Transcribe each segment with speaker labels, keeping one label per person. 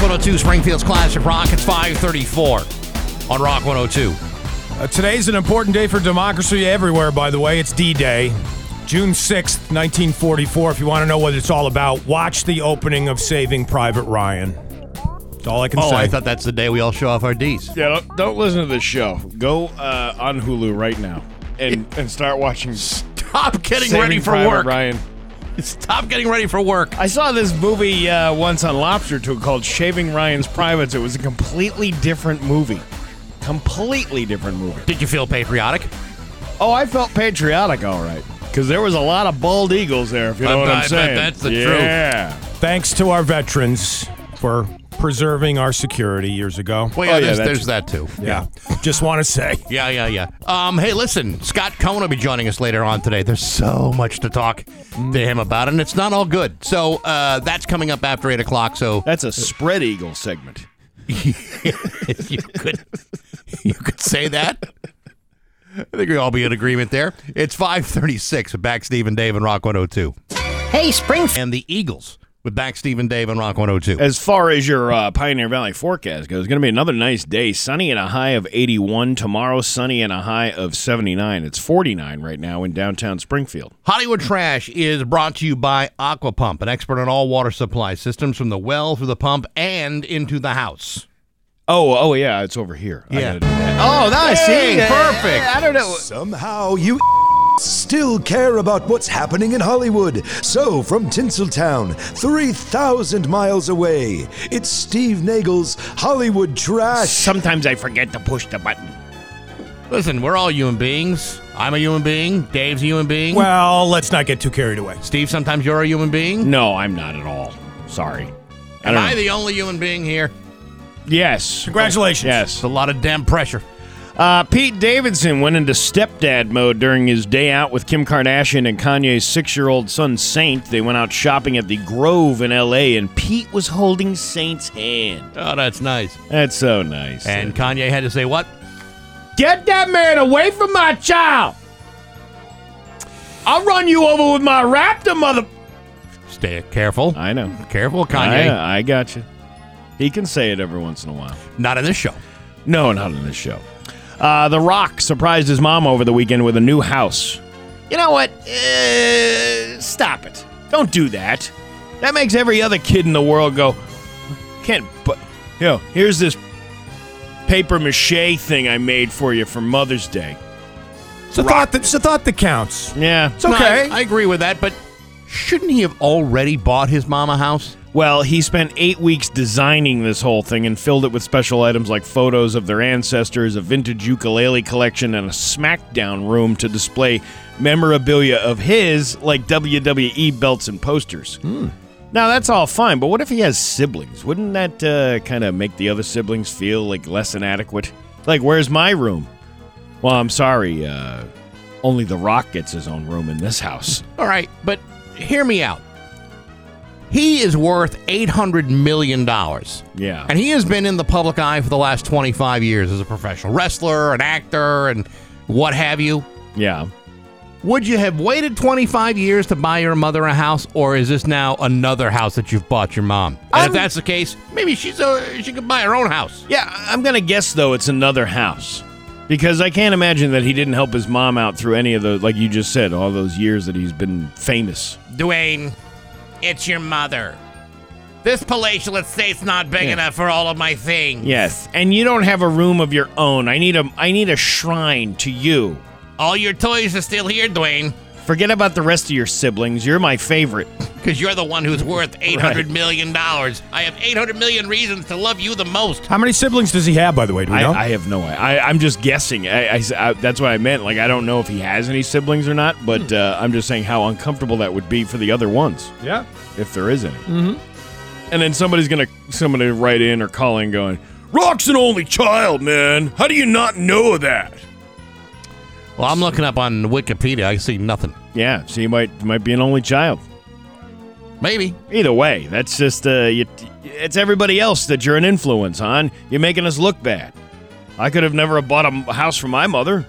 Speaker 1: 102 Springfield's Classic Rock. It's 534 on Rock 102.
Speaker 2: Uh, today's an important day for democracy everywhere, by the way. It's D Day, June 6th, 1944. If you want to know what it's all about, watch the opening of Saving Private Ryan. That's all I can
Speaker 1: Oh,
Speaker 2: say.
Speaker 1: I thought that's the day we all show off our D's.
Speaker 3: Yeah, don't, don't listen to this show. Go uh, on Hulu right now and and start watching.
Speaker 1: Stop getting
Speaker 3: Saving
Speaker 1: ready for
Speaker 3: Private
Speaker 1: work.
Speaker 3: Ryan.
Speaker 1: Stop getting ready for work.
Speaker 3: I saw this movie uh, once on Lobster Tour called Shaving Ryan's Privates. It was a completely different movie. Completely different movie.
Speaker 1: Did you feel patriotic?
Speaker 3: Oh, I felt patriotic, all right. Because there was a lot of bald eagles there, if you know
Speaker 1: I
Speaker 3: what
Speaker 1: bet-
Speaker 3: I'm
Speaker 1: I bet
Speaker 3: saying.
Speaker 1: that's the
Speaker 3: yeah.
Speaker 1: truth.
Speaker 2: Thanks to our veterans for preserving our security years ago.
Speaker 1: Well, yeah,
Speaker 3: Oh, yeah,
Speaker 1: there's, there's
Speaker 3: that's-
Speaker 1: that too.
Speaker 2: Yeah. Just want to say.
Speaker 1: Yeah, yeah, yeah. Um, hey, listen, Scott Cohen will be joining us later on today. There's so much to talk to him about, and it's not all good. So uh, that's coming up after eight o'clock. So
Speaker 3: That's a spread eagle segment.
Speaker 1: if you could, you could say that. I think we all be in agreement there. It's five thirty-six with back Steve and Dave and Rock 102,
Speaker 4: Hey, Springfield.
Speaker 1: and the Eagles with back Steve and Dave and Rock 102.
Speaker 3: As far as your uh, Pioneer Valley forecast goes, it's going to be another nice day. Sunny and a high of 81. Tomorrow, sunny and a high of 79. It's 49 right now in downtown Springfield.
Speaker 1: Hollywood Trash is brought to you by Aqua Pump, an expert on all water supply systems from the well through the pump and into the house.
Speaker 3: Oh, oh yeah, it's over here. I
Speaker 1: Yeah.
Speaker 3: gotta do that. Oh, nice.
Speaker 1: Hey,
Speaker 3: See, uh,
Speaker 1: perfect.
Speaker 3: I don't know.
Speaker 5: Somehow you still care about what's happening in Hollywood. So, from Tinseltown, 3,000 miles away, it's Steve Nagel's Hollywood Trash.
Speaker 3: Sometimes I forget to push the button.
Speaker 1: Listen, we're all human beings. I'm a human being. Dave's a human being.
Speaker 2: Well, let's not get too carried away.
Speaker 1: Steve, sometimes you're a human being.
Speaker 3: No, I'm not at all. Sorry. I
Speaker 1: Am
Speaker 3: don't
Speaker 1: I
Speaker 3: know.
Speaker 1: the only human being here?
Speaker 3: Yes.
Speaker 2: Congratulations.
Speaker 3: Yes.
Speaker 1: It's a lot of damn pressure.
Speaker 3: Uh, Pete Davidson went into stepdad mode during his day out with Kim Kardashian and Kanye's six year old son, Saint. They went out shopping at the Grove in LA, and Pete was holding Saint's hand.
Speaker 1: Oh, that's nice.
Speaker 3: That's so nice.
Speaker 1: And Kanye had to say what?
Speaker 3: get that man away from my child! I'll run you over with my raptor, mother.
Speaker 1: Stay careful.
Speaker 3: I Oh, know.
Speaker 1: Careful, Kanye.
Speaker 3: I, I got you. He can say it every once in a while.
Speaker 1: Not in this show.
Speaker 3: No, not on this show. Uh, the Rock surprised his mom over the weekend with a new house. You know what? Uh, stop it. Don't do that. That makes every other kid in the world go, can't, but, you know, here's this paper mache thing I made for you for Mother's Day.
Speaker 2: It's a, thought that, it's a thought that counts.
Speaker 3: Yeah.
Speaker 2: It's okay.
Speaker 1: No, I, I agree with that, but shouldn't he have already bought his mom a house?
Speaker 3: Well, he spent eight weeks designing this whole thing and filled it with special items like photos of their ancestors, a vintage ukulele collection, and a SmackDown room to display memorabilia of his, like WWE belts and posters.
Speaker 2: Hmm.
Speaker 3: Now, that's all fine, but what if he has siblings? Wouldn't that uh, kind of make the other siblings feel like less than adequate? Like, where's my room? Well, I'm sorry, uh, only The Rock gets his own room in this house.
Speaker 1: All right, but hear me out. He is worth eight hundred million dollars.
Speaker 3: Yeah.
Speaker 1: And he has been in the public eye for the last 25 years as a professional wrestler, an actor, and what have you.
Speaker 3: Yeah.
Speaker 1: Would you have waited 25 years to buy your mother a house, or is this now another house that you've bought your mom? And if that's the case, maybe she's a, she could buy her own house.
Speaker 3: Yeah, I'm gonna guess though it's another house. Because I can't imagine that he didn't help his mom out through any of those, like you just said, all those years that he's been famous.
Speaker 1: Dwayne, it's your mother. This palatial estate's not big
Speaker 3: Yeah.
Speaker 1: enough for all of my things.
Speaker 3: Yes, and you don't have a room of your own. I need a, I need a shrine to you.
Speaker 1: All your toys are still here, Dwayne,
Speaker 3: Forget about the rest of your siblings. You're my favorite.
Speaker 1: because you're the one who's worth eight hundred million dollars. I have 800 million reasons to love you the most.
Speaker 2: How many siblings does he have, by the way? Do we
Speaker 3: I,
Speaker 2: know?
Speaker 3: I have no idea. I, I'm just guessing. I, I s- I- that's what I meant. Like I don't know if he has any siblings or not, but uh, I'm just saying how uncomfortable that would be for the other ones.
Speaker 2: yeah.
Speaker 3: if there is any. Mm-hmm. And then somebody's gonna somebody write in or call in going, "Rock's an only child, man. How do you not know that?"
Speaker 1: Well, I'm looking up on Wikipedia. I see nothing.
Speaker 3: Yeah, so you might might be an only child.
Speaker 1: Maybe.
Speaker 3: Either way, that's just uh, you, it's everybody else that you're an influence on. You're making us look bad. I could have never bought a m- house for my mother.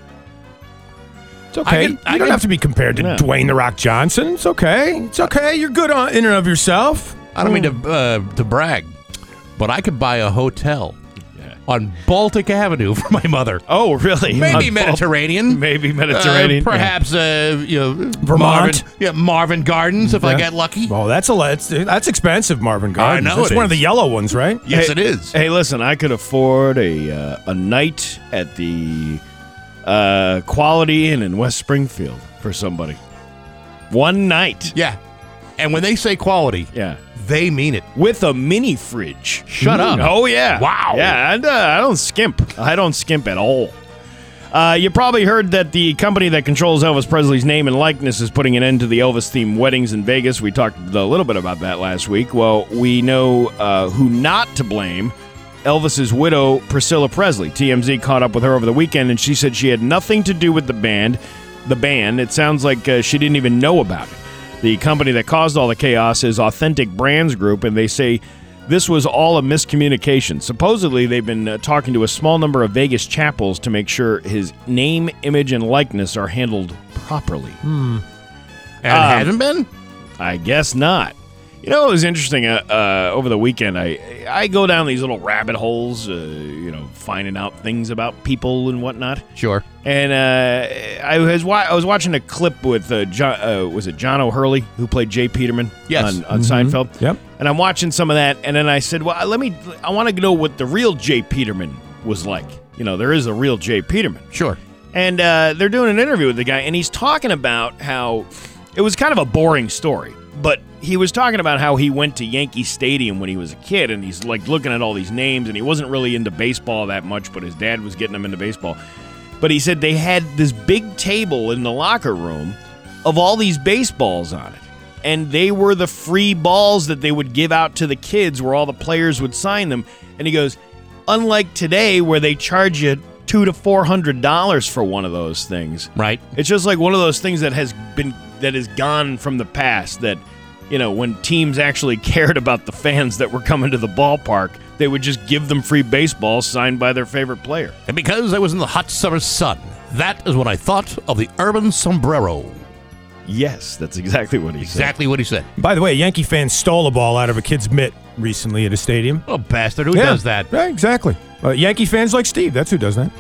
Speaker 2: It's okay.
Speaker 1: I can-
Speaker 2: you
Speaker 1: I
Speaker 2: don't
Speaker 1: can-
Speaker 2: have to be compared to
Speaker 3: No.
Speaker 2: Dwayne The Rock Johnson.
Speaker 1: Hmm.
Speaker 2: It's okay. It's okay. You're good on, in and of yourself.
Speaker 1: I don't mean to uh, to brag. but I could buy a hotel on Baltic Avenue for my mother.
Speaker 3: Oh, really?
Speaker 1: Maybe
Speaker 3: Not-
Speaker 1: Mediterranean.
Speaker 3: Maybe
Speaker 1: Uh,
Speaker 3: Mediterranean.
Speaker 1: perhaps, uh, you know,
Speaker 2: Vermont?
Speaker 1: Marvin, yeah, Marvin Gardens if I
Speaker 2: Yeah.
Speaker 1: get lucky.
Speaker 2: Oh, that's a lot. It's, that's expensive, Marvin Gardens.
Speaker 1: know
Speaker 2: It's
Speaker 1: it
Speaker 2: one of the
Speaker 1: is.
Speaker 2: yellow ones, right?
Speaker 1: Yes, it is.
Speaker 3: Hey, listen, I could afford a uh, a night at the uh, Quality Inn in West Springfield for somebody. One night.
Speaker 1: Yeah. And when they say quality,
Speaker 3: Yeah.
Speaker 1: they mean it.
Speaker 3: With a mini fridge.
Speaker 1: Shut up.
Speaker 3: Oh yeah.
Speaker 1: Wow.
Speaker 3: Yeah, and, uh, I don't skimp. I don't skimp at all. Uh, you probably heard that the company that controls Elvis Presley's name and likeness is putting an end to the Elvis themed weddings in Vegas. We talked a little bit about that last week. Well, we know uh, who not to blame. Elvis's widow, Priscilla Presley. TMZ caught up with her over the weekend, and she said she had nothing to do with the band. The band. It sounds like uh, she didn't even know about it. The company that caused all the chaos is Authentic Brands Group, and they say this was all a miscommunication. Supposedly, they've been uh, talking to a small number of Vegas chapels to make sure his name, image, and likeness are handled properly.
Speaker 1: And it hasn't been?
Speaker 3: I guess not. You know, it was interesting. Uh, uh, over the weekend, I I go down these little rabbit holes, uh, you know, finding out things about people and whatnot.
Speaker 1: Sure.
Speaker 3: And uh, I was wa- I was watching a clip with uh, John, uh, was it John O'Hurley who played Jay Peterman
Speaker 1: Yes.
Speaker 3: on, on Seinfeld.
Speaker 2: Yep.
Speaker 3: And I'm watching some of that, and then I said, "Well, uh, let me. I want to know what the real Jay Peterman was like. You know, there is a real Jay Peterman."
Speaker 1: Sure.
Speaker 3: and uh, they're doing an interview with the guy, and he's talking about how it was kind of a boring story, but he was talking about how he went to Yankee Stadium when he was a kid, and he's like looking at all these names, and he wasn't really into baseball that much, but his dad was getting him into baseball. But he said they had this big table in the locker room of all these baseballs on it. And they were the free balls that they would give out to the kids where all the players would sign them. And he goes, unlike today where they charge you two to four hundred dollars for one of those things.
Speaker 1: Right.
Speaker 3: It's just like one of those things that has been that is gone from the past that you know, when teams actually cared about the fans that were coming to the ballpark, they would just give them free baseballs signed by their favorite player.
Speaker 1: And because I was in the hot summer sun, that is what I thought of the urban sombrero.
Speaker 3: Yes, that's exactly what he said.
Speaker 1: Exactly what he said.
Speaker 2: By the way, a Yankee fan stole a ball out of a kid's mitt recently at a stadium.
Speaker 1: Oh, bastard. Who does that?
Speaker 2: Yeah, exactly. Uh, Yankee fans like Steve. That's who does that.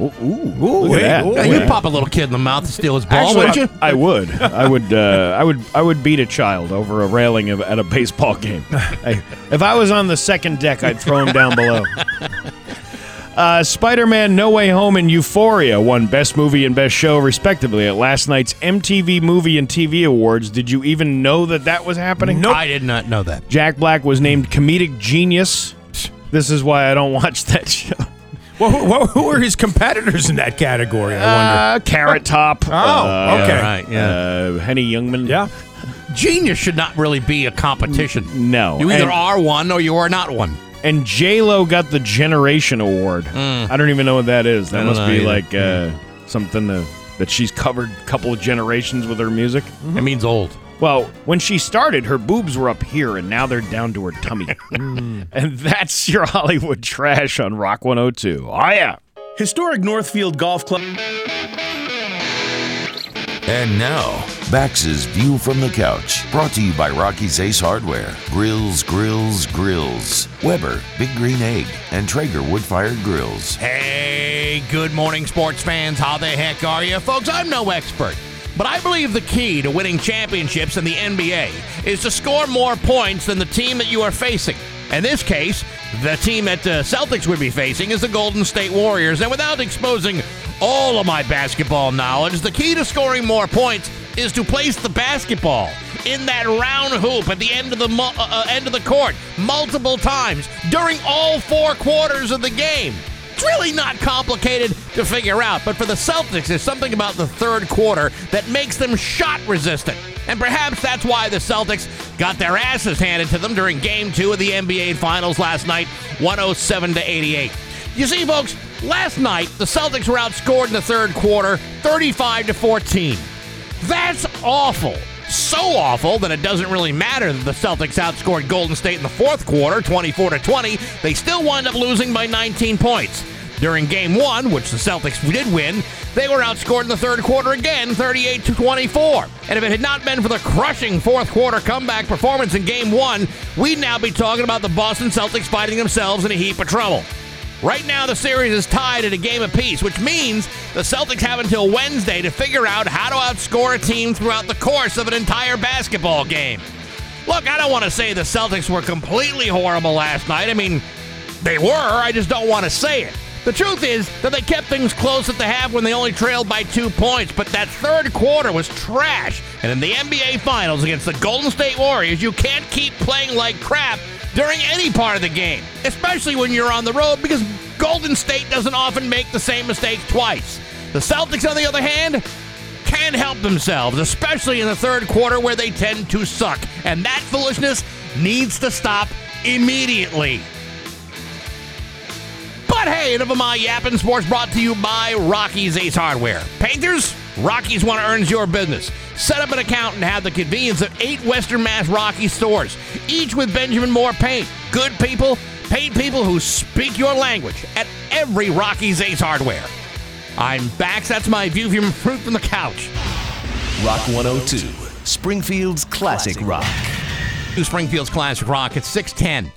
Speaker 3: Ooh, ooh, look
Speaker 2: hey,
Speaker 3: at that.
Speaker 2: ooh.
Speaker 1: Yeah,
Speaker 3: Look
Speaker 1: you'd
Speaker 3: at that.
Speaker 1: pop a little kid in the mouth to steal his ball,
Speaker 3: Actually,
Speaker 1: wouldn't you?
Speaker 3: I would. I would. Uh, I would. I would beat a child over a railing of, at a baseball game. Hey, if I was on the second deck, I'd throw him down below. Uh, Spider-Man: No Way Home and Euphoria won Best Movie and Best Show, respectively, at last night's MTV Movie and TV Awards. Did you even know that that was happening?
Speaker 1: I did not know that.
Speaker 3: Jack Black was named comedic genius. This is why I don't watch that show.
Speaker 2: Well, who, who- who are his competitors in that category? I wonder.
Speaker 3: Uh, Carrot Top.
Speaker 2: Oh,
Speaker 3: uh,
Speaker 2: okay.
Speaker 1: Yeah, right, yeah.
Speaker 3: Uh, Henny Youngman.
Speaker 2: yeah.
Speaker 1: Genius should not really be a competition.
Speaker 3: No.
Speaker 1: You either
Speaker 3: and,
Speaker 1: are one or you are not one.
Speaker 3: And J Lo got the Generation Award. I don't even know what that is. That
Speaker 1: Hmm. don't
Speaker 3: must
Speaker 1: know
Speaker 3: be
Speaker 1: either. Hmm.
Speaker 3: like uh, something that, that she's covered a couple of generations with her music.
Speaker 1: It means old.
Speaker 3: Well, when she started, her boobs were up here, and now they're down to her tummy. and that's your Hollywood trash on Rock 102. Oh yeah.
Speaker 4: Historic Northfield Golf Club.
Speaker 6: And now, Bax's View from the Couch, brought to you by Rocky's Ace Hardware, Grills, Grills, Grills, Weber, Big Green Egg, and Traeger Wood Fired Grills.
Speaker 1: Hey, good morning, sports fans. How the heck are you? Folks, I'm no expert, but I believe the key to winning championships in the NBA is to score more points than the team that you are facing. In this case, the team that the Celtics would be facing is the Golden State Warriors. And without exposing all of my basketball knowledge, the key to scoring more points is to place the basketball in that round hoop at the end of the mu- uh, uh, end of the court multiple times during all four quarters of the game. It's really not complicated to figure out, but for the Celtics, there's something about the third quarter that makes them shot resistant. And perhaps that's why the Celtics got their asses handed to them during game two of the NBA Finals last night, 107 to 88. You see, folks, last night the Celtics were outscored in the third quarter 35 to 14. That's awful. So awful that it doesn't really matter that the Celtics outscored Golden State in the fourth quarter, 24 to 20. They still wind up losing by 19 points. During game one, which the Celtics did win, They were outscored in the third quarter again, 38 to 24. And if it had not been for the crushing fourth quarter comeback performance in game one, we'd now be talking about the Boston Celtics fighting themselves in a heap of trouble. Right now, the series is tied at a game apiece, which means the Celtics have until Wednesday to figure out how to outscore a team throughout the course of an entire basketball game. Look, I don't want to say the Celtics were completely horrible last night. I mean, they were. I just don't want to say it. The truth is that they kept things close at the half when they only trailed by two points, but that third quarter was trash. And in the NBA Finals against the Golden State Warriors, you can't keep playing like crap during any part of the game, especially when you're on the road, because Golden State doesn't often make the same mistake twice. The Celtics, on the other hand, can help themselves, especially in the third quarter where they tend to suck. And that foolishness needs to stop immediately. But hey, enough of my yapping sports brought to you by Rocky's Ace Hardware. Painters, Rockies want to earn your business. Set up an account and have the convenience of eight Western Mass Rocky stores, each with Benjamin Moore paint. Good people, paint people who speak your language at every Rocky's Ace Hardware. I'm back. That's my view from fruit from the couch.
Speaker 7: Rock 102, Springfield's classic rock.
Speaker 1: To Springfield's Classic Rock at 610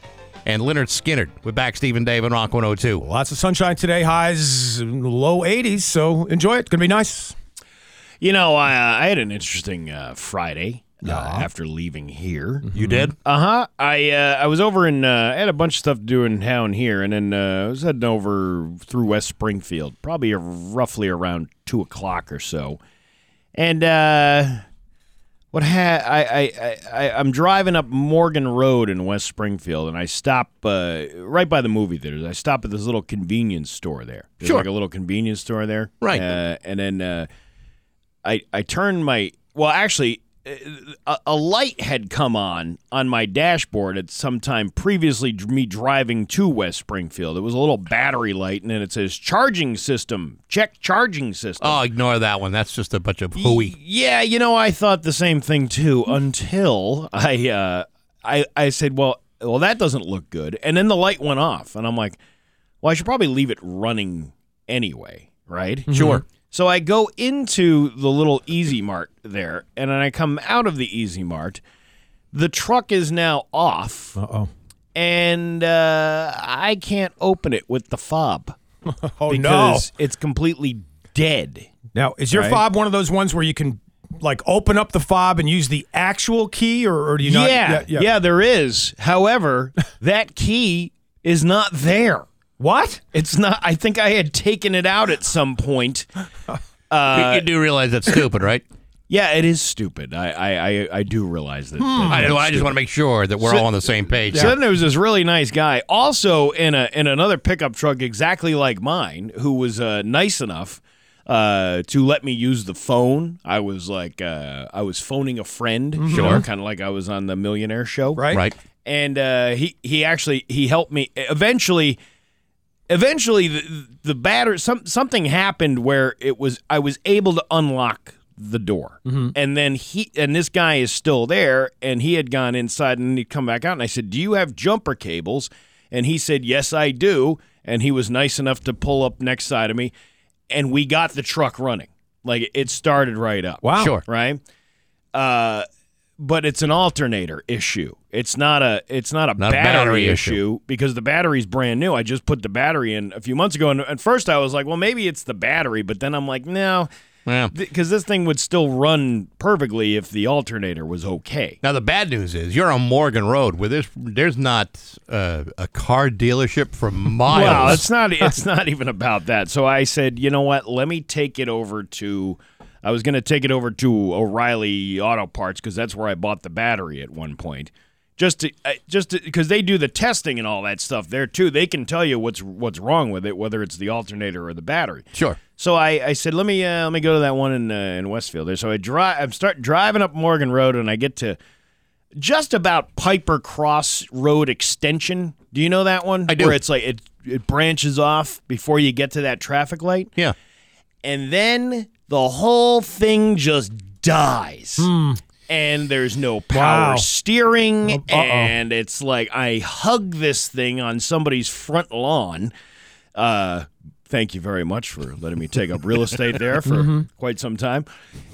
Speaker 1: and Leonard Skinner. We're back, Stephen Dave and Rock 102.
Speaker 2: Lots of sunshine today, highs low 80s, so enjoy it. It's going to be nice.
Speaker 3: You know, I, I had an interesting uh, Friday uh, after leaving here.
Speaker 1: You did?
Speaker 3: Uh huh. I uh, I was over in uh, I had a bunch of stuff to do in town here, and then uh, I was heading over through West Springfield, probably roughly around two o'clock or so. And uh, what ha- I, I, I, I I'm driving up Morgan Road in West Springfield, and I stop uh, right by the movie theaters. I stop at this little convenience store there. There's
Speaker 1: Sure.
Speaker 3: like a little convenience store there,
Speaker 1: Right.
Speaker 3: Uh, and then uh, I I turned my well actually. uh, A, a light had come on on my dashboard at some time previously dr- me driving to West Springfield. It was a little battery light, and then it says charging system. Check charging system.
Speaker 1: Oh, ignore that one. That's just a bunch of
Speaker 3: Y-
Speaker 1: hooey.
Speaker 3: Yeah, you know, I thought the same thing too until I uh, I I said, well, well, that doesn't look good, and then the light went off, and I'm like, well, I should probably leave it running anyway, right?
Speaker 1: Sure.
Speaker 3: So I go into the little Easy Mart there, and then I come out of the Easy Mart. The truck is now off,
Speaker 2: Uh oh.
Speaker 3: and uh, I can't open it with the fob
Speaker 2: Oh, no.
Speaker 3: because it's completely dead.
Speaker 2: Now, is your
Speaker 3: Right.
Speaker 2: fob one of those ones where you can like open up the fob and use the actual key, or, or do you not?
Speaker 3: yeah, yeah, there is. However, that key is not there.
Speaker 2: What?
Speaker 3: It's not. I think I had taken it out at some point.
Speaker 1: you, you do realize that's stupid, right?
Speaker 3: Yeah, it is stupid. I I, I, I do realize that. that
Speaker 1: I,
Speaker 3: that's
Speaker 1: I just want to make sure that we're all on the same page.
Speaker 3: So then there was this really nice guy, also in a in another pickup truck exactly like mine, who was uh, nice enough uh, to let me use the phone. I was like, uh, I was phoning a friend, sure, kind of like I was on the Millionaire Show,
Speaker 2: Right.
Speaker 1: Right.
Speaker 3: And uh, he he actually he helped me eventually. Eventually, the, the batter some something happened where it was I was able to unlock the door, and then he and this guy is still there, and he had gone inside and he'd come back out, and I said, "Do you have jumper cables?" And he said, "Yes, I do." And he was nice enough to pull up next side of me, and we got the truck running. Like it started right up
Speaker 2: Wow.
Speaker 1: Sure.
Speaker 3: right? Uh, but it's an alternator issue. It's not a it's not a
Speaker 1: Not a
Speaker 3: battery,
Speaker 1: battery
Speaker 3: issue, because the battery's brand new. I just put the battery in a few months ago, and at first I was like, well, maybe it's the battery, but then I'm like, no,
Speaker 1: Yeah.
Speaker 3: because this thing would still run perfectly if the alternator was okay.
Speaker 1: Now the bad news is you're on Morgan Road where there's there's not uh, a car dealership for miles.
Speaker 3: Well, it's not it's not even about that. So I said, you know what? Let me take it over to. I was going to take it over to O'Reilly Auto Parts because that's where I bought the battery at one point. Just to, I- just because they do the testing and all that stuff there too, they can tell you what's what's wrong with it, whether it's the alternator or the battery.
Speaker 1: Sure.
Speaker 3: So I, I said, let me uh, let me go to that one in uh, in Westfield there. So I drive, I start driving up Morgan Road, and I get to just about Piper Cross Road Extension. Do you know that one?
Speaker 1: I do.
Speaker 3: Where it's like it it branches off before you get to that traffic light,
Speaker 1: yeah.
Speaker 3: and then the whole thing just dies. And there's no power
Speaker 2: Wow.
Speaker 3: steering, and it's like I hug this thing on somebody's front lawn. Uh, Thank you very much for letting me take up real estate there for quite some time.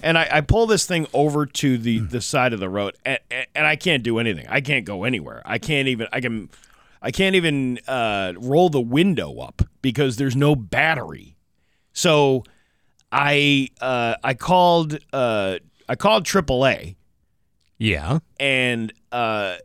Speaker 3: And I, I pull this thing over to the, the side of the road, and, and, and I can't do anything. I can't go anywhere. I can't even. I can. I can't even uh, roll the window up because there's no battery. So I uh, I called uh, I called AAA
Speaker 1: Yeah.
Speaker 3: and uh,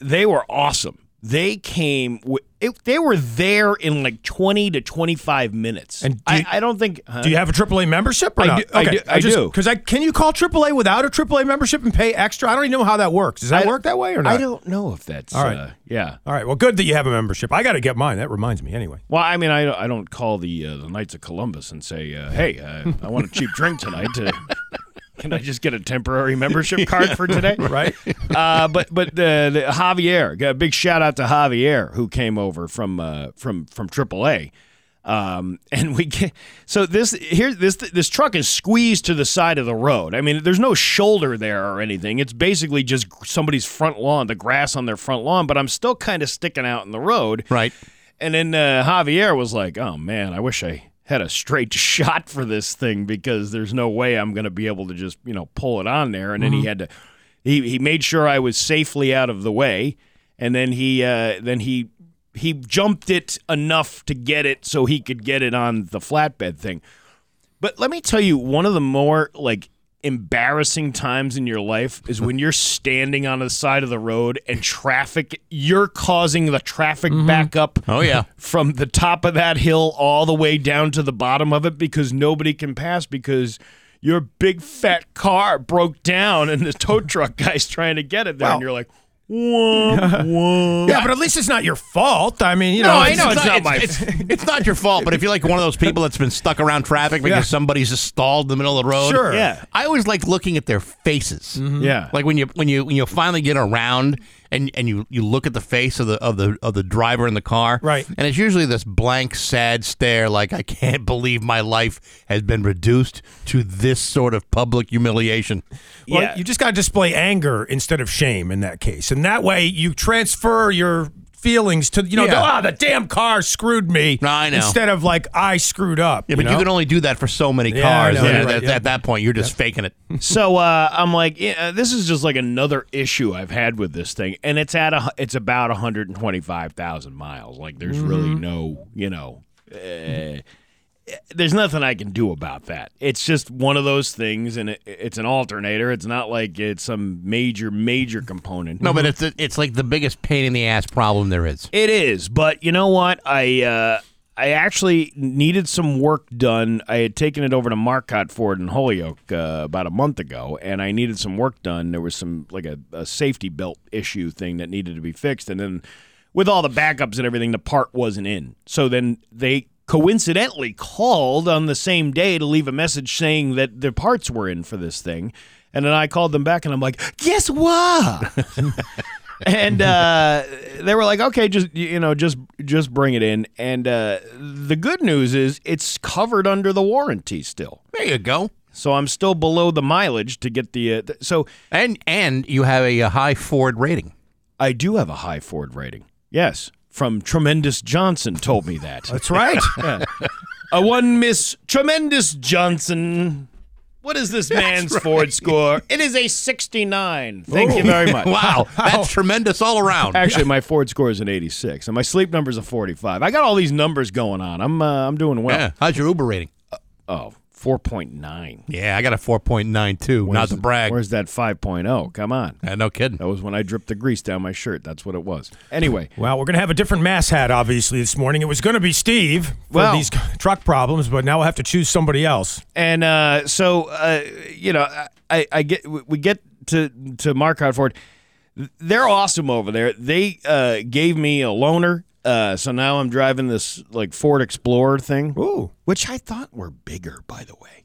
Speaker 3: they were awesome. They came. W- it, they were there in like twenty to twenty-five minutes.
Speaker 2: And do
Speaker 3: I,
Speaker 2: you-
Speaker 3: I don't think. huh?
Speaker 2: Do you have a AAA membership or
Speaker 3: I
Speaker 2: not?
Speaker 3: do- I do- I do.
Speaker 2: Because I can you call AAA without a AAA membership and pay extra? I don't even know how that works. Does that
Speaker 3: I-
Speaker 2: work that way or not?
Speaker 3: I don't know if that's.
Speaker 2: All right.
Speaker 3: Uh, yeah.
Speaker 2: All right. Well, good that you have a membership. I got to get mine. That reminds me. Anyway.
Speaker 3: Well, I mean, I, don't- I don't call the uh, the Knights of Columbus and say, uh, "Hey, uh, I want a cheap drink tonight." Uh, can I just get a temporary membership card for today?
Speaker 2: Right.
Speaker 3: uh, but but the, the Javier, got a big shout out to Javier who came over from uh, from from AAA. Um, and we get, so this here this this truck is squeezed to the side of the road. I mean, there's no shoulder there or anything. It's basically just somebody's front lawn, the grass on their front lawn. But I'm still kind of sticking out in the road.
Speaker 1: Right.
Speaker 3: And then uh, Javier was like, "Oh man, I wish I had a straight shot for this thing because there's no way I'm going to be able to just you know pull it on there." And
Speaker 1: Mm-hmm.
Speaker 3: then he had to, he he made sure I was safely out of the way, and then he uh, then he he jumped it enough to get it so he could get it on the flatbed thing. But let me tell you, one of the more like embarrassing times in your life is when you're standing on the side of the road and traffic you're causing the traffic back up
Speaker 1: Oh yeah.
Speaker 3: from the top of that hill all the way down to the bottom of it because nobody can pass because your big fat car broke down and the tow truck guy's trying to get it there and you're like whoa whoa
Speaker 2: Yeah, but at least it's not your fault. I mean, you
Speaker 1: No,
Speaker 2: know.
Speaker 1: I
Speaker 2: it's-
Speaker 1: know
Speaker 3: it's
Speaker 1: it's,
Speaker 3: not
Speaker 1: not,
Speaker 3: my-
Speaker 1: it's, it's, it's not your fault, but if you're like one of those people that's been stuck around traffic because
Speaker 2: Yeah.
Speaker 1: somebody's just stalled in the middle of the road,
Speaker 2: Sure. Mm-hmm.
Speaker 3: Yeah.
Speaker 1: I always like looking at their faces.
Speaker 3: yeah
Speaker 1: Like when you when you when you finally get around and and you you look at the face of the of the of the driver in the car,
Speaker 2: Right.
Speaker 1: And it's usually this blank, sad stare, like I can't believe my life has been reduced to this sort of public humiliation.
Speaker 2: Well,
Speaker 3: Yeah.
Speaker 2: you just got to display anger instead of shame in that case, and that way you transfer your feelings to you
Speaker 3: Oh,
Speaker 2: know
Speaker 1: Yeah.
Speaker 2: ah the damn car screwed me
Speaker 1: No, I know.
Speaker 2: instead of like I screwed up.
Speaker 1: Yeah, but you,
Speaker 2: know?
Speaker 1: can only do that for so many
Speaker 2: Yeah, I
Speaker 1: cars.
Speaker 2: know,
Speaker 1: and
Speaker 2: you're
Speaker 1: at,
Speaker 2: right,
Speaker 1: at-
Speaker 2: yeah.
Speaker 1: at that point, you're just faking it.
Speaker 3: so uh, i'm like yeah, uh, this is just like another issue i've had with this thing and it's at a hu- it's about 125000 miles like there's really no you know uh, there's nothing I can do about that. It's just one of those things, and it, it's an alternator. It's not like it's some major, major component.
Speaker 1: No, but it's it's like the biggest pain in the ass problem there is.
Speaker 3: It is, but you know what? I uh, I actually needed some work done. I had taken it over to Marcotte Ford in Holyoke uh, about a month ago, and I needed some work done. There was some like a, a safety belt issue thing that needed to be fixed, and then with all the backups and everything, the part wasn't in. So then they coincidentally called on the same day to leave a message saying that the parts were in for this thing. And then I called them back and I'm like, guess what? and uh, they were like, "Okay, just you know, just just bring it in." And uh, the good news is it's covered under the warranty still,
Speaker 1: There you go.
Speaker 3: so I'm still below the mileage to get the. Uh, th- so
Speaker 1: And and you have a, uh, high Ford rating.
Speaker 3: I do have a high Ford rating. Yes, from Tremendous Johnson told me that.
Speaker 2: That's right.
Speaker 3: a one Miss Tremendous Johnson. What is this man's Ford score? It is a 69. Thank you very much.
Speaker 1: Uh, Wow, that's tremendous all around.
Speaker 3: Actually, my Ford score is an 86, and my sleep number's a 45. I got all these numbers going on. I'm uh, I'm doing well.
Speaker 1: Yeah. How's your Uber rating?
Speaker 3: Oh, 4.9.
Speaker 1: Yeah, I got a 4.92. Not to brag.
Speaker 3: Where's that 5.0? Come on.
Speaker 1: Uh, no kidding.
Speaker 3: That was when I dripped the grease down my shirt. That's what it was. Anyway,
Speaker 2: Well, we're going to have a different mass hat, obviously, this morning. It was going to be Steve for
Speaker 3: Well-
Speaker 2: these truck problems, but now we'll have to choose somebody else.
Speaker 3: and uh, so uh, you know, I, I get we get to to Mark Ford. They're awesome over there. They uh, gave me a loaner, uh, so now I'm driving this like Ford Explorer thing,
Speaker 2: Ooh.
Speaker 3: which I thought were bigger, by the way.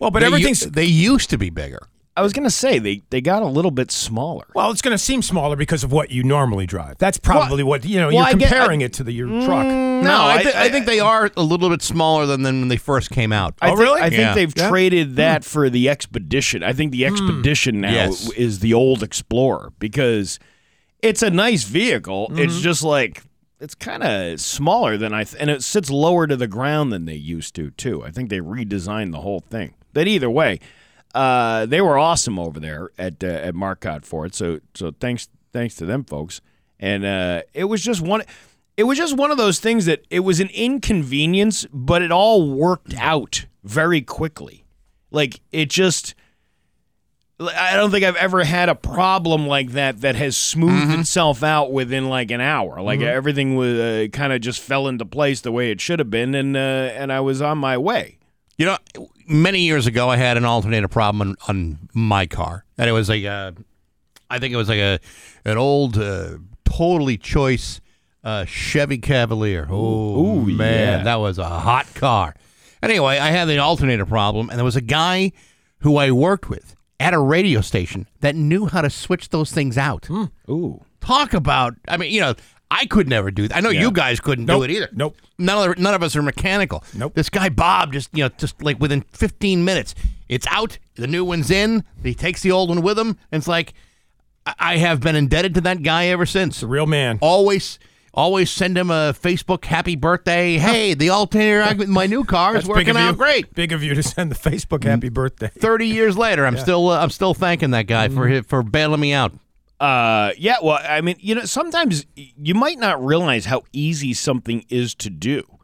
Speaker 2: Well, but
Speaker 1: They u-
Speaker 2: everything's.
Speaker 1: they used to be bigger.
Speaker 3: I was gonna say they they got a little bit smaller.
Speaker 2: well, it's going to seem smaller because of what you normally drive. That's probably what, you know,
Speaker 3: well,
Speaker 2: you're
Speaker 3: I get-
Speaker 2: comparing it to the, your truck.
Speaker 1: No, I, thi-
Speaker 3: I-
Speaker 1: I think they are a little bit smaller than, than when they first came out.
Speaker 3: I think, I think
Speaker 1: Yeah. Hmm.
Speaker 3: they've traded that for the Expedition. I think the Expedition now
Speaker 1: Yes.
Speaker 3: is the old Explorer because it's a nice vehicle. It's just like it's kind of smaller than I th- and it sits lower to the ground than they used to too. I think they redesigned the whole thing. But either way, uh, they were awesome over there at uh, at Marcotte for it. So so thanks thanks to them folks. And uh, it was just one it was just one of those things that it was an inconvenience, but it all worked out very quickly. Like it just I don't think I've ever had a problem like that that has smoothed itself out within like an hour. Like everything was uh, kind of just fell into place the way it should have been, and uh, and I was on my way.
Speaker 1: You know, many years ago, I had an alternator problem on, on my car, and it was like a, I think it was like a, an old, uh, totally choice uh, Chevy Cavalier. Oh
Speaker 3: Ooh,
Speaker 1: man,
Speaker 3: yeah.
Speaker 1: that was a hot car. Anyway, I had an alternator problem, and there was a guy who I worked with at a radio station that knew how to switch those things out.
Speaker 3: Hmm. Ooh,
Speaker 1: Talk about, I mean, you know. I could never do that. I know you guys couldn't
Speaker 2: Nope.
Speaker 1: do it either.
Speaker 2: Nope.
Speaker 1: None of, none of us are mechanical.
Speaker 2: Nope.
Speaker 1: This guy Bob just you know just like within 15 minutes, it's out. The new one's in. He takes the old one with him, and it's like I- I have been indebted to that guy ever since.
Speaker 2: Real man.
Speaker 1: Always. Always send him a Facebook happy birthday. Hey, the alternator I- with my new car is
Speaker 2: That's big
Speaker 1: working
Speaker 2: of you-
Speaker 1: out great. Mm.
Speaker 2: Big of you to send the Facebook happy birthday.
Speaker 1: Thirty years later, I'm still uh, I'm still thanking that guy for
Speaker 2: Mm-hmm.
Speaker 1: hi- for bailing me out.
Speaker 3: uh, yeah. Well, I mean, you know, sometimes y- you might not realize how easy something is to do.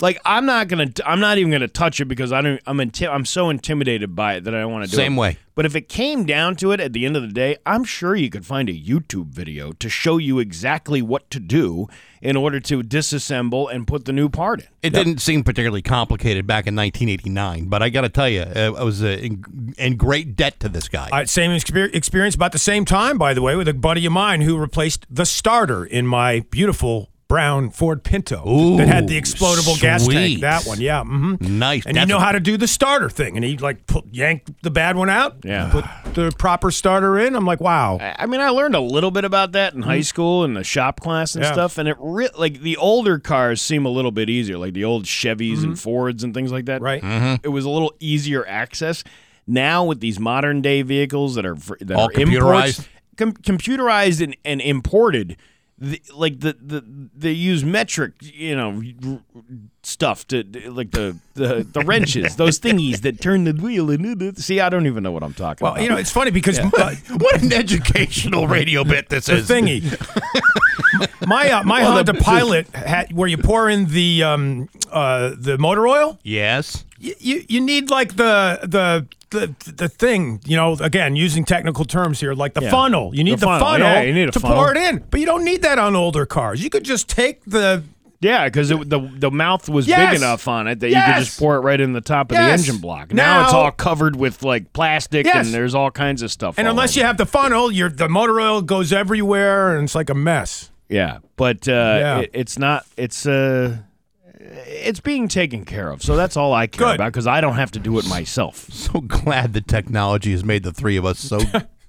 Speaker 3: Like I'm not gonna, I'm not even gonna touch it because I don't. I'm inti- I'm so intimidated by it that I don't want to do it.
Speaker 1: Same way.
Speaker 3: But if it came down to it at the end of the day, I'm sure you could find a YouTube video to show you exactly what to do in order to disassemble and put the new part in.
Speaker 1: It didn't seem particularly complicated back in 1989, but I got to tell you, uh, I was uh, in, in great debt to this guy.
Speaker 2: Uh, same exper- experience about the same time, by the way, with a buddy of mine who replaced the starter in my beautiful brown Ford Pinto that had the explodable gas
Speaker 1: sweet.
Speaker 2: tank. That one, yeah. hmm
Speaker 1: nice.
Speaker 2: And you
Speaker 1: That's-
Speaker 2: know how to do the starter thing. And he like pu- yanked the bad one out,
Speaker 3: Yeah.
Speaker 2: put the proper starter in. I'm like, wow.
Speaker 3: I I mean, I learned a little bit about that in high school and the shop class and
Speaker 2: Mm-hmm. Yeah.
Speaker 3: stuff. And it re- like the older cars seem a little bit easier, like the old Chevys and Fords and things like that.
Speaker 2: Mm-hmm. Right.
Speaker 1: Mm-hmm.
Speaker 3: It was a little easier access. Now with these modern day vehicles that are fr- that
Speaker 1: All
Speaker 3: are imports,
Speaker 1: computerized.
Speaker 3: com- computerized and, and imported, the, like the, the they use metric, you know, r- r- stuff to like the the, the wrenches, those thingies that turn the wheel. And uh, see, I don't even know what I'm talking about.
Speaker 2: Well, you know, it's funny because uh,
Speaker 1: What an educational radio bit this is.
Speaker 2: the thingy. my uh, my Honda Pilot, had, where you pour in the um, uh, the motor oil,
Speaker 1: Yes.
Speaker 2: you, you you need like the the. The, the thing, you know, again, using technical terms here, like the
Speaker 3: Yeah.
Speaker 2: funnel. You need
Speaker 3: The
Speaker 2: the,
Speaker 3: funnel,
Speaker 2: funnel,
Speaker 3: yeah, you need a
Speaker 2: to
Speaker 3: funnel.
Speaker 2: pour it in, but you don't need that on older cars. You could just take the
Speaker 3: Yeah, because the the mouth was
Speaker 2: Yes!
Speaker 3: big enough on it that you could
Speaker 2: Yes!
Speaker 3: just pour it right in the top of
Speaker 2: Yes!
Speaker 3: the engine block. Now, it's
Speaker 2: Now-
Speaker 3: all covered with like plastic
Speaker 2: Yes!
Speaker 3: and there's all kinds of stuff.
Speaker 2: and
Speaker 3: all
Speaker 2: unless
Speaker 3: over
Speaker 2: you have the funnel, your the motor oil goes everywhere, and it's like a mess.
Speaker 3: it. yeah, but uh,
Speaker 2: Yeah.
Speaker 3: It, it's not it's uh it's being taken care of. So that's all I care
Speaker 2: Good.
Speaker 3: about because I don't have to do it myself.
Speaker 1: So glad the technology has made the three of us so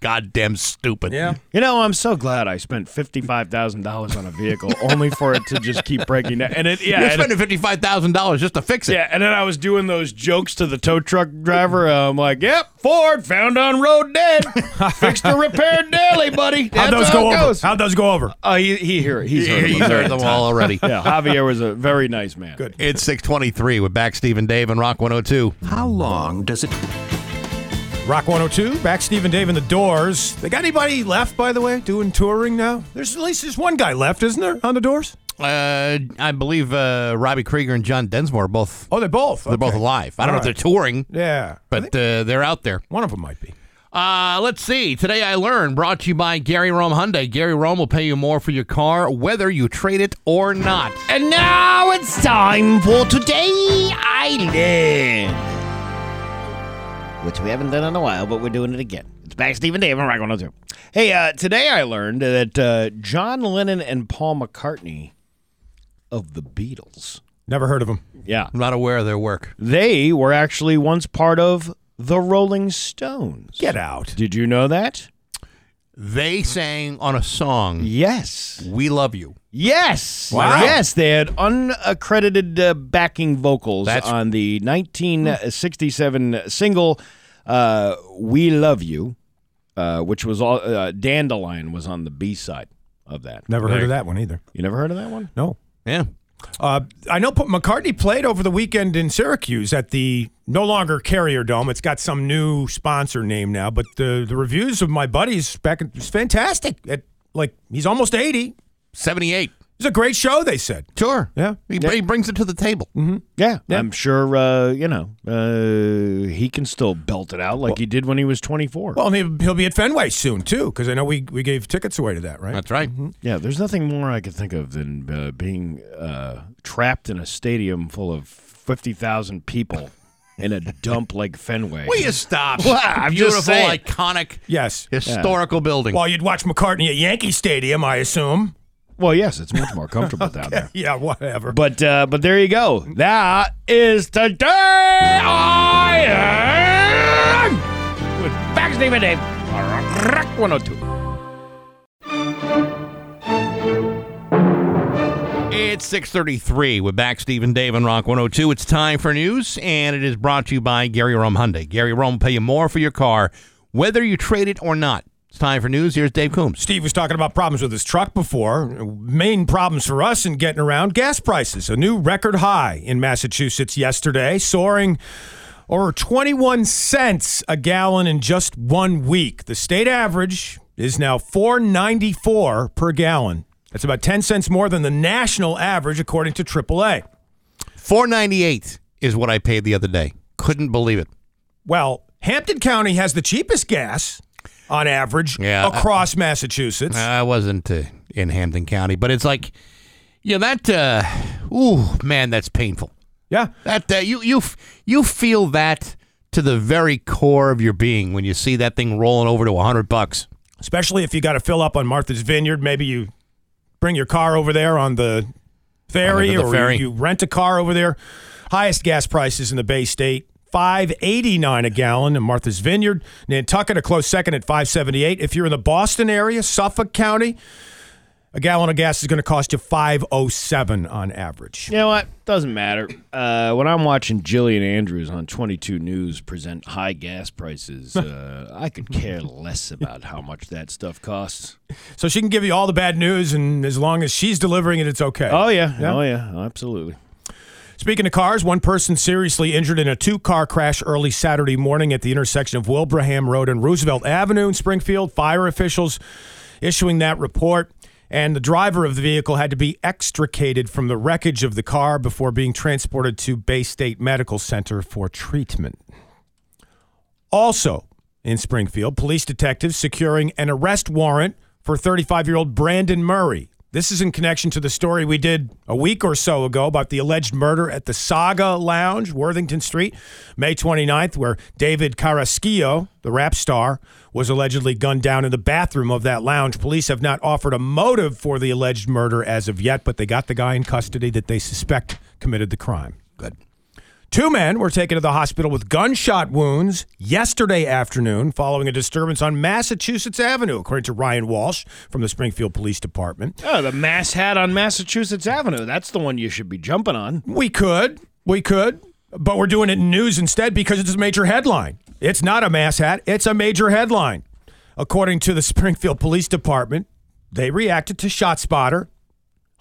Speaker 1: goddamn stupid.
Speaker 3: You know, I'm so glad I spent fifty five thousand dollars on a vehicle only for it to just keep breaking down. And it yeah,
Speaker 1: You're
Speaker 3: and it-
Speaker 1: spending fifty-five thousand dollars just to fix it.
Speaker 3: Yeah, and then I was doing those jokes to the tow truck driver. I'm like, "Yep, Ford found on road dead, fixed or repaired daily, buddy."
Speaker 2: How'd
Speaker 3: That's
Speaker 2: those
Speaker 3: how
Speaker 2: go
Speaker 3: it
Speaker 2: over?
Speaker 3: goes.
Speaker 2: How'd those go over?
Speaker 3: Oh, he he heard he's
Speaker 1: Yeah,
Speaker 3: heard,
Speaker 1: you
Speaker 3: them.
Speaker 1: heard them all already.
Speaker 3: Yeah, Javier was a very nice man.
Speaker 2: Good.
Speaker 1: It's six twenty-three. We're back, Steve and Dave, and Rock one hundred two.
Speaker 7: How long does it
Speaker 2: Rock 102, back Steve and Dave in the doors. They got anybody left, by the way, doing touring now? There's at least just one guy left, isn't there, on the doors?
Speaker 1: Uh, I believe uh, Robbie Krieger and John Densmore are both
Speaker 2: Oh, they're both.
Speaker 1: they're both
Speaker 2: Okay.
Speaker 1: alive. I don't know
Speaker 2: All
Speaker 1: if they're touring,
Speaker 2: Yeah. I
Speaker 1: but
Speaker 2: think
Speaker 1: uh, they're out there.
Speaker 2: one of them might be.
Speaker 1: Uh, let's see. Today I learned, brought to you by Gary Rome Hyundai. Gary Rome will pay you more for your car, whether you trade it or not.
Speaker 3: And now it's time for today I learned, which we haven't done in a while, but we're doing it again. It's back, Stephen Dave, and Rock 102. Hey, uh, today I learned that uh, John Lennon and Paul McCartney of the Beatles.
Speaker 2: Never heard of him.
Speaker 3: Yeah.
Speaker 1: I'm not aware of their work.
Speaker 3: They were actually once part of the Rolling Stones.
Speaker 2: Get out.
Speaker 3: Did you know that?
Speaker 1: They sang on a song,
Speaker 3: Yes.
Speaker 1: We Love You.
Speaker 3: Yes.
Speaker 2: Wow.
Speaker 3: Yes, they had unaccredited uh, backing vocals
Speaker 1: That's-
Speaker 3: on the 1967 single uh, "We Love You," uh, which was all uh, "Dandelion" was on the B side of that.
Speaker 2: Never heard of that one either.
Speaker 3: You never heard of that one?
Speaker 2: No.
Speaker 1: Yeah.
Speaker 2: Uh, I know P- McCartney played over the weekend in Syracuse at the no longer Carrier Dome. It's got some new sponsor name now, but the, the reviews of my buddies back in- it's fantastic. At like he's almost eighty.
Speaker 1: 78.
Speaker 2: It's a great show. They said.
Speaker 1: Sure. Mm-hmm.
Speaker 2: Yeah.
Speaker 1: He, he brings it to the table.
Speaker 3: Yeah, I'm sure. Uh, you know, uh, he can still belt it out like he did when he was 24.
Speaker 2: Well, and he'll, he'll be at Fenway soon too, because I know we we gave tickets away to that, right?
Speaker 1: That's right.
Speaker 3: yeah, there's nothing more I could think of than uh, being uh, trapped in a stadium full of 50,000 people in a dump like Fenway.
Speaker 1: Will you stop?
Speaker 3: Well, I'm just
Speaker 1: Beautiful,
Speaker 3: saying.
Speaker 1: iconic,
Speaker 2: yes.
Speaker 1: historical building.
Speaker 2: Well, you'd watch McCartney at Yankee Stadium, I assume.
Speaker 3: Well, yes, it's much more comfortable down there.
Speaker 2: Yeah, whatever.
Speaker 3: But uh, but there you go. That is today I am with Bax Dave and Dave. Rock 102.
Speaker 1: It's 633. We're back, Stephen Dave and Rock 102. It's time for news, and it is brought to you by Gary Rome Hyundai. Gary Rome will pay you more for your car, whether you trade it or not. It's time for news. Here's Dave Coombs.
Speaker 2: Steve was talking about problems with his truck before. Main problems for us in getting around gas prices. A new record high in Massachusetts yesterday, soaring over 21 cents a gallon in just one week. The state average is now 4.94 per gallon. That's about 10 cents more than the national average according to AAA.
Speaker 1: 498 is what I paid the other day. Couldn't believe it.
Speaker 2: Well, Hampton County has the cheapest gas on average
Speaker 1: Yeah, I-
Speaker 2: across Massachusetts.
Speaker 1: I wasn't uh, in Hampton County, but it's like, you know, that, uh, ooh, man, that's painful.
Speaker 2: yeah.
Speaker 1: That uh, you you f- you feel that to the very core of your being when you see that thing rolling over to 100 bucks.
Speaker 2: especially if you got to fill up on Martha's Vineyard. Maybe you bring your car over there on the ferry,
Speaker 1: On the- the
Speaker 2: or
Speaker 1: ferry.
Speaker 2: You, you rent a car over there. Highest gas prices in the Bay State. 589 a gallon in Martha's Vineyard. Nantucket a close second at 578. If you're in the Boston area, Suffolk County, a gallon of gas is going to cost you 507 on average.
Speaker 3: You know what? Doesn't matter. Uh, when I'm watching Jillian Andrews on 22 News present high gas prices, uh, I could care less about how much that stuff costs.
Speaker 2: So she can give you all the bad news and as long as she's delivering it it's okay.
Speaker 3: Oh yeah, oh yeah, absolutely.
Speaker 2: Speaking of cars, one person seriously injured in a two car crash early Saturday morning at the intersection of Wilbraham Road and Roosevelt Avenue in Springfield. Fire officials issuing that report. And the driver of the vehicle had to be extricated from the wreckage of the car before being transported to Bay State Medical Center for treatment. Also in Springfield, police detectives securing an arrest warrant for 35 year old Brandon Murray. This is in connection to the story we did a week or so ago about the alleged murder at the Saga Lounge, Worthington Street, May 29th, where David Carrasquillo, the rap star, was allegedly gunned down in the bathroom of that lounge. Police have not offered a motive for the alleged murder as of yet, but they got the guy in custody that they suspect committed the crime. Two men were taken to the hospital with gunshot wounds yesterday afternoon following a disturbance on Massachusetts Avenue, according to Ryan Walsh from the Springfield Police Department.
Speaker 3: Oh, the mass hat on Massachusetts Avenue. That's the one you should be jumping on.
Speaker 2: We could, we could, but we're doing it in news instead because it's a major headline. It's not a mass hat, it's a major headline. According to the Springfield Police Department, they reacted to ShotSpotter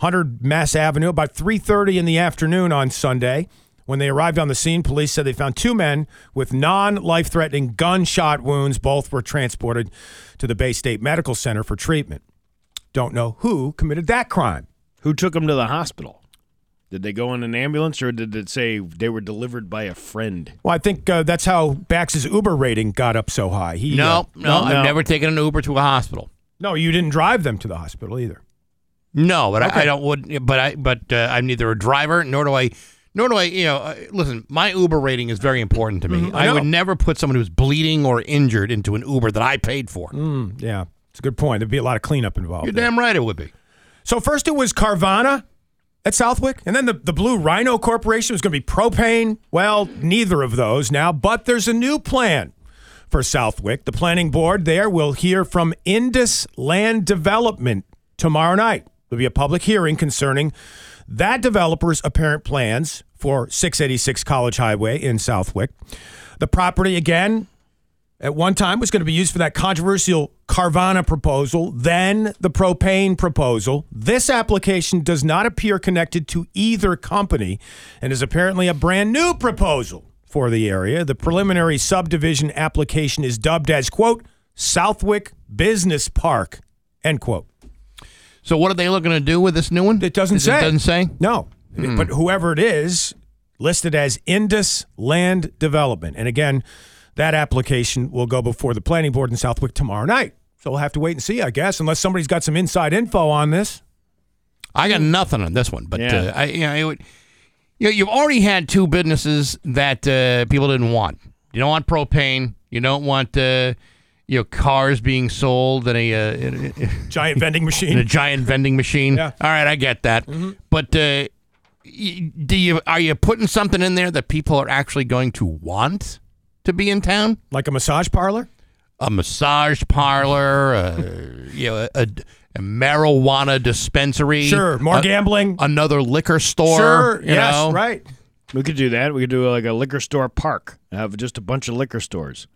Speaker 2: 100 Mass Avenue about 3:30 in the afternoon on Sunday. When they arrived on the scene, police said they found two men with non-life-threatening gunshot wounds. Both were transported to the Bay State Medical Center for treatment. Don't know who committed that crime.
Speaker 3: Who took him to the hospital? Did they go in an ambulance, or did it say they were delivered by a friend?
Speaker 2: Well, I think uh, that's how Bax's Uber rating got up so high. He, uh,
Speaker 1: No, no,
Speaker 3: No, no.
Speaker 1: I've never taken an Uber to a hospital.
Speaker 2: no, you didn't drive them to the hospital either.
Speaker 1: No, but I, I don't would but I but uh, I'm neither a driver nor do I nor do I, you know, uh, listen, my Uber rating is very important to me.
Speaker 2: I
Speaker 1: I, would
Speaker 2: know.
Speaker 1: never put someone who's bleeding or injured into an Uber that I paid for.
Speaker 2: Yeah, it's a good point. There'd be a lot of cleanup involved.
Speaker 1: You're
Speaker 2: there.
Speaker 1: damn right it would be.
Speaker 2: So first it was Carvana at Southwick, and then the, the Blue Rhino Corporation was going to be propane. Well, neither of those now, but there's a new plan for Southwick. The planning board there will hear from Indus Land Development tomorrow night. There'll be a public hearing concerning that developer's apparent plans for 686 College Highway in Southwick. The property, again, at one time was going to be used for that controversial Carvana proposal, then the propane proposal. This application does not appear connected to either company and is apparently a brand new proposal for the area. The preliminary subdivision application is dubbed as, quote, Southwick Business Park, end quote.
Speaker 1: So what are they looking to do with this new one?
Speaker 2: It doesn't
Speaker 1: Does
Speaker 2: say.
Speaker 1: It doesn't say. Hmm.
Speaker 2: No. But whoever it is, listed as Indus Land Development. And again, that application will go before the planning board in Southwick tomorrow night. So we'll have to wait and see, I guess, unless somebody's got some inside info on this.
Speaker 1: I got nothing on this one, but
Speaker 3: Yeah.
Speaker 1: uh, I, you know, it would, you know, you've already had two businesses that uh, people didn't want. You don't want propane. You don't want uh, you know cars being sold in a uh, in, in-
Speaker 2: Giant vending
Speaker 1: in a
Speaker 2: machine.
Speaker 1: giant vending machine.
Speaker 2: Yeah. Mm-hmm.
Speaker 1: All right, I get that. But uh, y- do you are you putting something in there that people are actually going to want to be in town?
Speaker 2: like a massage parlor?
Speaker 1: a massage parlor, a, you know, a, a marijuana dispensary.
Speaker 2: Sure. More
Speaker 1: a-
Speaker 2: gambling.
Speaker 1: Another liquor store.
Speaker 2: sure.
Speaker 1: you
Speaker 2: Yes,
Speaker 1: know.
Speaker 2: right.
Speaker 3: We could do that. We could do like a liquor store park. Have just a bunch of liquor stores,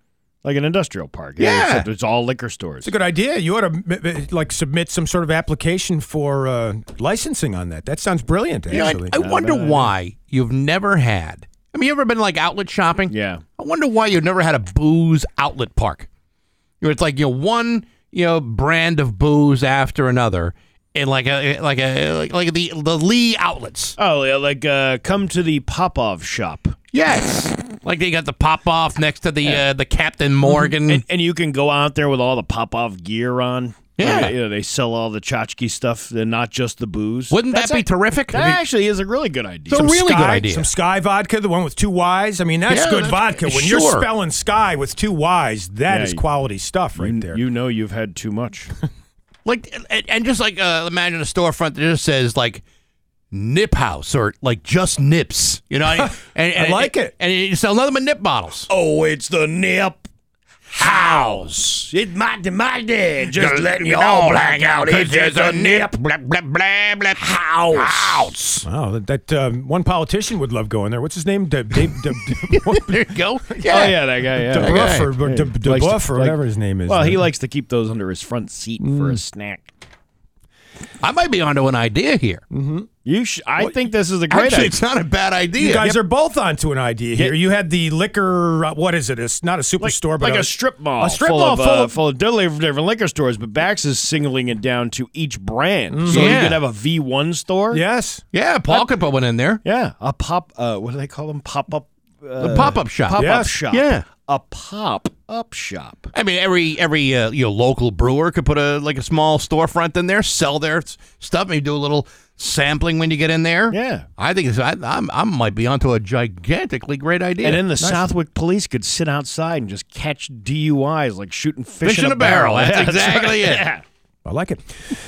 Speaker 3: like an industrial park. you know,
Speaker 2: Yeah.
Speaker 3: except it's all liquor stores.
Speaker 2: It's a good idea. You ought to m- m- like submit some sort of application for uh, licensing on that. That sounds brilliant,
Speaker 1: You know,
Speaker 2: actually.
Speaker 1: I, I wonder why you've never had. I mean, you ever been like outlet shopping?
Speaker 3: Yeah.
Speaker 1: I wonder why you've never had a booze outlet park. You know, it's like you know one you know brand of booze after another, and like a like a like, like the the Lee outlets.
Speaker 3: Oh, yeah, like uh, come to the Popov shop,
Speaker 1: Yes. Like they got the pop off next to the uh, the Captain Morgan.
Speaker 3: Mm-hmm. and, and you can go out there with all the Popov gear on.
Speaker 1: Yeah.
Speaker 3: Uh, you know, they sell all the tchotchke stuff, and not just the booze.
Speaker 1: Wouldn't that
Speaker 3: That's
Speaker 1: be
Speaker 3: a-
Speaker 1: terrific?
Speaker 3: That actually is a really good idea.
Speaker 1: Some- really
Speaker 2: sky,
Speaker 1: good idea.
Speaker 2: Some sky vodka, the one with two Y's. I mean, that's
Speaker 1: Yeah,
Speaker 2: good
Speaker 1: that's-
Speaker 2: vodka. When you're
Speaker 1: sure.
Speaker 2: spelling sky with two Y's, that is
Speaker 3: Yeah, you-
Speaker 2: quality stuff right there.
Speaker 3: You know you've had too much.
Speaker 1: like and, and just like uh, imagine a storefront that just says like nip house or like just nips you know and, and,
Speaker 2: I like it.
Speaker 1: and you sell nothing but nip bottles
Speaker 3: oh, it's the nip house. It's my my dad. Just letting you all hang out. It's just a nip
Speaker 1: blah blah blah blah house house
Speaker 2: wow, that, that um, one politician would love going there. What's his name? De, De, De, De,
Speaker 1: there you go
Speaker 3: Oh yeah, that guy. Yeah.
Speaker 1: guy.
Speaker 2: DeBruff or, or De,
Speaker 3: Likes
Speaker 2: DeBruff
Speaker 3: to-
Speaker 2: or
Speaker 3: like-
Speaker 2: whatever his name is.
Speaker 3: Well, he likes to keep those under his front seat for a snack.
Speaker 1: i might be onto an idea here
Speaker 3: You, sh- I think this is a great
Speaker 1: actually
Speaker 3: idea.
Speaker 1: it's not a bad idea
Speaker 2: You guys are both onto an idea here. You had the liquor. Uh, what is it? It's not a superstore, but
Speaker 3: like
Speaker 2: a,
Speaker 3: a strip mall,
Speaker 2: A strip
Speaker 3: full
Speaker 2: mall
Speaker 3: of,
Speaker 2: full
Speaker 3: uh,
Speaker 2: of-
Speaker 3: full of different different liquor stores. But Bax is singling it down to each brand, so you
Speaker 1: Yeah.
Speaker 3: could have a V one store.
Speaker 2: Yes.
Speaker 1: yeah paul could put one in there
Speaker 3: yeah, a pop. Uh, what do they call them? Pop up. Uh,
Speaker 1: the pop-up shop
Speaker 3: Pop
Speaker 2: Yes.
Speaker 3: up shop.
Speaker 1: Yeah.
Speaker 3: a pop up shop.
Speaker 1: I mean, every every uh, you know, local brewer could put a like a small storefront in there, sell their s- stuff, maybe do a little sampling when you get in there.
Speaker 3: Yeah.
Speaker 1: I think it's, I, I'm I might be onto a gigantically great idea.
Speaker 3: And then the Southwick police could sit outside and just catch DUIs like shooting fish,
Speaker 1: Fish in a barrel. That's exactly it.
Speaker 3: Yeah.
Speaker 2: I like it.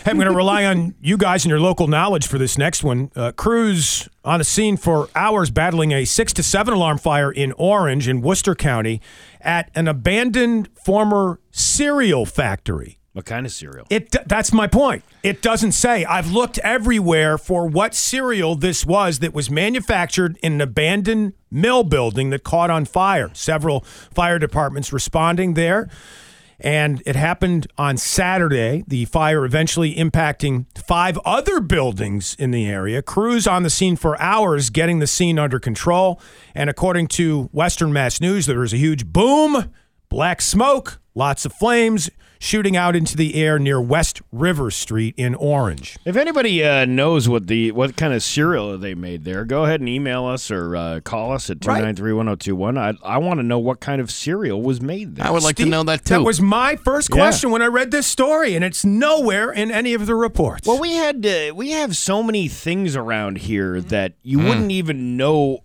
Speaker 2: Hey, I'm going to rely on you guys and your local knowledge for this next one. Uh, crews on the scene for hours battling a six to seven alarm fire in Orange in Worcester County at an abandoned former cereal factory.
Speaker 3: What kind of cereal?
Speaker 2: It d- that's my point. It doesn't say. I've looked everywhere for what cereal this was that was manufactured in an abandoned mill building that caught on fire. Several fire departments responding there. And it happened on Saturday. The fire eventually impacting five other buildings in the area. Crews on the scene for hours getting the scene under control. And according to Western Mass News, there was a huge boom, black smoke, lots of flames shooting out into the air near West River Street in Orange.
Speaker 3: If anybody uh, knows what the what kind of cereal they made there, go ahead and email us or uh, call us at two nine three one zero two one. I I want to know what kind of cereal was made there.
Speaker 1: I would like to
Speaker 2: Steve,
Speaker 1: know that too.
Speaker 2: That was my first question when I read this story, and it's nowhere in any of the reports.
Speaker 3: Well, we had uh, we have so many things around here
Speaker 2: Mm-hmm.
Speaker 3: that you
Speaker 2: Mm.
Speaker 3: wouldn't even know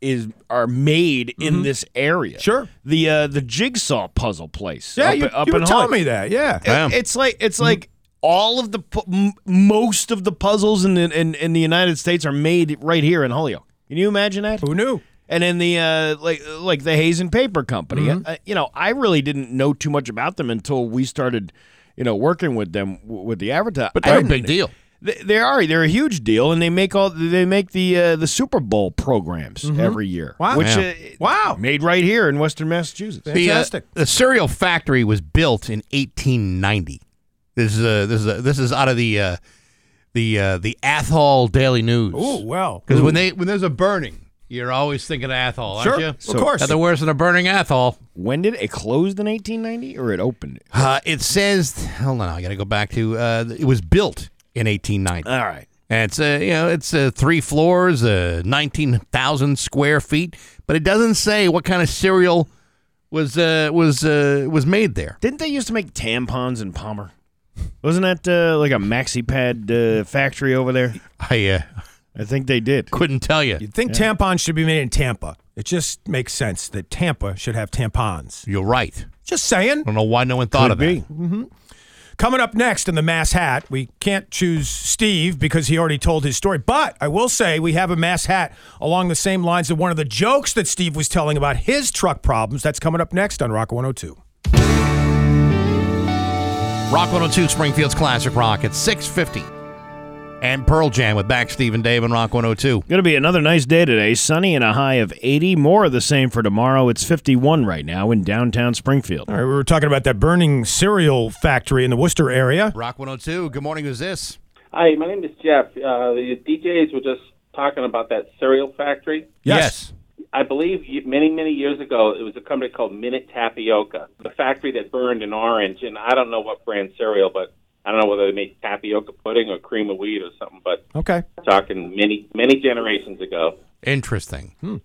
Speaker 3: is are made in this area.
Speaker 2: Mm-hmm. Sure.
Speaker 3: the uh, the jigsaw puzzle place.
Speaker 2: yeah,
Speaker 3: up,
Speaker 2: you,
Speaker 3: up
Speaker 2: you
Speaker 3: in
Speaker 2: were telling
Speaker 3: Holly-
Speaker 2: me Mm-hmm. that. Yeah.
Speaker 1: Yeah.
Speaker 3: It's like it's like all of the pu- m- most of the puzzles in the, in in the United States are made right here in Holyoke. Can you imagine that?
Speaker 2: Who knew?
Speaker 3: and then the uh, like like the Hayes and Paper Company.
Speaker 1: Mm-hmm.
Speaker 3: Uh, you know, I really didn't know too much about them until we started, you know, working with them w- with the advertising.
Speaker 1: but they're a big deal.
Speaker 3: They, they are. They're a huge deal, and they make all they make the uh, the Super Bowl programs
Speaker 1: Mm-hmm.
Speaker 3: every year.
Speaker 2: Wow.
Speaker 3: Which
Speaker 2: Yeah.
Speaker 3: uh,
Speaker 2: Wow.
Speaker 3: made right here in Western Massachusetts.
Speaker 1: The, uh,
Speaker 2: Fantastic.
Speaker 1: the cereal factory was built in 1890. This is uh, this is uh, this is out of the uh, the uh, the Athol Daily News.
Speaker 2: Ooh, well.
Speaker 1: Because when they when there's a burning, you're always thinking of Athol, aren't
Speaker 2: Sure,
Speaker 1: you?
Speaker 2: of course.
Speaker 1: Nothing worse than a burning Athol.
Speaker 3: When did it, it closed in 1890, or it opened?
Speaker 1: Uh, it says, hold on, I got to go back to uh, it was built in 1890.
Speaker 3: All right.
Speaker 1: And it's uh, you know it's uh, three floors, uh, nineteen thousand square feet, but it doesn't say what kind of cereal was uh, was uh, was made there.
Speaker 3: Didn't they used to make tampons in Palmer? Wasn't that uh, like a maxi pad uh, factory over there?
Speaker 1: I uh,
Speaker 3: I think they did.
Speaker 1: couldn't tell you.
Speaker 2: You'd think tampons should be made in Tampa. It just makes sense that Tampa should have tampons.
Speaker 1: You're right.
Speaker 2: Just saying.
Speaker 1: I don't know why no one thought of it.
Speaker 2: Coming up next in the Mass Hat, we can't choose Steve because he already told his story. But I will say we have a Mass Hat along the same lines of one of the jokes that Steve was telling about his truck problems. That's coming up next on Rock 102.
Speaker 1: Rock 102 Springfield's Classic Rock at 650. And Pearl Jam with back Steve and Dave and Rock 102.
Speaker 3: Going to be another nice day today. Sunny and a high of 80. More of the same for tomorrow. It's 51 right now in downtown Springfield.
Speaker 2: All right, we were talking about that burning cereal factory in the Worcester area.
Speaker 1: Rock 102, good morning, who's this?
Speaker 8: Hi, my name is Jeff. Uh, the DJs were just talking about that cereal factory.
Speaker 2: Yes.
Speaker 8: I believe y- many, many years ago, it was a company called Minute Tapioca, the factory that burned in Orange. And I don't know what brand cereal, but I don't know whether they made tapioca pudding or cream of wheat or something. But
Speaker 2: Okay.
Speaker 8: talking many, many generations ago.
Speaker 1: Interesting. All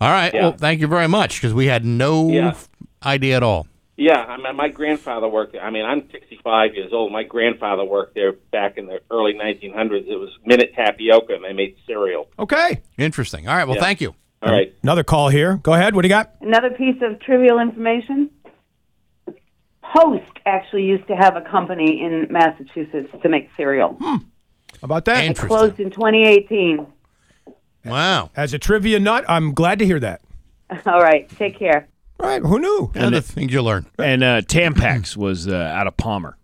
Speaker 1: right.
Speaker 8: Hmm. Yeah.
Speaker 1: Well, thank you very much because we had no
Speaker 8: Yeah.
Speaker 1: f- idea at all.
Speaker 8: Yeah, I mean, my grandfather worked there. I mean, I'm 65 years old. My grandfather worked there back in the early 1900s. It was Minute Tapioca, and they made cereal.
Speaker 2: Okay.
Speaker 1: Interesting. All right. Well, thank you.
Speaker 8: All right.
Speaker 2: Another call here. Go ahead. What do you got?
Speaker 9: Another piece of trivial information. Post actually used to have a company in Massachusetts to make cereal.
Speaker 2: How about that?
Speaker 1: Interesting.
Speaker 9: Closed in 2018.
Speaker 1: Wow.
Speaker 2: As a trivia nut, I'm glad to hear that.
Speaker 9: All right, take care.
Speaker 2: All right. Who knew?
Speaker 1: Other things you learn.
Speaker 3: And uh, Tampax was uh, out of Palmer.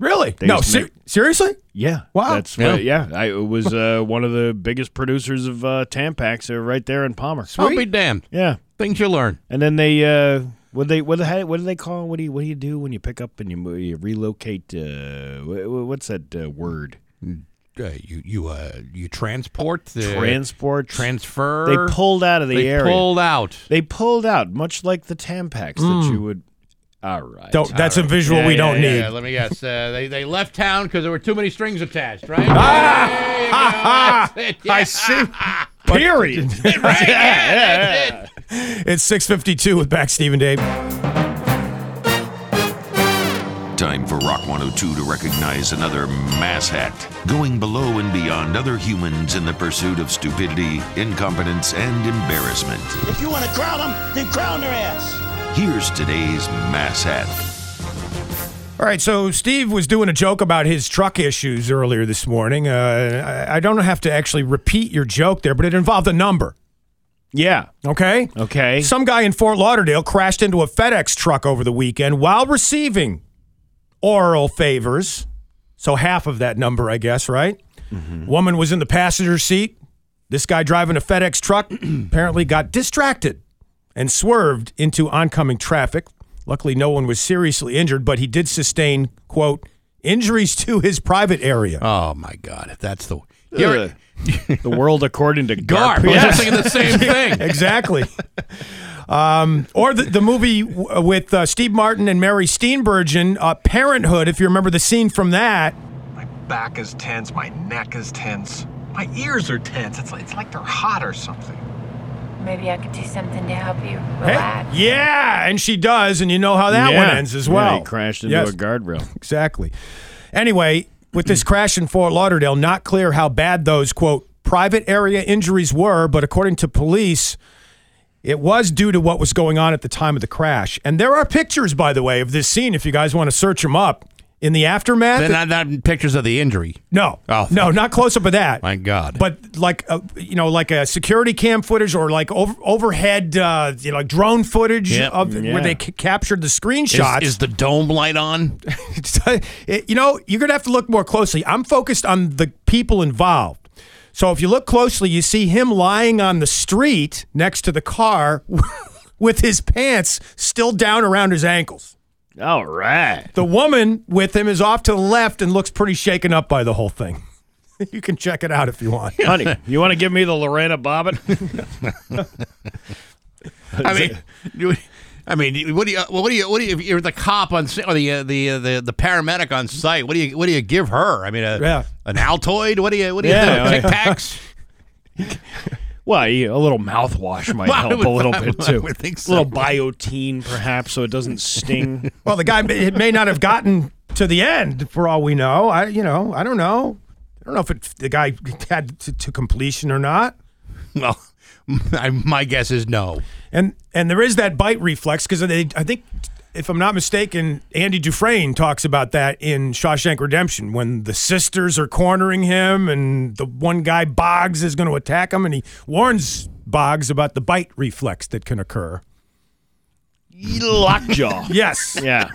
Speaker 2: Really?
Speaker 3: They
Speaker 2: no.
Speaker 3: used to
Speaker 2: ser-
Speaker 3: make-
Speaker 2: seriously?
Speaker 3: Yeah.
Speaker 2: Wow.
Speaker 3: That's what, yeah. I it was uh, one of the biggest producers of uh, Tampax uh, right there in Palmer.
Speaker 1: I'll be damned.
Speaker 3: Yeah.
Speaker 1: Things you learn.
Speaker 3: And then they uh, what they what they, what do they call what do you what do you do when you pick up and you, mo- you relocate uh, wh- wh- what's that uh, word?
Speaker 1: Uh, you you uh you transport the
Speaker 3: Transport
Speaker 1: Uh, transfer.
Speaker 3: They pulled out of the
Speaker 1: They
Speaker 3: area.
Speaker 1: pulled out.
Speaker 3: They pulled out, much like the Tampax that you would. All right.
Speaker 2: Don't. That's a visual
Speaker 3: Yeah,
Speaker 2: we
Speaker 3: yeah,
Speaker 2: don't need.
Speaker 1: Yeah, let me guess. Uh, they they left town because there were too many strings attached, right?
Speaker 3: Ah!
Speaker 1: There you go. That's it. Yeah.
Speaker 3: I see. Period.
Speaker 1: Right, yeah, that's it.
Speaker 2: It's 6:52 with back Steve and Dave.
Speaker 6: Time for Rock 102 to recognize another mass hat, going below and beyond other humans in the pursuit of stupidity, incompetence, and embarrassment.
Speaker 10: If you want to crown them, then crown their ass.
Speaker 6: Here's today's mass hat.
Speaker 2: All right, so Steve was doing a joke about his truck issues earlier this morning. Uh, I, I don't have to actually repeat your joke there, but it involved a number.
Speaker 3: yeah.
Speaker 2: Okay.
Speaker 3: Okay.
Speaker 2: Some guy in Fort Lauderdale crashed into a FedEx truck over the weekend while receiving oral favors. So half of that number, I guess, right? Woman was in the passenger seat. This guy driving a FedEx truck apparently got distracted and swerved into oncoming traffic. Luckily, no one was seriously injured, but he did sustain, quote, injuries to his private area.
Speaker 1: Oh my God, that's the.
Speaker 3: Ugh. the world according to Garp.
Speaker 1: Garp. I was just thinking the same thing.
Speaker 2: exactly. Um, or the, the movie w- with uh, Steve Martin and Mary Steenburgen, uh, Parenthood, if you remember the scene from that.
Speaker 11: My back is tense. My neck is tense. My ears are tense. It's like, it's like they're hot or something.
Speaker 12: Maybe I could do something to help you
Speaker 2: Hey,
Speaker 12: relax.
Speaker 2: yeah, and she does, and you know how that one ends as well.
Speaker 3: Yeah, he crashed into
Speaker 2: Yes.
Speaker 3: a guardrail.
Speaker 2: Exactly. Anyway, with this crash in Fort Lauderdale, not clear how bad those, quote, private area injuries were, but according to police, it was due to what was going on at the time of the crash. And there are pictures, by the way, of this scene if you guys want to search them up. in the aftermath.
Speaker 1: They're not, not pictures of the injury.
Speaker 2: No,
Speaker 1: Oh,
Speaker 2: no, not close up of that.
Speaker 1: My God.
Speaker 2: But like, uh, you know, like a security cam footage or like over, overhead, uh, you know, like drone footage
Speaker 1: Yep.
Speaker 2: of
Speaker 1: Yeah.
Speaker 2: where they c- captured the screenshots.
Speaker 1: Is, is the dome light on?
Speaker 2: It- you know, you're gonna have to look more closely. I'm focused on the people involved. So if you look closely, you see him lying on the street next to the car with his pants still down around his ankles.
Speaker 3: All right.
Speaker 2: The woman with him is off to the left and looks pretty shaken up by the whole thing. You can check it out if you want.
Speaker 3: Honey, you want to give me the Lorena Bobbitt?
Speaker 1: I mean, you- I mean, what do you, what do you, what do you, if you're the cop on si- or the uh, the uh, the the paramedic on site, what do you, what do you give her? I mean, a,
Speaker 3: Yeah.
Speaker 1: an Altoid? What do you, what do you
Speaker 3: Yeah,
Speaker 1: do? Tic
Speaker 3: like-
Speaker 1: Tacs?
Speaker 3: Well, yeah, a little mouthwash might
Speaker 1: Well, I
Speaker 3: help
Speaker 1: would-
Speaker 3: a little
Speaker 1: I
Speaker 3: bit
Speaker 1: would- I
Speaker 3: too.
Speaker 1: would think
Speaker 3: A little
Speaker 1: so.
Speaker 3: biotine, perhaps, so it doesn't sting.
Speaker 2: Well, the guy it may not have gotten to the end for all we know. I, you know, I don't know. I don't know if it, the guy had to, to completion or not.
Speaker 1: Well, I, my guess is no.
Speaker 2: And and there is that bite reflex because they, I think, if I'm not mistaken, Andy Dufresne talks about that in Shawshank Redemption when the sisters are cornering him and the one guy Boggs is going to attack him and he warns Boggs about the bite reflex that can occur.
Speaker 3: Lockjaw.
Speaker 2: Yes.
Speaker 3: Yeah.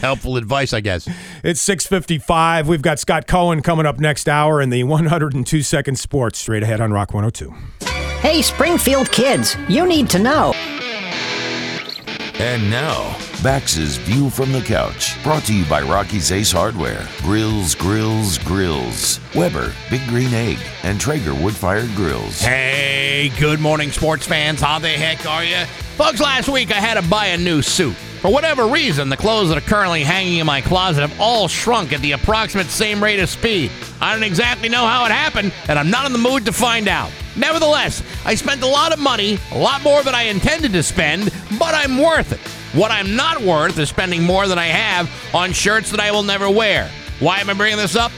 Speaker 1: Helpful advice, I guess.
Speaker 2: It's 6:55. We've got Scott Cohen coming up next hour in the 102 second sports straight ahead on Rock 102.
Speaker 13: Hey, Springfield kids, you need to know.
Speaker 6: And now, Bax's View from the Couch, brought to you by Rocky's Ace Hardware, Grills, Grills, Grills, Weber, Big Green Egg, and Traeger Wood Fired Grills.
Speaker 1: Hey, good morning, sports fans. How the heck are you? Folks, last week I had to buy a new suit. For whatever reason, the clothes that are currently hanging in my closet have all shrunk at the approximate same rate of speed. I don't exactly know how it happened, and I'm not in the mood to find out. Nevertheless, I spent a lot of money, a lot more than I intended to spend, but I'm worth it. What I'm not worth is spending more than I have on shirts that I will never wear. Why am I bringing this up?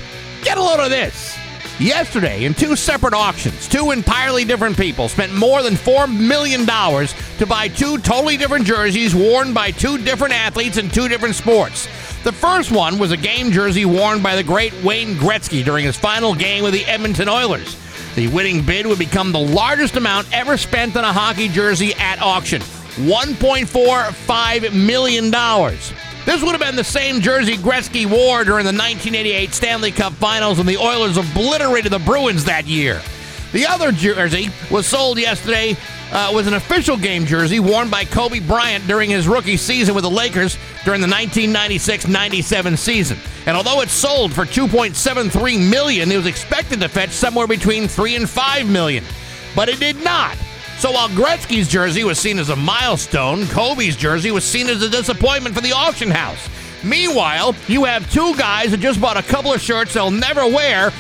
Speaker 1: Get a load of this. Yesterday, in two separate auctions, two entirely different people spent more than $4 million to buy two totally different jerseys worn by two different athletes in two different sports. The first one was a game jersey worn by the great Wayne Gretzky during his final game with the Edmonton Oilers. The winning bid would become the largest amount ever spent on a hockey jersey at auction $1.45 million. This would have been the same jersey Gretzky wore during the 1988 Stanley Cup Finals when the Oilers obliterated the Bruins that year. The other jersey was sold yesterday uh, was an official game jersey worn by Kobe Bryant during his rookie season with the Lakers during the 1996-97 season. And although it sold for 2.73 million, it was expected to fetch somewhere between 3 and 5 million, but it did not. So while Gretzky's jersey was seen as a milestone, Kobe's jersey was seen as a disappointment for the auction house. Meanwhile, you have two guys that just bought a couple of shirts they'll never wear,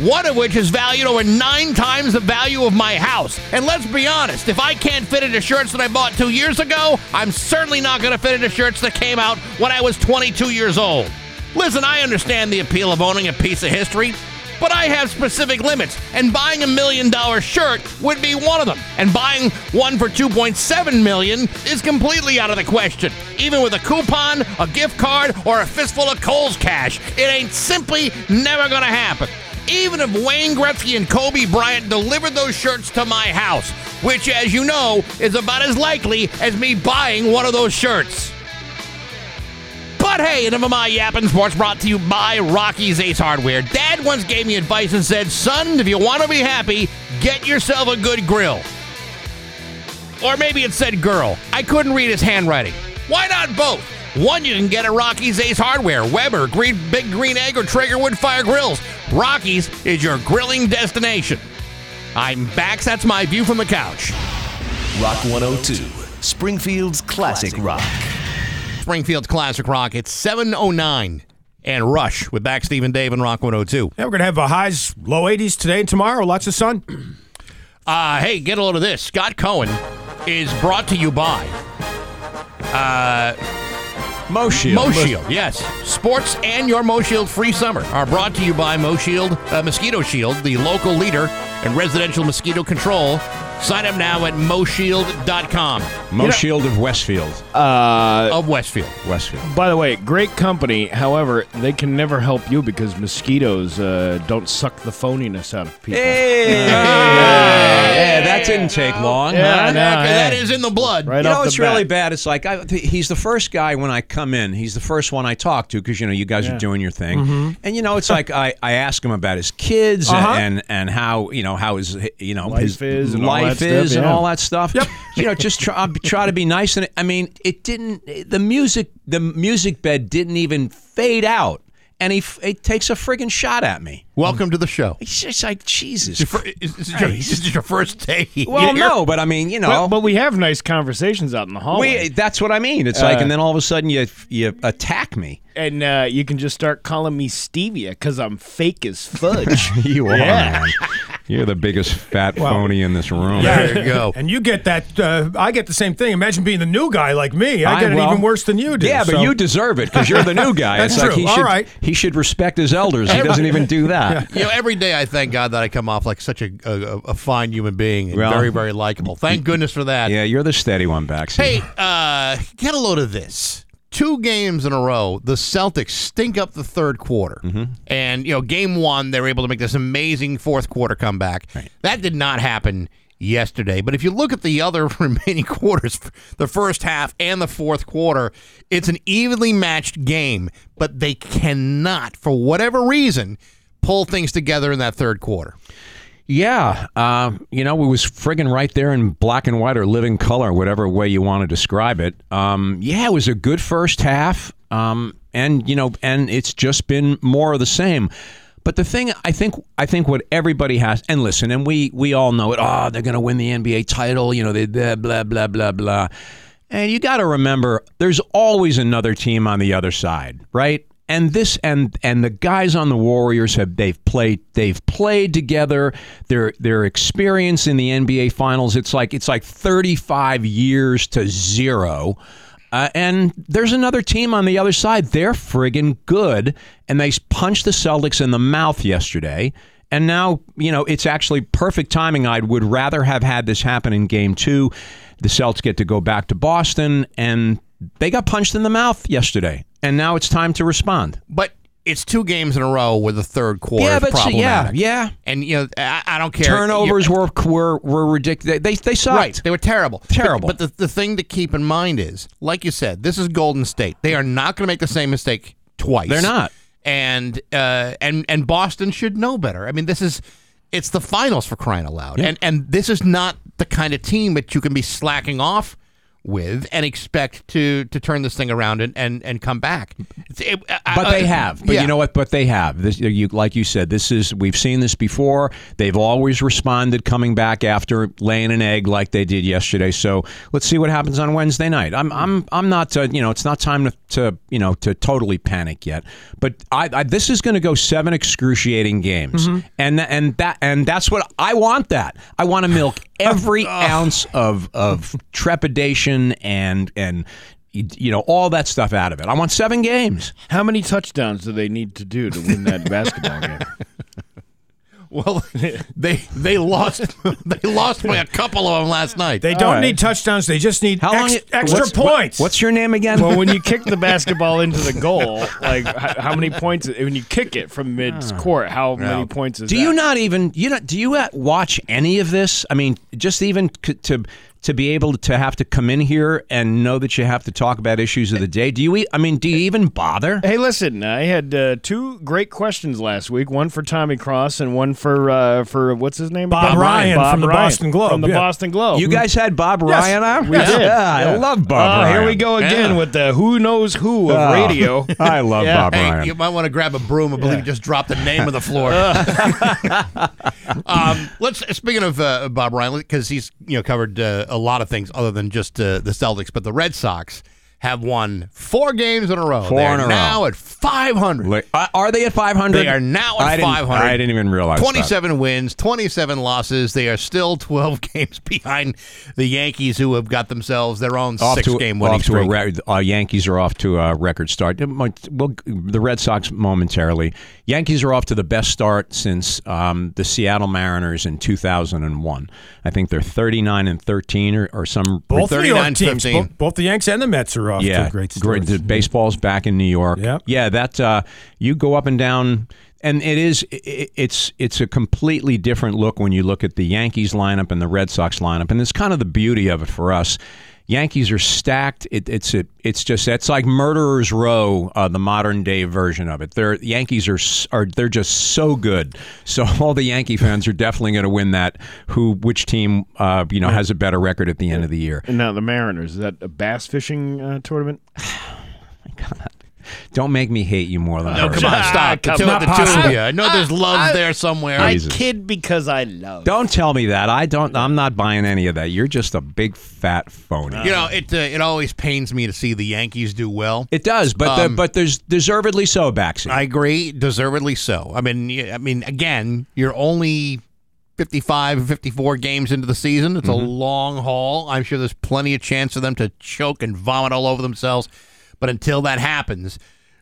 Speaker 1: one of which is valued over nine times the value of my house. And let's be honest, if I can't fit into shirts that I bought two years ago, I'm certainly not going to fit into shirts that came out when I was 22 years old. Listen, I understand the appeal of owning a piece of history, but I have specific limits, and buying a million dollar shirt would be one of them. And buying one for 2.7 million is completely out of the question. Even with a coupon, a gift card, or a fistful of Kohl's cash, it ain't simply never gonna happen. Even if Wayne Gretzky and Kobe Bryant delivered those shirts to my house, which, as you know, is about as likely as me buying one of those shirts. But hey, enough of my yapping sports brought to you by Rocky's Ace Hardware. Dad once gave me advice and said, son, if you want to be happy, get yourself a good grill. Or maybe it said girl. I couldn't read his handwriting. Why not both? One you can get at Rocky's Ace Hardware, Weber, Green, Big Green Egg, or Triggerwood Fire Grills. Rocky's is your grilling destination. I'm Bax. That's my view from the couch.
Speaker 7: Rock 102, Springfield's classic rock.
Speaker 1: Springfield's Classic Rock. It's 709 and Rush with back Stephen Dave and Rock 102.
Speaker 2: Yeah, we're gonna have a highs low 80s today and tomorrow. Lots of sun.
Speaker 1: Uh, hey, get a load of this. Scott Cohen is brought to you by uh,
Speaker 14: Moshield.
Speaker 1: Moshield, yes. Sports and your Moshield free summer are brought to you by Moshield uh, Mosquito Shield, the local leader in residential mosquito control Sign up now at moshield.com.
Speaker 14: Mo Shield of Westfield.
Speaker 3: Uh,
Speaker 1: of Westfield.
Speaker 14: Westfield.
Speaker 3: By the way, great company. However, they can never help you because mosquitoes uh, don't suck the phoniness out of people.
Speaker 14: Hey! yeah, that didn't take long.
Speaker 3: Yeah,
Speaker 14: huh?
Speaker 3: no,
Speaker 1: that is in the blood.
Speaker 3: Right
Speaker 14: you know,
Speaker 3: off the
Speaker 14: it's
Speaker 3: bat.
Speaker 14: really bad. It's like I, he's the first guy when I come in. He's the first one I talk to because you know you guys
Speaker 3: Yeah.
Speaker 14: are doing your thing,
Speaker 3: Mhm.
Speaker 14: and you know it's like I, I ask him about his kids
Speaker 3: Uh-huh.
Speaker 14: and and how you know how his you know
Speaker 3: Life
Speaker 14: his
Speaker 3: is and all
Speaker 14: life
Speaker 3: that
Speaker 14: is
Speaker 3: stuff,
Speaker 14: and
Speaker 3: yeah.
Speaker 14: all that stuff. Yep. you know, just try um, try to be nice. And I mean, it didn't. The music the music bed didn't even fade out, and he f- he takes a friggin' shot at me.
Speaker 1: Welcome to the show.
Speaker 14: It's just like Jesus.
Speaker 1: Is, this your,
Speaker 14: Christ.
Speaker 1: is this your first day?
Speaker 14: Well,
Speaker 1: here?
Speaker 14: no, but I mean, you know.
Speaker 3: But, but we have nice conversations out in the hallway.
Speaker 14: We, that's what I mean. It's
Speaker 3: Uh,
Speaker 14: like, and then all of a sudden you you attack me.
Speaker 3: and uh, you can just start calling me Stevia because I'm fake as fudge.
Speaker 14: You are.
Speaker 3: Yeah.
Speaker 14: Man. You're the biggest fat phony in this room.
Speaker 2: And you get that. Uh, I get the same thing. Imagine being the new guy like me. I,
Speaker 14: I-
Speaker 2: get
Speaker 14: well,
Speaker 2: it even worse than you do.
Speaker 14: Yeah, but
Speaker 2: so-
Speaker 14: you deserve it because you're the new guy.
Speaker 2: That's
Speaker 14: it's like
Speaker 2: true.
Speaker 14: he
Speaker 2: All
Speaker 14: should,
Speaker 2: right.
Speaker 14: He should respect his elders. He doesn't even do that.
Speaker 1: You know, every day I thank God that I come off like such a, a, a fine human being and
Speaker 14: Well-
Speaker 1: very, very likable. Thank goodness for that.
Speaker 14: Yeah, you're the steady one, Bax.
Speaker 1: Hey, uh, get a load of this. Two games in a row, the Celtics stink up the third quarter.
Speaker 14: Mm-hmm.
Speaker 1: And, you know, game one, they were able to make this amazing fourth quarter comeback. That did not happen yesterday. But if you look at the other remaining quarters, the first half and the fourth quarter, it's an evenly matched game, but they cannot, for whatever reason, pull things together in that third quarter.
Speaker 14: Yeah, um, you know, it was friggin' right there in black and white or living color, whatever way you want to describe it. Um, yeah, it was a good first half, um, and you know, and it's just been more of the same. But the thing I think I think what everybody has, and listen, and we we all know it. Oh, they're gonna win the NBA title. You know, they blah blah blah blah blah. And you got to remember, there's always another team on the other side, right? And this and and the guys on the Warriors have they've played they've played together. Their their experience in the NBA Finals, it's like it's like 35 years to zero. Uh, and there's another team on the other side. They're friggin' good, and they punched the Celtics in the mouth yesterday. And now, you know, it's actually perfect timing. I would rather have had this happen in game two. The Celts get to go back to Boston, and they got punched in the mouth yesterday. And now it's time to respond.
Speaker 1: But it's two games in a row where the third quarter
Speaker 14: Yeah,
Speaker 1: is
Speaker 14: but see, yeah,
Speaker 1: problematic.
Speaker 14: yeah.
Speaker 1: And you know, I, I don't care.
Speaker 14: Turnovers were, were, were ridiculous. They, they sucked.
Speaker 1: Right, they were terrible.
Speaker 14: Terrible.
Speaker 1: But, but the, the thing to keep in mind is, like you said, this is Golden State. They are not going to make the same mistake twice.
Speaker 14: They're not.
Speaker 1: And uh, and and Boston should know better. I mean, this is it's the finals for crying out loud. And and this is not the kind of team that you can be slacking off with and expect to to turn this thing around and and, and come back. It's- it- I-
Speaker 14: But
Speaker 1: I-
Speaker 14: they have. But
Speaker 1: yeah.
Speaker 14: you know what? But they have. This, you, like you said, this is we've seen this before. They've always responded coming back after laying an egg like they did yesterday. So let's see what happens on Wednesday night. I'm I'm I'm not uh, you know it's not time to, to you know to totally panic yet. But I, I this is going to go seven excruciating games,
Speaker 1: Mm-hmm.
Speaker 14: and tha- and that and that's what I want. That I want to milk
Speaker 1: Oh.
Speaker 14: every ounce of of trepidation and and. You know all that stuff out of it. I want seven games.
Speaker 3: How many touchdowns do they need to do to win that basketball game?
Speaker 1: Well, they they lost they lost by a couple of them last night.
Speaker 2: They don't need touchdowns. They just need
Speaker 14: How long
Speaker 2: ex-
Speaker 14: it-
Speaker 2: extra
Speaker 14: what's- what-
Speaker 2: points.
Speaker 14: What's your name again?
Speaker 3: Well, when you kick the basketball into the goal, like how, how many points? When you kick it from mid court, how many points is
Speaker 14: Ah. do
Speaker 3: that?
Speaker 14: you not even you know? Do you at watch any of this? I mean, just even c- to to be able to have to come in here and know that you have to talk about issues of the day. Do you? e- I mean, do you even bother?
Speaker 3: Hey, listen, I had uh, two great questions last week. One for Tommy Cross and one for uh, for what's his name?
Speaker 2: Bob
Speaker 3: again?
Speaker 2: Ryan
Speaker 3: Bob
Speaker 2: from the
Speaker 3: Ryan
Speaker 2: Boston Globe,
Speaker 3: From the
Speaker 2: yeah.
Speaker 3: Boston Globe.
Speaker 14: You guys had Bob Ryan on.
Speaker 3: We did.
Speaker 14: Yeah, I
Speaker 3: Yeah.
Speaker 14: love Bob.
Speaker 3: Oh,
Speaker 14: Ryan.
Speaker 3: Here we go again
Speaker 1: Yeah.
Speaker 3: with the who knows who of
Speaker 14: Oh,
Speaker 3: radio.
Speaker 14: I love
Speaker 3: Yeah.
Speaker 14: Bob
Speaker 1: Hey,
Speaker 14: Ryan.
Speaker 1: you might want to grab a broom. I believe you just dropped the name of the floor. um, let's speaking of uh, Bob Ryan because he's you know covered uh, a lot of things other than just uh, the Celtics, but the Red Sox. have won four games in a row.
Speaker 14: Four
Speaker 1: They are
Speaker 14: in a row.
Speaker 1: now at 500.
Speaker 14: are they at 500?
Speaker 1: They are now at
Speaker 14: I didn't-
Speaker 1: 500.
Speaker 14: I didn't even realize that.
Speaker 1: 27 wins, 27 losses. They are still 12 games behind the Yankees, who have got themselves their own six-game winning
Speaker 14: off to a
Speaker 1: streak.
Speaker 14: re- uh, Yankees are off to a record start. It might- Well, the Red Sox momentarily. Yankees are off to the best start since um, the Seattle Mariners in 2001. I think they're 39 and 13 or, or some
Speaker 2: Both New York
Speaker 14: 39
Speaker 2: teams,
Speaker 14: 15.
Speaker 2: both, both the Yanks and the Mets are off to
Speaker 14: yeah,
Speaker 2: a great start.
Speaker 14: The baseball's back in New York.
Speaker 2: Yep.
Speaker 14: Yeah, that uh, you go up and down, and it is i- it's it's a completely different look when you look at the Yankees lineup and the Red Sox lineup, and it's kind of the beauty of it for us. Yankees are stacked. It, it's it, it's just it's like Murderers Row, uh, the modern day version of it. They're Yankees are s- are they're just so good. So all the Yankee fans are definitely going to win that. Who which team uh, you know has a better record at the end of the year?
Speaker 3: And now the Mariners. Is that a bass fishing uh, tournament?
Speaker 14: Don't make me hate you more than I
Speaker 1: No,
Speaker 14: already
Speaker 1: come on,
Speaker 14: have.
Speaker 1: stop. The
Speaker 3: come
Speaker 1: two,
Speaker 3: on.
Speaker 1: the two of
Speaker 14: Ah,
Speaker 3: Possible.
Speaker 1: you. I know there's love
Speaker 3: I-
Speaker 1: there somewhere.
Speaker 3: I
Speaker 14: Jesus.
Speaker 3: kid because I love.
Speaker 14: Don't tell me that. I don't. I'm not buying any of that. You're just a big fat phony.
Speaker 1: You know, it uh, it always pains me to see the Yankees do well.
Speaker 14: it does, but
Speaker 1: Um,
Speaker 14: the, but there's deservedly so, Baxi.
Speaker 1: I agree, deservedly so. I mean, y- I mean, again, you're only 55, 54 games into the season. It's a
Speaker 14: Mm-hmm.
Speaker 1: long haul. I'm sure there's plenty of chance for them to choke and vomit all over themselves. But until that happens,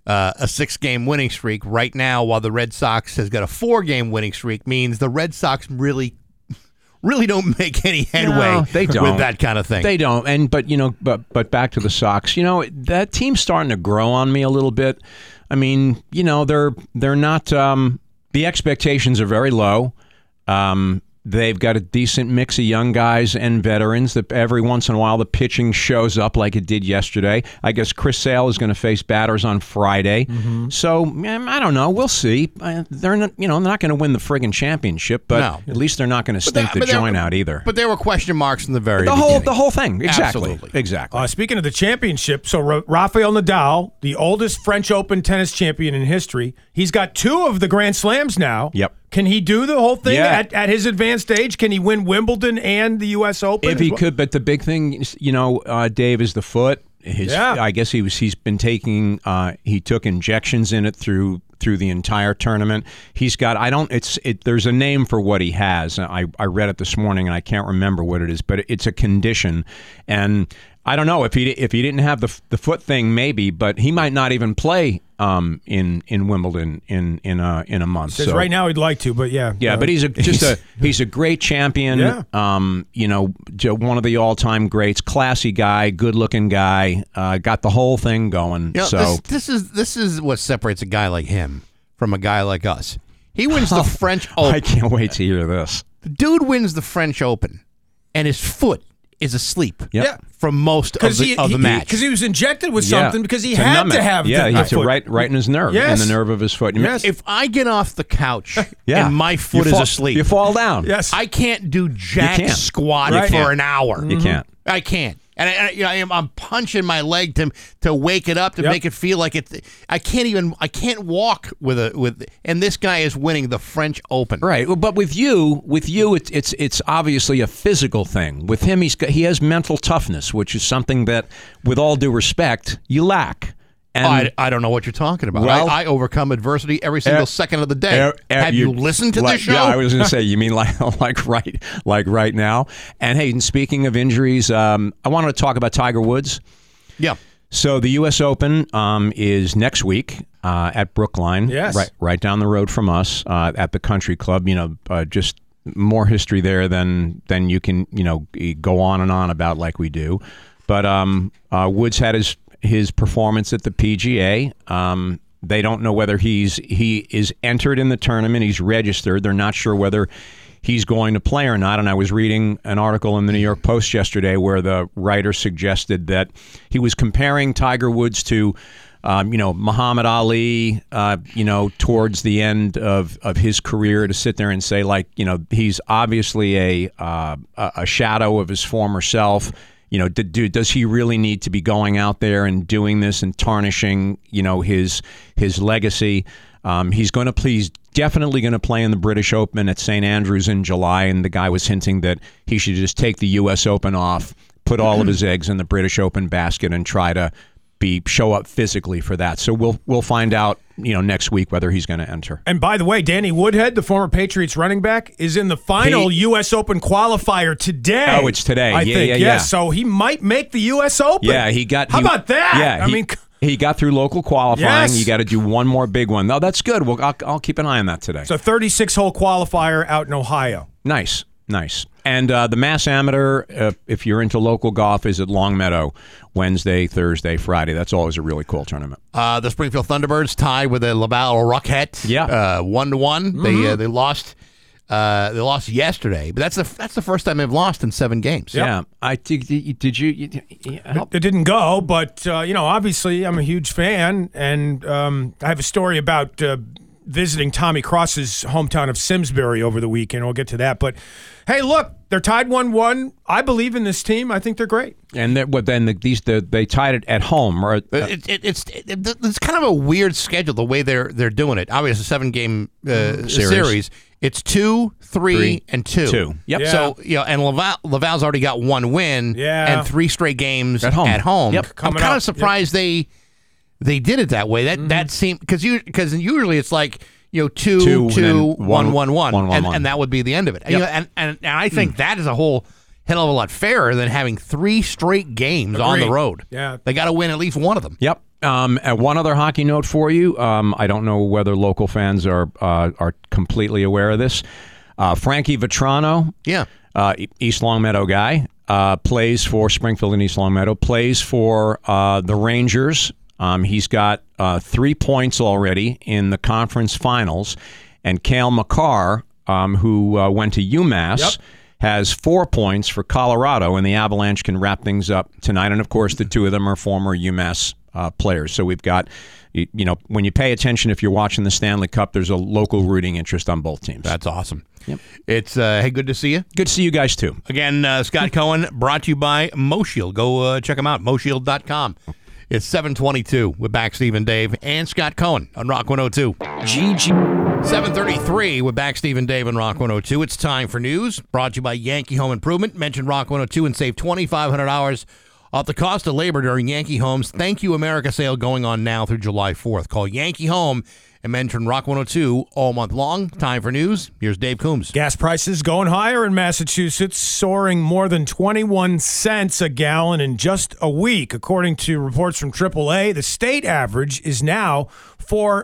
Speaker 1: uh, a six-game winning streak right now, while the Red Sox has got a four-game winning streak, means the Red Sox really, really don't make any headway.
Speaker 14: No, they don't.
Speaker 1: with that kind of thing.
Speaker 14: They don't. And but you know, but but back to the Sox. You know, that team's starting to grow on me a little bit. I mean, you know, they're they're not. Um, the expectations are very low. Um, they've got a decent mix of young guys and veterans. That every once in a while, the pitching shows up like it did yesterday. I guess Chris Sale is going to face batters on Friday.
Speaker 1: Mm-hmm.
Speaker 14: So um, I don't know. We'll see. Uh, they're not. You know, they're not going to win the friggin' championship, but
Speaker 1: No.
Speaker 14: at least they're not going to stink
Speaker 1: but
Speaker 14: the
Speaker 1: they're-
Speaker 14: joint out either.
Speaker 1: But there were question marks in the very
Speaker 14: The whole
Speaker 1: beginning.
Speaker 14: the whole thing. Exactly.
Speaker 1: Absolutely.
Speaker 14: Exactly.
Speaker 2: Uh, speaking of the championship, so Ra- Rafael Nadal, the oldest French Open tennis champion in history, he's got two of the Grand Slams now.
Speaker 14: Yep.
Speaker 2: Can he do the whole thing
Speaker 14: Yeah.
Speaker 2: at, at his advanced age? Can he win Wimbledon and the U.S. Open?
Speaker 14: If he could, but the big thing, is, you know, uh, Dave is the foot. His,
Speaker 2: Yeah.
Speaker 14: I guess he was. He's been taking. Uh, he took injections in it through through the entire tournament. He's got. I don't. It's. It, there's a name for what he has. I I read it this morning and I can't remember what it is, but it's a condition, and I don't know if he if he didn't have the the foot thing maybe, but he might not even play um in in Wimbledon in in a in a month.
Speaker 2: Says
Speaker 14: So-
Speaker 2: right now he'd like to, but yeah.
Speaker 14: Yeah,
Speaker 2: Uh,
Speaker 14: but he's a just a he's a great champion.
Speaker 2: Yeah.
Speaker 14: Um, you know, j- one of the all time greats, classy guy, good looking guy. Uh, got the whole thing going.
Speaker 1: You know,
Speaker 14: so
Speaker 1: this, this is this is what separates a guy like him from a guy like us. He wins the French
Speaker 14: Oh, I
Speaker 1: Open.
Speaker 14: can't wait to hear this.
Speaker 1: The dude wins the French Open, and his foot is asleep.
Speaker 14: Yeah.
Speaker 1: for most of the,
Speaker 2: he,
Speaker 1: of the match.
Speaker 2: Because he was injected with
Speaker 14: Yeah.
Speaker 2: something because he
Speaker 14: To
Speaker 2: had
Speaker 14: numb
Speaker 2: to
Speaker 14: it.
Speaker 2: have
Speaker 14: yeah,
Speaker 2: the,
Speaker 14: he
Speaker 2: the
Speaker 14: had to
Speaker 2: foot.
Speaker 14: right right in his nerve
Speaker 2: Yes.
Speaker 14: in the nerve of his foot. You mean-
Speaker 2: Yes.
Speaker 1: if I get off the couch
Speaker 14: Yeah.
Speaker 1: and my
Speaker 14: You
Speaker 1: foot
Speaker 14: fall-
Speaker 1: is asleep,
Speaker 14: You fall down.
Speaker 2: Yes.
Speaker 1: I can't do jack
Speaker 14: can't.
Speaker 1: squat
Speaker 14: You
Speaker 1: for
Speaker 14: can't.
Speaker 1: an hour.
Speaker 14: You can't.
Speaker 1: I can't. And I, and I, you know, I am, I'm punching my leg to to wake it up to
Speaker 2: Yep.
Speaker 1: make it feel like it. I can't even. I can't walk with a with. And this guy is winning the French Open.
Speaker 14: Right. Well, but with you, with you, it's it's it's obviously a physical thing. With him, he's got, he has mental toughness, which is something that, with all due respect, you lack. And
Speaker 1: I, Oh, I don't know what you're talking about.
Speaker 14: Well-
Speaker 1: I, I overcome adversity every single
Speaker 14: Eh,
Speaker 1: second of the day.
Speaker 14: Er- er-
Speaker 1: Have you, listened to
Speaker 14: like,
Speaker 1: this show?
Speaker 14: Yeah, I was going to say. You mean like like right like right now? And hey, and speaking of injuries, um, I wanted to talk about Tiger Woods.
Speaker 1: Yeah.
Speaker 14: So the U.S. Open um, is next week uh, at Brookline,
Speaker 2: Yes.
Speaker 14: right, right down the road from us uh, at the Country Club. You know, uh, just more history there than than you can you know e, go on and on about like we do. But um, uh, Woods had his his performance at the PGA. Um, they don't know whether he's he is entered in the tournament. He's registered. They're not sure whether he's going to play or not. And I was reading an article in the New York Post yesterday where the writer suggested that he was comparing Tiger Woods to, um, you know, Muhammad Ali, uh, you know, towards the end of, of his career to sit there and say, like, you know, he's obviously a, uh, a a shadow of his former self. You know, d do, does he really need to be going out there and doing this and tarnishing, you know, his his legacy? Um, he's going to please definitely going to play in the British Open at St Andrews in July, and the guy was hinting that he should just take the U.S. Open off, put all of his eggs in the British Open basket and try to be show up physically for that. So we'll we'll find out, you know, next week whether he's going to enter.
Speaker 2: And by the way, Danny Woodhead, the former Patriots running back, is in the final
Speaker 14: He-
Speaker 2: U.S. Open qualifier today.
Speaker 14: Oh, it's today.
Speaker 2: I
Speaker 14: Yeah,
Speaker 2: think,
Speaker 14: yeah,
Speaker 2: yes.
Speaker 14: yeah.
Speaker 2: So he might make the U.S. Open.
Speaker 14: Yeah, he got.
Speaker 2: How
Speaker 14: he-
Speaker 2: about that?
Speaker 14: Yeah,
Speaker 2: I
Speaker 14: he,
Speaker 2: mean,
Speaker 14: he got through local qualifying.
Speaker 2: Yes.
Speaker 14: You got to do one more big one. No, that's good. Well, I'll, I'll keep an eye on that today.
Speaker 2: it's a 36 hole qualifier out in Ohio.
Speaker 14: Nice, nice. And uh, the Mass Amateur, uh, if you're into local golf, is at Longmeadow Wednesday, Thursday, Friday. That's always a really cool tournament.
Speaker 1: Uh, the Springfield Thunderbirds tied with the Laval Rockette. Yeah, one to one.
Speaker 14: Mm-hmm.
Speaker 1: They uh, they lost. Uh, they lost yesterday, but that's the that's the first time they've lost in seven games.
Speaker 14: Yeah, I think. Did you? you, you
Speaker 2: It, it didn't go, but uh, you know, obviously, I'm a huge fan, and um, I have a story about uh, visiting Tommy Cross's hometown of Simsbury over the weekend. We'll get to that, but hey, look, they're tied one-one. I believe in this team. I think they're great.
Speaker 14: And that, well, then the, these the, they tied it at home, right?
Speaker 2: Uh,
Speaker 1: But it, it, it's it, it- it's kind of a weird schedule the way they're they're doing it. Obviously, a seven game uh,
Speaker 14: Mm-hmm. Series.
Speaker 1: series. It's two, three,
Speaker 14: Three,
Speaker 1: and two.
Speaker 14: two. Yep. Yeah.
Speaker 1: So you know, and Laval, Laval's already got one win.
Speaker 14: Yeah.
Speaker 1: And three straight games
Speaker 14: At home.
Speaker 1: At home.
Speaker 14: Yep. Mm-hmm.
Speaker 1: I'm
Speaker 14: Coming
Speaker 1: kind
Speaker 14: up.
Speaker 1: of surprised they they did it that way. That that seemed because you because usually it's like you know two,
Speaker 14: Two,
Speaker 1: two,
Speaker 14: and then
Speaker 1: two, one, one,
Speaker 14: one-
Speaker 1: one,
Speaker 14: one, one,
Speaker 1: and,
Speaker 14: one.
Speaker 1: and that would be the end of it. You
Speaker 14: Yep. Hmm.
Speaker 1: know, and, and and I think that is a whole hell of a lot fairer than having three straight games on the
Speaker 14: Agreed.
Speaker 1: road.
Speaker 2: Yeah.
Speaker 1: They got to win at least one of them.
Speaker 14: Yep. Um, and one other hockey note for you. Um, I don't know whether local fans are uh, are completely aware of this. Uh, Frankie Vitrano,
Speaker 1: yeah,
Speaker 14: uh, E- East Longmeadow guy, uh, plays for Springfield and East Longmeadow. Plays for uh, the Rangers. Um, he's got uh, three points already in the conference finals, and Kale McCarr, um, who uh, went to UMass. Has four points for Colorado, and the Avalanche can wrap things up tonight. And of course, the two of them are former UMass uh, players. So we've got, you, you know, when you pay attention, if you're watching the Stanley Cup, there's a local rooting interest on both teams.
Speaker 1: That's awesome. It's uh, hey, good to see you.
Speaker 14: Good to see you guys too.
Speaker 1: Again, uh, Scott Cohen brought to you by MoShield. Go uh, check them out, MoShield.com. It's 722 with back Stephen Dave and Scott Cohen on Rock 102. GG. 733 with back Stephen Dave and Rock 102. It's time for news brought to you by Yankee Home Improvement. Mention Rock 102 and save $2,500 off the cost of labor during Yankee Home's Thank You America sale going on now through July 4th. Call Yankee Home and mention Rock 102 all month long. Time for news. Here's Dave Coombs.
Speaker 2: Gas prices going higher in Massachusetts, soaring more than 21 cents a gallon in just a week. According to reports from AAA, the state average is now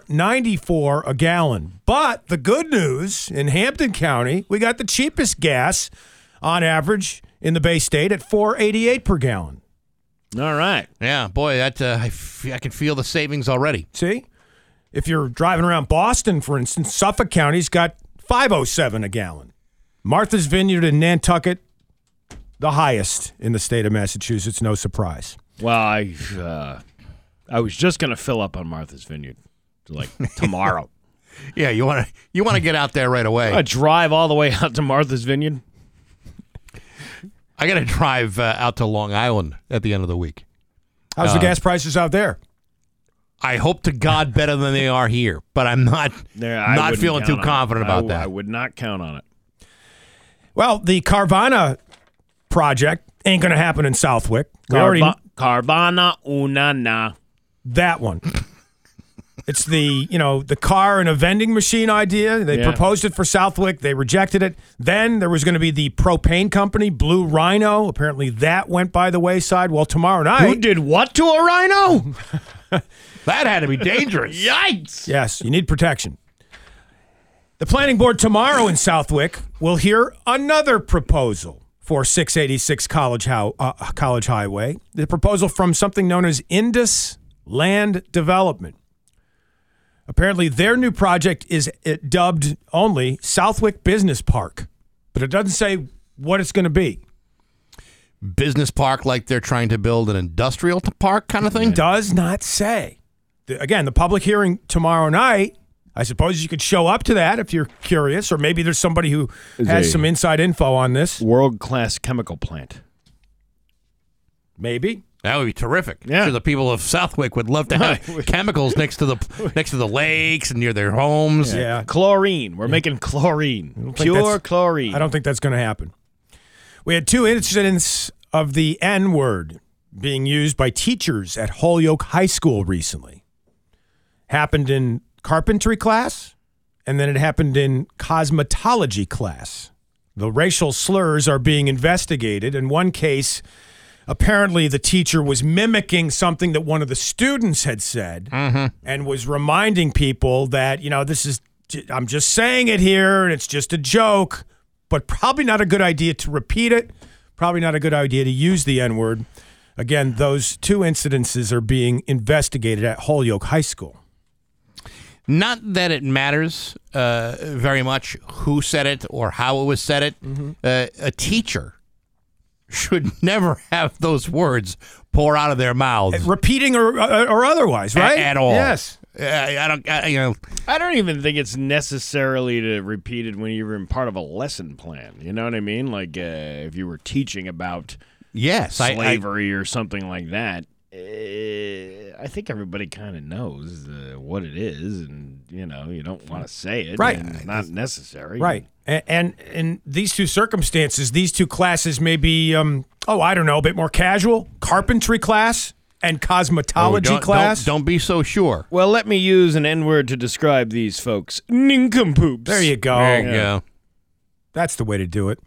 Speaker 2: 4.94 a gallon. But the good news in Hampton County, we got the cheapest gas on average in the Bay State at 4.88 per gallon.
Speaker 3: All right.
Speaker 1: Yeah, boy, that uh, I, f- I can feel the savings already.
Speaker 2: See? If you're driving around Boston, for instance, Suffolk County's got 507 a gallon. Martha's Vineyard in Nantucket, the highest in the state of Massachusetts, no surprise.
Speaker 3: Well, I uh, I was just gonna fill up on Martha's Vineyard like tomorrow.
Speaker 1: yeah, you want to you want to get out there right away.
Speaker 3: I drive all the way out to Martha's Vineyard.
Speaker 1: I got to drive uh, out to Long Island at the end of the week.
Speaker 2: How's the
Speaker 1: Uh,
Speaker 2: gas prices out there?
Speaker 1: I hope to God better than they are here, but I'm not
Speaker 3: There, I
Speaker 1: not
Speaker 3: wouldn't
Speaker 1: feeling too
Speaker 3: count on it.
Speaker 1: confident
Speaker 3: I
Speaker 1: about
Speaker 3: w- I
Speaker 1: that.
Speaker 3: would not count on it.
Speaker 2: Well, the Carvana project ain't going to happen in Southwick. We already-
Speaker 3: Carva- Carvana Unana.
Speaker 2: that one. it's the you know the car and a vending machine idea. They
Speaker 3: Yeah.
Speaker 2: proposed it for Southwick. They rejected it. Then there was going to be the propane company, Blue Rhino. Apparently that went by the wayside. Well, tomorrow night.
Speaker 3: Who did what to a rhino?
Speaker 1: that had to be dangerous.
Speaker 3: Yikes!
Speaker 2: Yes, you need protection. The planning board tomorrow in Southwick will hear another proposal for 686 College, How- uh, College Highway. The proposal from something known as Indus Land Development. Apparently, their new project is uh, dubbed only Southwick Business Park, but it doesn't say what it's going to be.
Speaker 1: Business park, like they're trying to build an industrial t- park kind of thing.
Speaker 2: Does not say. The- again, the public hearing tomorrow night. I suppose you could show up to that if you're curious, or maybe there's somebody who
Speaker 3: Is
Speaker 2: has
Speaker 3: a-
Speaker 2: some inside info on this.
Speaker 3: World class chemical plant.
Speaker 2: Maybe.
Speaker 1: That would be terrific. Yeah, the people of Southwick would love to have chemicals next to the next to the lakes and near their homes.
Speaker 2: Yeah.
Speaker 3: Chlorine. We're making chlorine. Pure chlorine.
Speaker 2: I don't think that's going to happen. We had two incidents of the N word being used by teachers at Holyoke High School recently. Happened in carpentry class, and then it happened in cosmetology class. The racial slurs are being investigated. In one case, apparently the teacher was mimicking something that one of the students had said
Speaker 1: Mm-hmm.
Speaker 2: and was reminding people that, you know, this is, I'm just saying it here and it's just a joke, but probably not a good idea to repeat it. Probably not a good idea to use the N word. Again, those two incidences are being investigated at Holyoke High School.
Speaker 1: Not that it matters uh, very much who said it or how it was said it. Uh, a teacher should never have those words pour out of their mouths,
Speaker 2: repeating or or otherwise,
Speaker 3: right?
Speaker 1: At, all?
Speaker 3: Yes.
Speaker 1: I, I don't. I, you know,
Speaker 3: I don't even think it's necessarily to repeat it when you're in part of a lesson plan. You know what I mean? Like uh, if you were teaching about
Speaker 1: Yes, I- I-
Speaker 3: slavery or something like that. eh, I think everybody kind of knows uh, what it is, and you know you don't want to say it.
Speaker 2: Right.
Speaker 3: and it's not necessary.
Speaker 2: Right. And, and in these two circumstances, these two classes may be, um, oh, I don't know, a bit more casual carpentry class and cosmetology
Speaker 3: Oh,
Speaker 2: class.
Speaker 1: Don't, be so sure.
Speaker 3: Well, let me use an N word to describe these folks: nincompoops.
Speaker 2: There you go.
Speaker 3: There you go.
Speaker 2: That's the way to do it.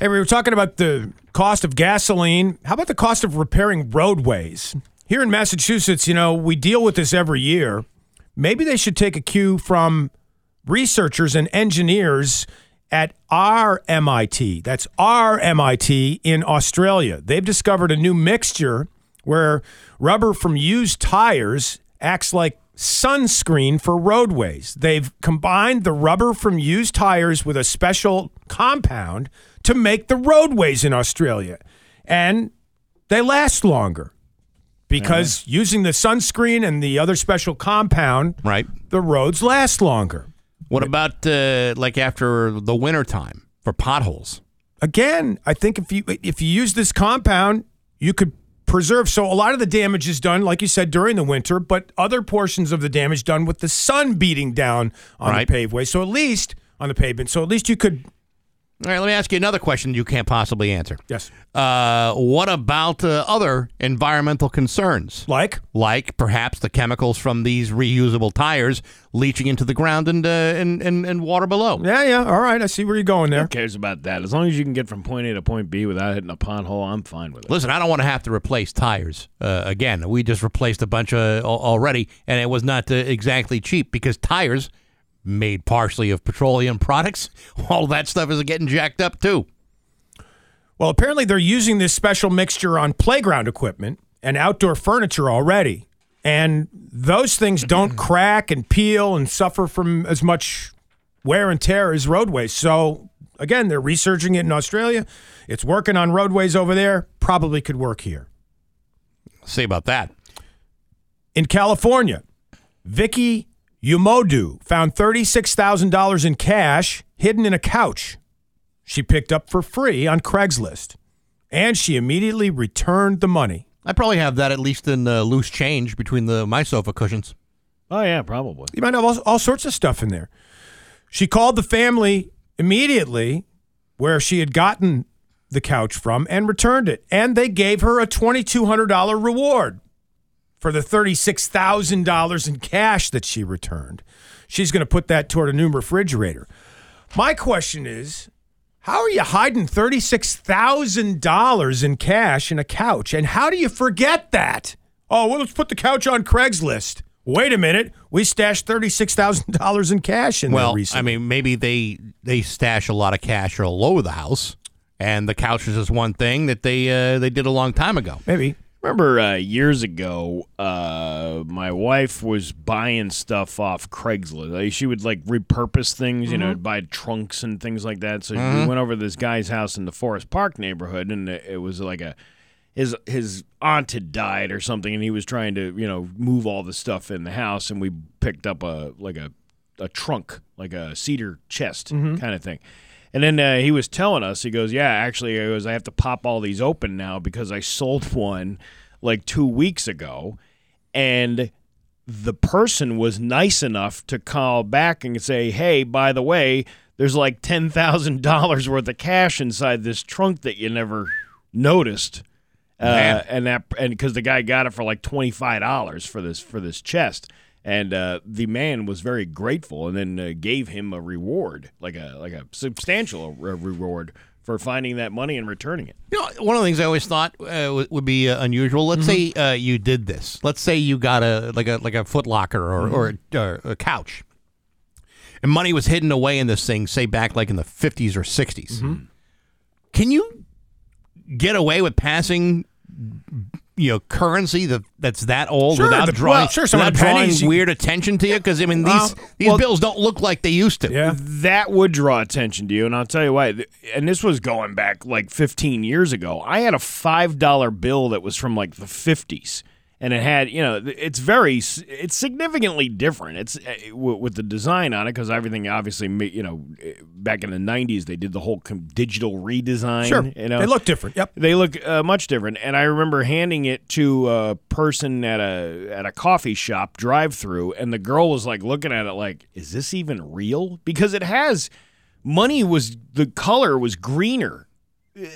Speaker 2: Hey, we were talking about the cost of gasoline. How about the cost of repairing roadways? Here in Massachusetts, you know, we deal with this every year. Maybe they should take a cue from researchers and engineers at RMIT. That's RMIT in Australia. They've discovered a new mixture where rubber from used tires acts like sunscreen for roadways. They've combined the rubber from used tires with a special compound to make the roadways in Australia. And they last longer because using the sunscreen and the other special compound,
Speaker 1: right,
Speaker 2: the roads last longer.
Speaker 1: What about uh, like after the winter time for potholes?
Speaker 2: Again, I think if you if you use this compound, you could preserve. So a lot of the damage is done, like you said, during the winter, but other portions of the damage done with the sun beating down on
Speaker 1: Right.
Speaker 2: the paveway. So at least on the pavement. So at least you could
Speaker 1: All right, let me ask you another question you can't possibly answer.
Speaker 2: Yes.
Speaker 1: Uh, what about uh, other environmental concerns?
Speaker 2: Like?
Speaker 1: Like perhaps the chemicals from these reusable tires leaching into the ground and, uh, and, and, and water below.
Speaker 2: Yeah, yeah. All right. I see where you're going there.
Speaker 3: Who cares about that? As long as you can get from point A to point B without hitting a pothole, I'm fine with it.
Speaker 1: Listen, I don't want to have to replace tires uh, again. We just replaced a bunch uh, al- already, and it was not uh, exactly cheap because tires, made partially of petroleum products, all that stuff is getting jacked up too.
Speaker 2: Well, apparently they're using this special mixture on playground equipment and outdoor furniture already. And those things don't crack and peel and suffer from as much wear and tear as roadways. So, again, they're researching it in Australia. It's working on roadways over there. Probably could work here.
Speaker 1: Say about that.
Speaker 2: In California, Vicky Umodu found $36,000 in cash hidden in a couch she picked up for free on Craigslist. And she immediately returned the money.
Speaker 1: I probably have that at least in uh, loose change between the my sofa cushions.
Speaker 3: Oh yeah, probably.
Speaker 2: You might have all, all sorts of stuff in there. She called the family immediately where she had gotten the couch from and returned it. And they gave her a $2,200 reward for the $36,000 in cash that she returned. She's going to put that toward a new refrigerator. My question is how are you hiding $36,000 in cash in a couch? And how do you forget that? Oh, well, let's put the couch on Craigslist. Wait a minute. We stashed $36,000 in cash in
Speaker 1: well,
Speaker 2: there recently.
Speaker 1: I mean, maybe they they stash a lot of cash all over the house, and the couch is just one thing that they uh, they did a long time ago.
Speaker 2: Maybe.
Speaker 3: Remember uh, years ago, uh, my wife was buying stuff off Craigslist. Like, she would like repurpose things, you know, buy trunks and things like that. So we
Speaker 15: Mhm.
Speaker 3: went over to this guy's house in the Forest Park neighborhood, and it it was like a his his aunt had died or something, and he was trying to you know move all the stuff in the house, and we picked up a like a a trunk, like a cedar chest kind of thing. And then uh, he was telling us, he goes, "Yeah, actually, he goes, I have to pop all these open now because I sold one like two weeks ago, and the person was nice enough to call back and say, "Hey, by the way, there's like ten thousand dollars worth of cash inside this trunk that you never noticed. Uh,
Speaker 1: Yeah.
Speaker 3: and that and because the guy got it for like twenty five dollars for this for this chest, and uh, the man was very grateful, and then uh, gave him a reward, like a like a substantial re- reward for finding that money and returning it.
Speaker 1: You know, one of the things I always thought uh, w- would be uh, unusual. Let's
Speaker 2: Mm-hmm.
Speaker 1: say uh, you did this. Let's say you got a like a like a Foot Locker or
Speaker 2: Mm-hmm.
Speaker 1: or, or a couch, and money was hidden away in this thing. Say back like in the fifties or 60s
Speaker 2: Mm-hmm.
Speaker 1: Can you get away with passing? You know, currency that that's that old
Speaker 2: Sure,
Speaker 1: without
Speaker 2: the-
Speaker 1: drawing
Speaker 2: well, sure, some
Speaker 1: without
Speaker 2: of the
Speaker 1: drawing
Speaker 2: pennies you- Uh,
Speaker 1: weird attention to you because I mean these
Speaker 3: Well,
Speaker 1: these
Speaker 3: well-
Speaker 1: bills don't look like they used to.
Speaker 2: Yeah.
Speaker 3: That would draw attention to you, and I'll tell you why. Th- And this was going back like 15 years ago. I had a five dollar bill that was from like the 50s, and it had you know th- it's very s- it's significantly different. It's uh, w- with the design on it because everything obviously ma- you know eh, back in the 90s they did the whole com- digital redesign.
Speaker 2: Sure.
Speaker 3: you know
Speaker 2: They look different. Yep.
Speaker 3: they look uh, much different. And I remember handing it to a person at a at a coffee shop drive-through, and the girl was like looking at it like, "Is this even real?" Because it has money was the color was greener. Uh,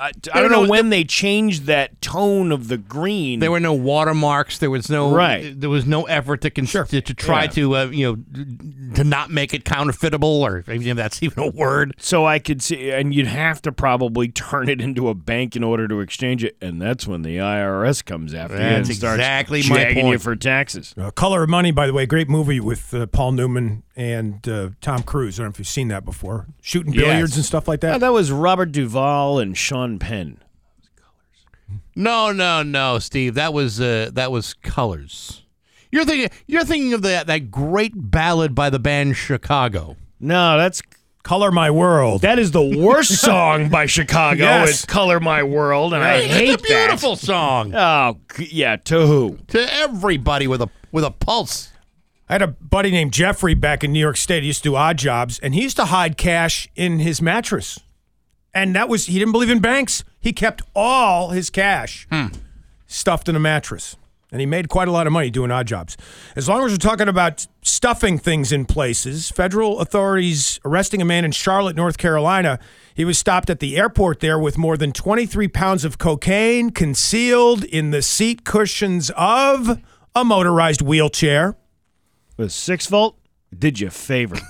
Speaker 3: I, I don't know when they changed that tone of the green.
Speaker 1: There were no watermarks. There was no
Speaker 3: Right.
Speaker 1: There was no effort to con- to, to try
Speaker 3: Yeah.
Speaker 1: to uh, you know d- to not make it counterfeitable or even if that's even a word.
Speaker 3: So I could see, and you'd have to probably turn it into a bank in order to exchange it, and that's when the IRS comes after you and
Speaker 1: That's
Speaker 3: starts
Speaker 1: exactly my
Speaker 3: jagging you
Speaker 1: point.
Speaker 3: for taxes.
Speaker 2: Uh, Color of Money, by the way, great movie with uh, Paul Newman and uh, Tom Cruise. I don't know if you've seen that before. Shooting
Speaker 3: Yes.
Speaker 2: billiards and stuff like
Speaker 3: Yeah,
Speaker 2: that.
Speaker 3: that was Robert Duvall and Sean Penn.
Speaker 1: No, no, no, Steve. That was uh, that was colors. You're thinking you're thinking of that that great ballad by the band Chicago.
Speaker 3: No, that's
Speaker 2: Color My World.
Speaker 3: that is the worst song by Chicago.
Speaker 2: Yes.
Speaker 3: It's "Color My World," and I
Speaker 1: It's
Speaker 3: hate
Speaker 1: a beautiful song
Speaker 3: that. Oh g- yeah, to who?
Speaker 1: to everybody with a with a pulse.
Speaker 2: I had a buddy named Jeffrey back in New York State. He used to do odd jobs, and he used to hide cash in his mattress. And that was, he didn't believe in banks. He kept all his cash stuffed in a mattress. And he made quite a lot of money doing odd jobs. As long as we're talking about stuffing things in places, federal authorities arresting a man in Charlotte, North Carolina. He was stopped at the airport there with more than 23 pounds of cocaine concealed in the seat cushions of a motorized wheelchair.
Speaker 3: Was six volt? Did you a favor?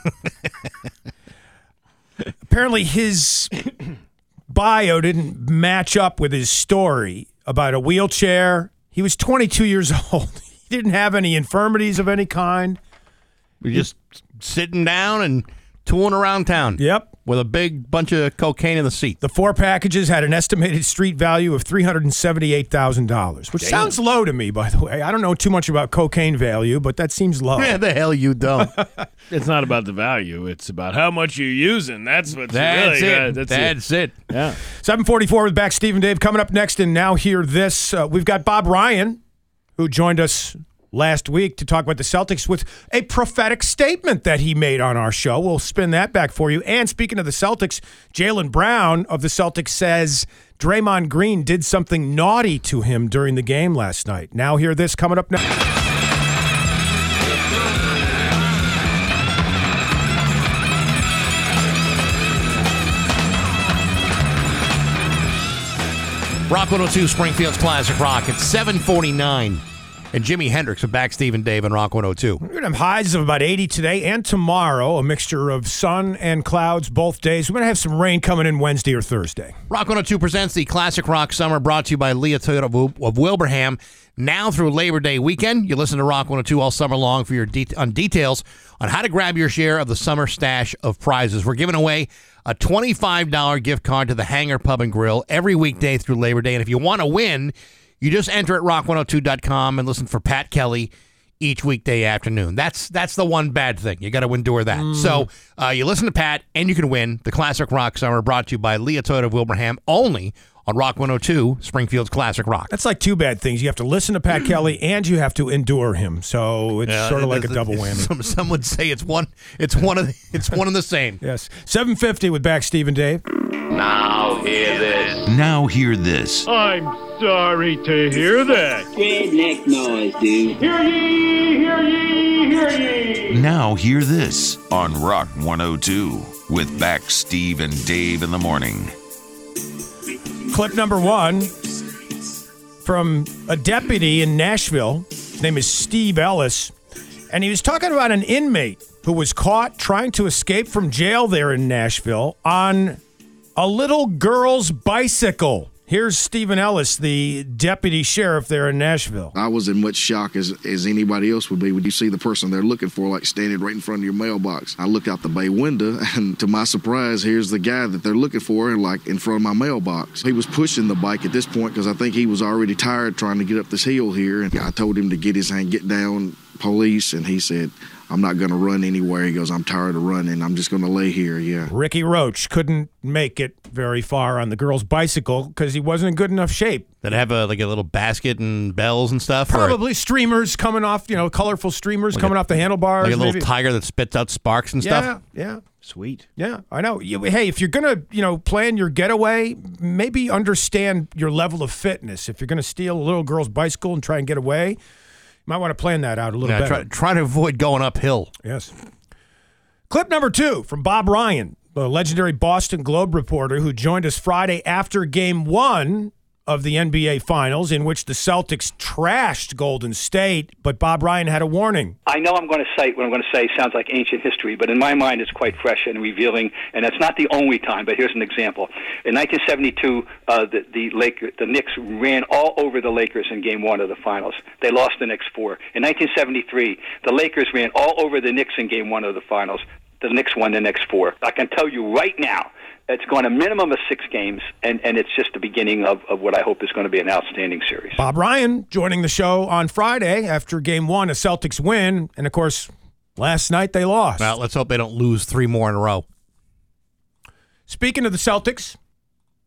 Speaker 2: apparently his bio didn't match up with his story about a wheelchair. He was 22 years old. He didn't have any infirmities of any kind.
Speaker 1: You're just sitting down and tooling around town.
Speaker 2: Yep.
Speaker 1: With a big bunch of cocaine in the seat.
Speaker 2: The four packages had an estimated street value of $378,000, which sounds low to me, by the way. I don't know too much about cocaine value, but that seems low.
Speaker 1: Yeah, the hell you don't.
Speaker 3: it's not about the value; it's about how much you're using. That's what's
Speaker 1: That's
Speaker 3: really uh,
Speaker 1: it.
Speaker 3: that's
Speaker 1: that's it.
Speaker 2: 744 with back Steve and Dave coming up next. And now hear this. Uh, we've got Bob Ryan, who joined us last week to talk about the Celtics with a prophetic statement that he made on our show. We'll spin that back for you. And speaking of the Celtics, Jalen Brown of the Celtics says Draymond Green did something naughty to him during the game last night. Now hear this coming up next.
Speaker 1: Rock 102 Springfield's Classic Rock. It's 749. And Jimi Hendrix with back Steve and Dave and Rock 102.
Speaker 2: We're going to have highs of about 80 today and tomorrow, a mixture of sun and clouds both days. We're going to have some rain coming in Wednesday or Thursday.
Speaker 1: Rock 102 presents the Classic Rock Summer brought to you by Leah Toyota of, Wil- of Wilbraham. Now through Labor Day weekend, you listen to Rock 102 all summer long for your de- on details on how to grab your share of the summer stash of prizes. We're giving away a $25 gift card to the Hangar Pub and Grill every weekday through Labor Day. And if you want to win, you just enter at rock102.com and listen for Pat Kelly each weekday afternoon. That's that's the one bad thing. You got to endure that.
Speaker 2: Mm.
Speaker 1: So uh, you listen to Pat, and you can win the Classic Rock Summer brought to you by Leah Toyota of Wilbraham, only on Rock 102, Springfield's Classic Rock.
Speaker 2: That's like two bad things. You have to listen to Pat Kelly and you have to endure him. So it's sort of like a double whammy.
Speaker 1: Some, some would say it's one. It's one of. The, it's one and the same.
Speaker 2: Yes. 750 with back Steve and Dave.
Speaker 7: Now hear this.
Speaker 6: Now hear this.
Speaker 3: I'm sorry to hear that.
Speaker 15: Redneck noise, dude.
Speaker 10: Hear ye, hear ye, hear ye.
Speaker 6: Now hear this on Rock 102 with back Steve and Dave in the morning.
Speaker 2: Clip number one from a deputy in Nashville. His name is Steve Ellis. And he was talking about an inmate who was caught trying to escape from jail there in Nashville on a little girl's bicycle. Here's Stephen Ellis, the deputy sheriff there in Nashville.
Speaker 16: I was in much shock as, as anybody else would be when you see the person they're looking for, like standing right in front of your mailbox. I look out the bay window, and to my surprise, here's the guy that they're looking for, and like in front of my mailbox. He was pushing the bike at this point because I think he was already tired trying to get up this hill here. And I told him to get his hand, get down, police, and he said, I'm not going to run anywhere. He goes, I'm tired of running. I'm just going to lay here. Yeah.
Speaker 2: Ricky Roach couldn't make it very far on the girl's bicycle because he wasn't in good enough shape.
Speaker 1: That have a like a little basket and bells and stuff. or
Speaker 2: Probably streamers coming off, you know, colorful streamers coming off the handlebars.
Speaker 1: like a little
Speaker 2: maybe.
Speaker 1: tiger that spits out sparks and
Speaker 2: yeah,
Speaker 1: stuff.
Speaker 2: yeah,
Speaker 3: Sweet.
Speaker 2: yeah. I know. You- Hey, if you're gonna, you know, plan your getaway, maybe understand your level of fitness. If you're gonna steal a little girl's bicycle and try and get away, you might want to plan that out a little
Speaker 1: Yeah,
Speaker 2: bit.
Speaker 1: try, try to avoid going uphill.
Speaker 2: Yes. Clip number two from Bob Ryan, the legendary Boston Globe reporter who joined us Friday after game one of the NBA Finals, in which the Celtics trashed Golden State, but Bob Ryan had a warning.
Speaker 17: I know I'm going to cite what I'm going to say sounds like ancient history, but in my mind it's quite fresh and revealing, and that's not the only time, but here's an example. In 1972, uh, the, the, Laker, the Knicks ran all over the Lakers in game one of the finals. They lost the next four. In 1973, the Lakers ran all over the Knicks in game one of the finals. The Knicks won the next four. I can tell you right now, it's going a minimum of six games, and, and it's just the beginning of, of what I hope is going to be an outstanding series.
Speaker 2: Bob Ryan joining the show on Friday after game one, a Celtics win, and of course, last night they lost.
Speaker 1: Well, let's hope they don't lose three more in a row.
Speaker 2: Speaking of the Celtics,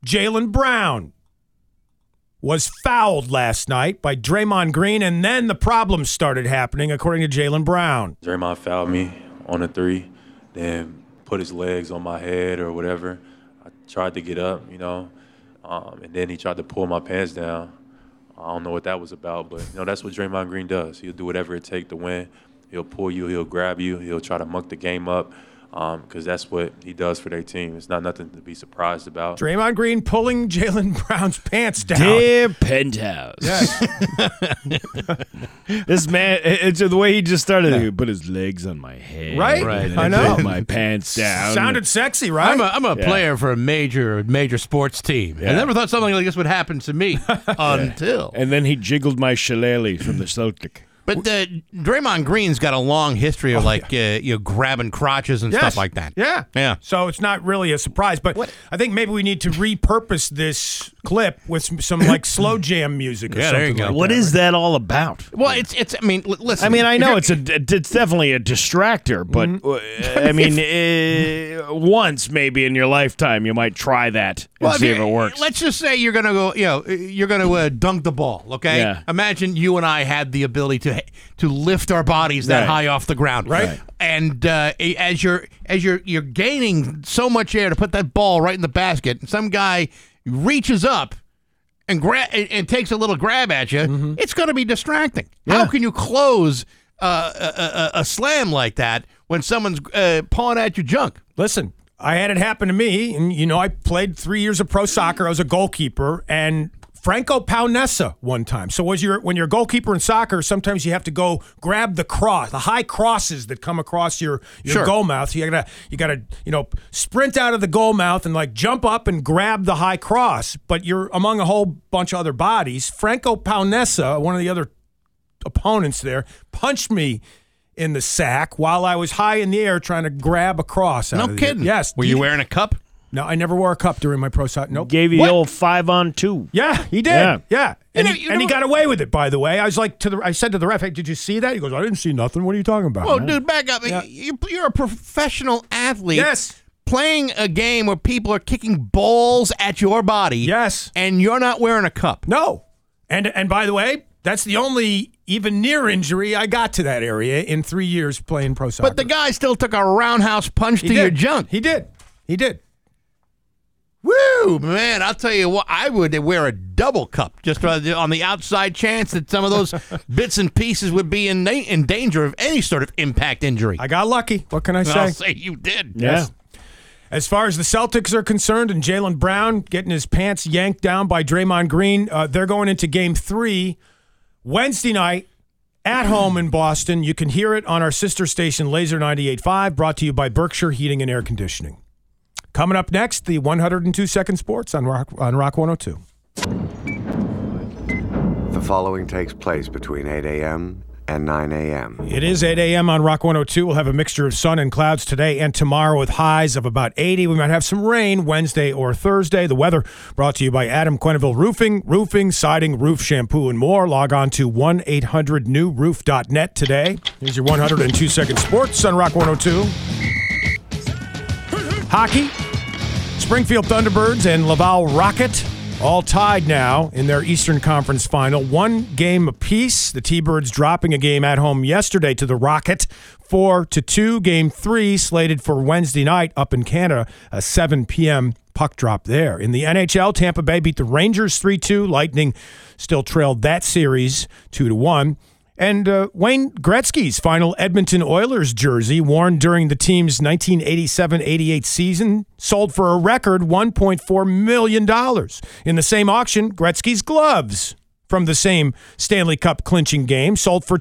Speaker 2: Jalen Brown was fouled last night by Draymond Green, and then the problems started happening, according to Jalen Brown.
Speaker 18: Draymond fouled me on a three, then put his legs on my head or whatever. I tried to get up, you know, um, and then he tried to pull my pants down. I don't know what that was about, but you know that's what Draymond Green does. He'll do whatever it takes to win. He'll pull you, he'll grab you, he'll try to muck the game up, because that's what he does for their team. It's not nothing to be surprised about.
Speaker 2: Draymond Green pulling Jalen Brown's pants down.
Speaker 3: Dear penthouse. this man, it- it's the way he just started. He put his legs on my head.
Speaker 2: Right? Right.
Speaker 3: And
Speaker 2: I
Speaker 3: I
Speaker 2: know.
Speaker 3: know. My pants down.
Speaker 2: Sounded sexy, right?
Speaker 1: I'm a, I'm a
Speaker 3: Yeah.
Speaker 1: player for a major major sports team. I
Speaker 3: Yeah.
Speaker 1: never thought something like this would happen to me until.
Speaker 3: And then he jiggled my shillelagh from the Celtic.
Speaker 1: But uh, Draymond Green's got a long history
Speaker 3: Oh,
Speaker 1: of like uh, you know grabbing crotches and
Speaker 2: Yes.
Speaker 1: stuff like that.
Speaker 2: Yeah.
Speaker 1: Yeah.
Speaker 2: So it's not really a surprise, but I think maybe we need to repurpose this clip with some, some like slow jam music or
Speaker 1: Yeah,
Speaker 2: something.
Speaker 1: there you go.
Speaker 2: like
Speaker 3: What
Speaker 2: that.
Speaker 3: is that all about?
Speaker 1: Well, it's it's. I mean, l- listen.
Speaker 3: I mean, I
Speaker 1: if
Speaker 3: know
Speaker 1: you're-
Speaker 3: it's a it's definitely a distractor, but uh, I mean, uh, once maybe in your lifetime you might try that and
Speaker 1: Well, if
Speaker 3: see if
Speaker 1: you-
Speaker 3: it works.
Speaker 1: Let's just say you're gonna go. You know, you're gonna uh, dunk the ball. Okay.
Speaker 3: Yeah.
Speaker 1: Imagine you and I had the ability to to lift our bodies that
Speaker 3: Right.
Speaker 1: high off the ground.
Speaker 2: Right. Right.
Speaker 1: And uh, a- as you're as you're you're gaining so much air to put that ball right in the basket, and some guy reaches up. And, gra- and, and takes a little grab at you,
Speaker 3: Mm-hmm.
Speaker 1: it's going to be distracting. How can you close uh, a, a, a slam like that when someone's uh, pawing at your junk?
Speaker 2: Listen, I had it happen to me, and you know, I played three years of pro soccer. I was a goalkeeper, and Franco Paunessa one time. So was your when you're a goalkeeper in soccer, sometimes you have to go grab the cross, the high crosses that come across your your
Speaker 1: Sure.
Speaker 2: goal mouth. So you gotta you gotta you know sprint out of the goal mouth and like jump up and grab the high cross. But you're among a whole bunch of other bodies. Franco Paunessa, one of the other opponents there, punched me. In the sack while I was high in the air trying to grab a cross. out
Speaker 1: No
Speaker 3: Uh,
Speaker 2: of the-
Speaker 1: kidding.
Speaker 2: Yes.
Speaker 1: Were you wearing a cup?
Speaker 2: No, I never wore a cup during my pro shot. Nope.
Speaker 3: Gave you
Speaker 2: What?
Speaker 3: the old five on two.
Speaker 2: Yeah, he did. Yeah,
Speaker 3: Yeah.
Speaker 2: and,
Speaker 1: know-
Speaker 2: he,
Speaker 1: you
Speaker 2: and he
Speaker 1: know-
Speaker 2: got away with it. By the way, I was like to the. I said to the ref, "Hey, did you see that?" He goes, "I didn't see nothing. What are you talking about?"
Speaker 1: Oh, dude, back up. You, you're a professional athlete.
Speaker 2: Yes.
Speaker 1: Playing a game where people are kicking balls at your body.
Speaker 2: Yes.
Speaker 1: And you're not wearing a cup.
Speaker 2: No, and and by the way, that's the only even near injury I got to that area in three years playing pro soccer.
Speaker 1: But the guy still took a roundhouse punch
Speaker 2: He
Speaker 1: to
Speaker 2: did.
Speaker 1: your junk.
Speaker 2: He did. He did.
Speaker 1: Woo, man. I'll tell you what, I would wear a double cup just on the- on the outside chance that some of those bits and pieces would be in, na- in danger of any sort of impact injury.
Speaker 2: I got lucky. What can I
Speaker 1: I'll
Speaker 2: say?
Speaker 1: say you did.
Speaker 3: Yeah.
Speaker 2: As far as the Celtics are concerned, and Jalen Brown getting his pants yanked down by Draymond Green, uh, they're going into game three Wednesday night at home in Boston. You can hear it on our sister station, Laser 98.5, brought to you by Berkshire Heating and Air Conditioning. Coming up next, the 102 Second Sports on Rock, on Rock 102.
Speaker 19: The following takes place between 8 a.m. and 9 a.m.
Speaker 2: It is 8 a.m. on Rock 102. We'll have a mixture of sun and clouds today and tomorrow with highs of about 80. We might have some rain Wednesday or Thursday. The weather brought to you by Adam Quenneville Roofing, Roofing, Siding, Roof Shampoo, and more. Log on to 1 800 newroof.net today. Here's your 102 Second Sports on Rock 102. Hockey, Springfield Thunderbirds and Laval Rocket all tied now in their Eastern Conference final. One game apiece. The T-Birds dropping a game at home yesterday to the Rocket, four to two. Game three slated for Wednesday night up in Canada, a 7 p.m. puck drop there. In the NHL, Tampa Bay beat the Rangers 3-2. Lightning still trailed that series 2 to 1. And uh, Wayne Gretzky's final Edmonton Oilers jersey, worn during the team's 1987 88 season, sold for a record $1.4 million. In the same auction, Gretzky's gloves from the same Stanley Cup clinching game sold for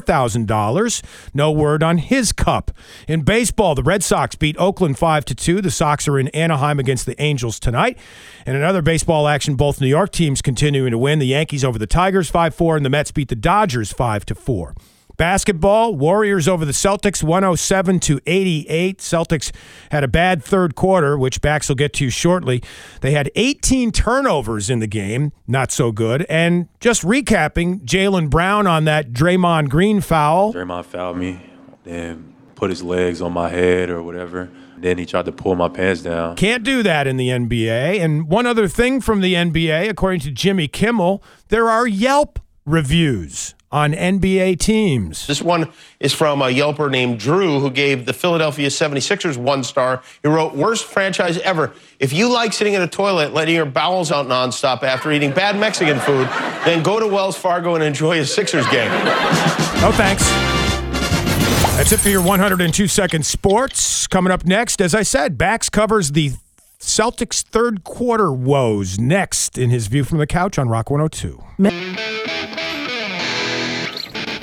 Speaker 2: $204,000. No word on his cup. In baseball, the Red Sox beat Oakland 5 to 2. The Sox are in Anaheim against the Angels tonight. And in other baseball action, both New York teams continuing to win. The Yankees over the Tigers 5 4, and the Mets beat the Dodgers 5 to 4. Basketball, Warriors over the Celtics 107 to 88. Celtics had a bad third quarter, which Bax will get to shortly. They had 18 turnovers in the game, not so good. And just recapping, Jalen Brown on that Draymond Green foul.
Speaker 18: Draymond fouled me, then put his legs on my head or whatever. Then he tried to pull my pants down.
Speaker 2: Can't do that in the NBA. And one other thing from the NBA, according to Jimmy Kimmel, there are Yelp reviews on NBA teams.
Speaker 20: This one is from a Yelper named Drew, who gave the Philadelphia 76ers one star. He wrote, Worst franchise ever. If you like sitting in a toilet, letting your bowels out nonstop after eating bad Mexican food, then go to Wells Fargo and enjoy a Sixers game.
Speaker 2: No thanks. That's it for your 102 second sports. Coming up next, as I said, Bax covers the Celtics' third quarter woes next in his view from the couch on Rock 102.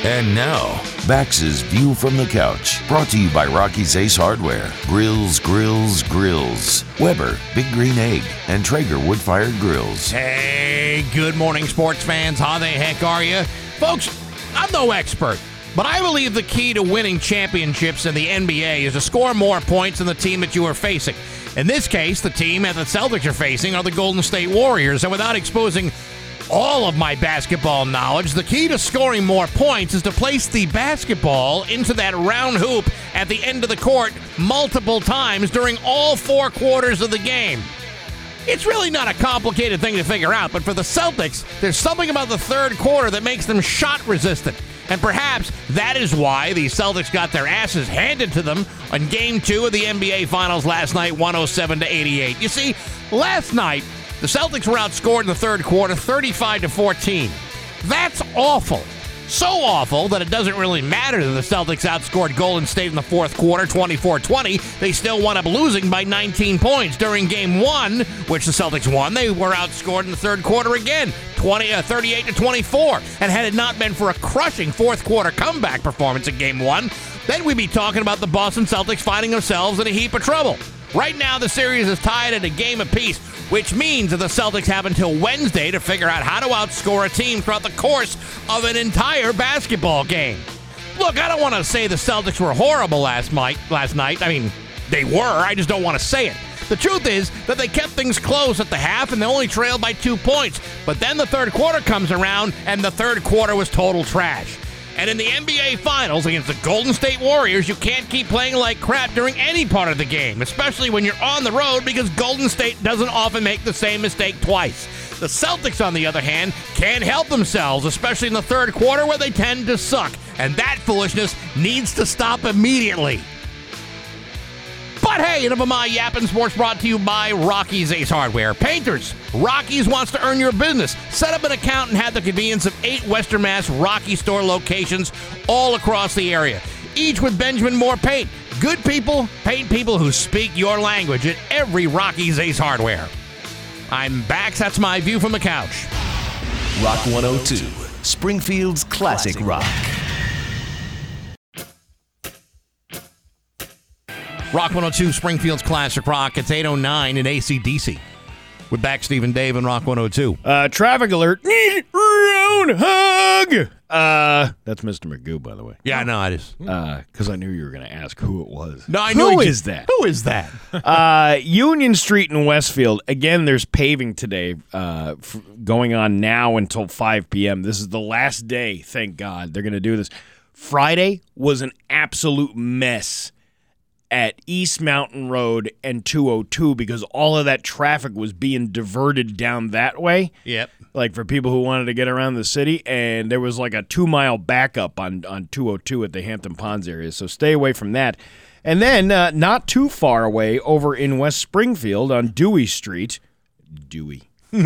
Speaker 6: And now, Bax's View from the Couch, brought to you by Rocky's Ace Hardware, Grills, Grills, Grills, Weber, Big Green Egg, and Traeger Wood Fired Grills.
Speaker 1: Hey, good morning, sports fans. How the heck are you? Folks, I'm no expert, but I believe the key to winning championships in the NBA is to score more points than the team that you are facing. In this case, the team that the Celtics are facing are the Golden State Warriors, and without exposing all of my basketball knowledge, the key to scoring more points is to place the basketball into that round hoop at the end of the court multiple times during all four quarters of the game. It's really not a complicated thing to figure out, but for the Celtics, there's something about the third quarter that makes them shot resistant. And perhaps that is why the Celtics got their asses handed to them on game two of the NBA Finals last night, 107 to 88. You see, last night, the Celtics were outscored in the third quarter, 35 to 14. That's awful. So awful that it doesn't really matter that the Celtics outscored Golden State in the fourth quarter, 24-20. They still wound up losing by 19 points during Game One, which the Celtics won. They were outscored in the third quarter again, 20, uh, 38 to 24. And had it not been for a crushing fourth quarter comeback performance in Game One, then we'd be talking about the Boston Celtics finding themselves in a heap of trouble. Right now, the series is tied at a game apiece, which means that the Celtics have until Wednesday to figure out how to outscore a team throughout the course of an entire basketball game. Look, I don't want to say the Celtics were horrible last night. Last night, I mean, they were. I just don't want to say it. The truth is that they kept things close at the half and they only trailed by two points. But then the third quarter comes around, and the third quarter was total trash. And in the NBA Finals against the Golden State Warriors, you can't keep playing like crap during any part of the game, especially when you're on the road because Golden State doesn't often make the same mistake twice. The Celtics, on the other hand, can't help themselves, especially in the third quarter where they tend to suck. And that foolishness needs to stop immediately. But hey, enough of my yapping sports brought to you by Rocky's Ace Hardware. Painters, Rocky's wants to earn your business. Set up an account and have the convenience of eight Western Mass Rocky store locations all across the area, each with Benjamin Moore paint. Good people paid people who speak your language at every Rocky's Ace Hardware. I'm Bax. That's my view from the couch.
Speaker 21: Rock 102, Springfield's classic rock.
Speaker 1: Rock 102, Springfield's Classic Rock. It's 809 in ACDC. With back Steve and Dave and Rock 102.
Speaker 3: Uh, traffic alert. Roundhog. Uh, that's Mr. Magoo, by the way.
Speaker 1: Yeah, I know. I just
Speaker 3: because I knew you were going to ask who it was.
Speaker 1: No, I
Speaker 3: Who
Speaker 1: knew
Speaker 3: is that?
Speaker 1: Who is that?
Speaker 3: uh, Union Street in Westfield. Again, there's paving today uh, f- going on now until 5 p.m. This is the last day, thank God, they're going to do this. Friday was an absolute mess at East Mountain Road and 202 because all of that traffic was being diverted down that way.
Speaker 1: Yep.
Speaker 3: Like for people who wanted to get around the city, and there was like a two mile backup on on 202 at the Hampton Ponds area. So stay away from that. And then uh, not too far away, over in West Springfield on Dewey Street, Dewey.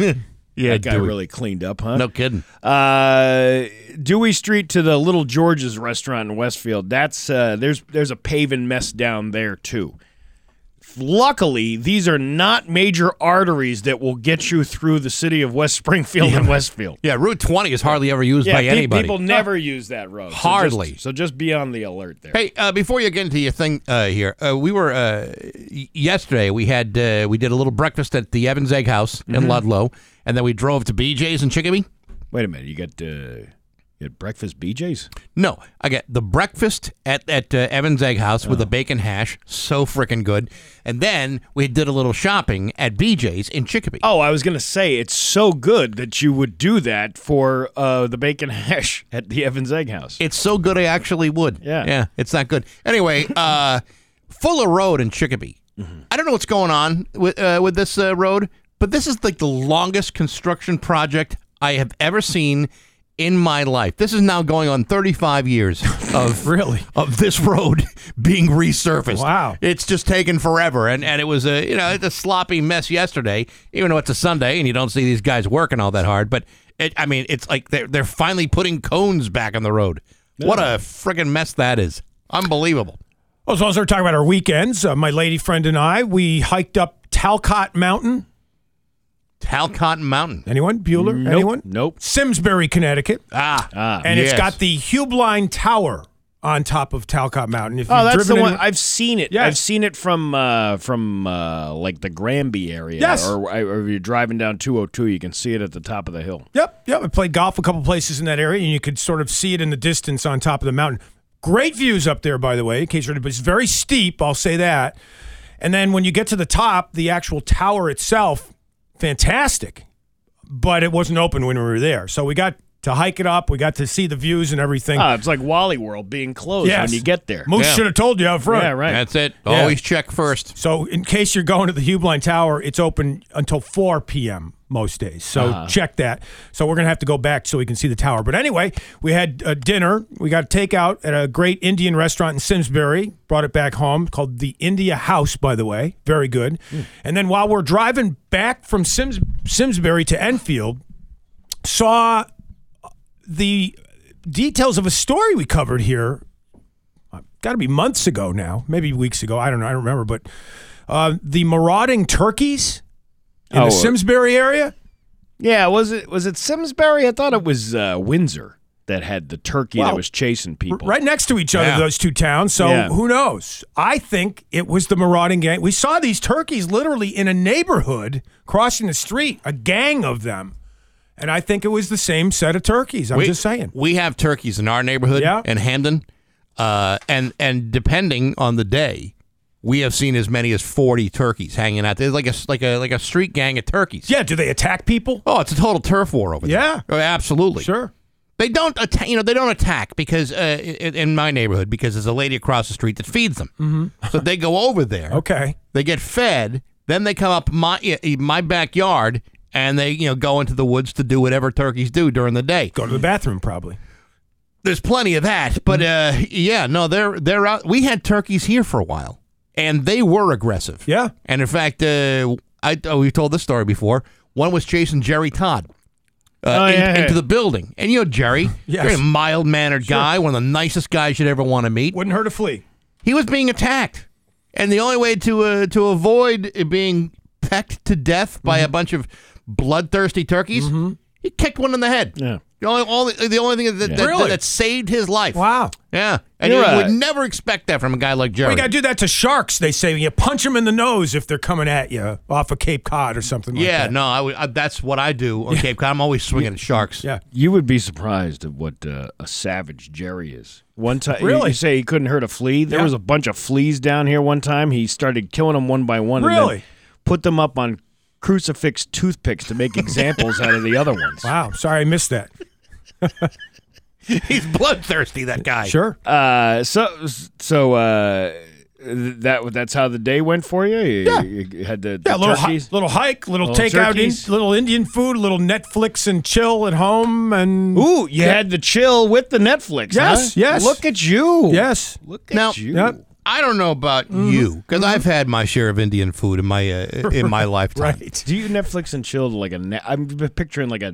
Speaker 1: Yeah,
Speaker 3: that guy
Speaker 1: Dewey.
Speaker 3: really cleaned up, huh?
Speaker 1: No kidding.
Speaker 3: Uh, Dewey Street to the Little George's restaurant in Westfield. That's uh, there's there's a paving mess down there too. Luckily, these are not major arteries that will get you through the city of West Springfield and Westfield.
Speaker 1: Yeah, Route 20 is hardly ever used by
Speaker 3: pe-
Speaker 1: anybody.
Speaker 3: People never use that road. So just-
Speaker 1: Hardly.
Speaker 3: So just, be on the alert there.
Speaker 1: Hey, uh, before you get into your thing uh, here, uh, we were uh, y- yesterday. We had uh, we did a little breakfast at the Evans Egg House in
Speaker 3: Mhm.
Speaker 1: Ludlow, and then we drove to BJ's in Chicopee.
Speaker 3: Wait a minute. You got uh, you got breakfast BJ's?
Speaker 1: No, I got the breakfast at at uh, Evans Egg House
Speaker 3: Oh.
Speaker 1: with a bacon hash, so freaking good. And then we did a little shopping at BJ's in Chicopee.
Speaker 3: Oh, I was gonna say it's so good that you would do that for uh, the bacon hash at the Evans Egg House.
Speaker 1: It's so good I actually would.
Speaker 3: Yeah.
Speaker 1: Yeah, it's not good. Anyway, uh, Fuller Road in Chicopee. I don't know what's going on with uh, with this uh, road, but this is like the longest construction project I have ever seen in my life. This is now going on 35 years of
Speaker 2: really
Speaker 1: of this road being resurfaced.
Speaker 2: Wow.
Speaker 1: It's just taken forever and and it was a you know, it's a sloppy mess yesterday, even though it's a Sunday and you don't see these guys working all that hard, but it, I mean, it's like they're they're finally putting cones back on the road. What a friggin' mess that is. Unbelievable.
Speaker 2: Well, as long as we're talking about our weekends, uh, my lady friend and I, we hiked up Talcott Mountain.
Speaker 1: Talcott Mountain.
Speaker 2: Anyone? Bueller?
Speaker 3: Nope.
Speaker 2: Anyone?
Speaker 3: Nope.
Speaker 2: Simsbury, Connecticut.
Speaker 1: Ah.
Speaker 2: and
Speaker 3: yes.
Speaker 2: it's got the Hubline Tower on top of Talcott Mountain. If
Speaker 3: Oh,
Speaker 2: you've
Speaker 3: that's the
Speaker 2: driven
Speaker 3: one.
Speaker 2: in-
Speaker 3: I've seen it.
Speaker 2: Yes.
Speaker 3: I've seen it from uh, from uh, like the Granby area.
Speaker 2: Yes.
Speaker 3: Or, or if you're driving down 202, you can see it at the top of the hill.
Speaker 2: Yep, yep. I played golf a couple places in that area, and you could sort of see it in the distance on top of the mountain. Great views up there, by the way, in case you're. But it's very steep. I'll say that. And then when you get to the top, the actual tower itself, fantastic. But it wasn't open when we were there, so we got to hike it up. We got to see the views and everything.
Speaker 3: Ah, it's like Wally World being closed
Speaker 2: Yes.
Speaker 3: when you get there.
Speaker 2: Moose
Speaker 1: Yeah.
Speaker 2: should have told you up front.
Speaker 3: Yeah, right.
Speaker 1: That's it.
Speaker 2: Yeah.
Speaker 1: Always check first.
Speaker 2: So, in case you're going to the Hubline Tower, it's open until 4 p.m. most days. So, check that. So, we're going to have to go back so we can see the tower. But anyway, we had uh, dinner. We got takeout at a great Indian restaurant in Simsbury. Brought it back home called the India House, by the way. Very good. And then while we're driving back from Sims- Simsbury to Enfield, saw the details of a story we covered here got to be months ago now, maybe weeks ago. I don't know. I don't remember. But uh, the marauding turkeys in
Speaker 3: Oh, uh,
Speaker 2: the Simsbury area.
Speaker 3: Yeah. Was it was it Simsbury? I thought it was uh, Windsor that had the turkey that
Speaker 2: Well,
Speaker 3: was chasing people.
Speaker 2: Right next to each other,
Speaker 3: Yeah.
Speaker 2: those two towns. So
Speaker 3: Yeah.
Speaker 2: who knows? I think it was the marauding gang. We saw these turkeys literally in a neighborhood crossing the street, a gang of them. And I think it was the same set of turkeys. I'm
Speaker 1: we,
Speaker 2: just saying.
Speaker 1: We have turkeys in our neighborhood
Speaker 2: Yeah.
Speaker 1: in Hamden. Uh, and and depending on the day, we have seen as many as forty turkeys hanging out. there, like a like a like a street gang of turkeys.
Speaker 2: Yeah, do they attack people?
Speaker 1: Oh, it's a total turf war over there.
Speaker 2: Yeah.
Speaker 1: Oh, absolutely.
Speaker 2: Sure.
Speaker 1: They don't attack. You know, they don't attack because uh, i- in my neighborhood because there's a lady across the street that feeds them. Mm-hmm. so they go over there.
Speaker 2: Okay.
Speaker 1: They get fed. Then they come up my i- my backyard and they you know go into the woods to do whatever turkeys do during the day.
Speaker 2: Go to the bathroom, probably.
Speaker 1: There's plenty of that, but uh,
Speaker 3: Mm-hmm.
Speaker 1: yeah, no, they're they're out. We had turkeys here for a while, and they were aggressive.
Speaker 2: Yeah.
Speaker 1: And in fact, uh, I oh, we've told this story before. One was chasing Jerry Todd uh,
Speaker 3: Oh,
Speaker 1: in-
Speaker 3: yeah, yeah.
Speaker 1: into the building, and you know Jerry,
Speaker 2: Yes.
Speaker 1: very mild mannered guy, one of the nicest guys you'd ever want to meet.
Speaker 2: Wouldn't hurt a flea.
Speaker 1: He was being attacked, and the only way to uh, to avoid it being pecked to death by
Speaker 2: Mm-hmm.
Speaker 1: a bunch of bloodthirsty turkeys, he kicked one in the head. Yeah. The only, all the, the only thing that, that,
Speaker 2: Really?
Speaker 1: that saved his life.
Speaker 2: Wow.
Speaker 1: Yeah. And you
Speaker 2: You're a-
Speaker 1: would never expect that from a guy like Jerry.
Speaker 2: We got to do that to sharks. They say you punch them in the nose if they're coming at you off of Cape Cod or something. like
Speaker 1: yeah,
Speaker 2: that.
Speaker 1: no, I would- I- that's what I do on Cape Cod. I'm always swinging at sharks.
Speaker 2: Yeah.
Speaker 3: You would be surprised at what uh, a savage Jerry is. One time, you-
Speaker 1: Really?
Speaker 3: you say he couldn't hurt a flea. There
Speaker 1: Yeah.
Speaker 3: was a bunch of fleas down here one time. He started killing them one by one. and then
Speaker 2: Really?
Speaker 3: put them up on crucifix toothpicks to make examples out of the other ones.
Speaker 2: Wow. Sorry, I missed that.
Speaker 1: He's bloodthirsty, that guy.
Speaker 3: Uh, so so uh, th- that that's how the day went for you. You, yeah. you had the, the
Speaker 2: Yeah, little, hi-
Speaker 3: turkeys?
Speaker 2: little hike, little, takeout, in,
Speaker 3: turkeys?
Speaker 2: little Indian food, little Netflix and chill at home, and
Speaker 3: Ooh, you had the chill with the Netflix.
Speaker 2: Yes,
Speaker 3: huh?
Speaker 2: yes.
Speaker 3: Look at you.
Speaker 2: Yes.
Speaker 3: Look at
Speaker 1: Now,
Speaker 3: you.
Speaker 1: I don't know about
Speaker 2: Mm-hmm.
Speaker 1: you because I've had my share of Indian food in my uh, in my lifetime.
Speaker 3: Do you Netflix and chill to like a? Na- I'm picturing like a,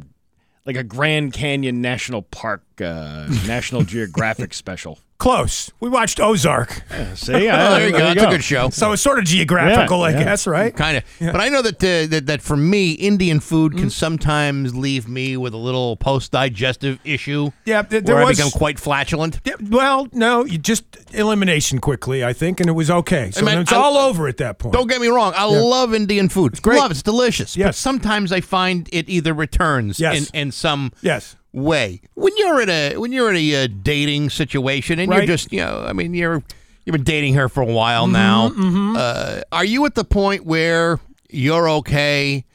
Speaker 3: like a Grand Canyon National Park, uh, National Geographic special.
Speaker 2: Close. We watched Ozark.
Speaker 3: see? I- Oh, there you there go. you That's a go. good show.
Speaker 2: So it's sort of geographical,
Speaker 1: Yeah,
Speaker 2: I
Speaker 1: yeah.
Speaker 2: guess, right?
Speaker 1: Kind of. But I know that, uh, that that for me, Indian food
Speaker 2: Mm-hmm.
Speaker 1: can sometimes leave me with a little post-digestive issue.
Speaker 2: Yeah, th- there
Speaker 1: where
Speaker 2: was-
Speaker 1: I become quite flatulent.
Speaker 2: Yeah, well, no, you just elimination quickly, I think, and it was okay. So
Speaker 1: I mean,
Speaker 2: it's
Speaker 1: I-
Speaker 2: all over at that point.
Speaker 1: Don't get me wrong. I
Speaker 2: Yeah.
Speaker 1: love Indian food. It's great. Love it. It's delicious. But
Speaker 2: Yes.
Speaker 1: sometimes I find it either returns
Speaker 2: Yes.
Speaker 1: in, in some
Speaker 2: Yes.
Speaker 1: way. When you're in a when you're in a uh, dating situation and
Speaker 2: Right. Mm-hmm,
Speaker 1: you're just you know I mean you're you've been dating her for a while now. Uh, are you at the point where you're okay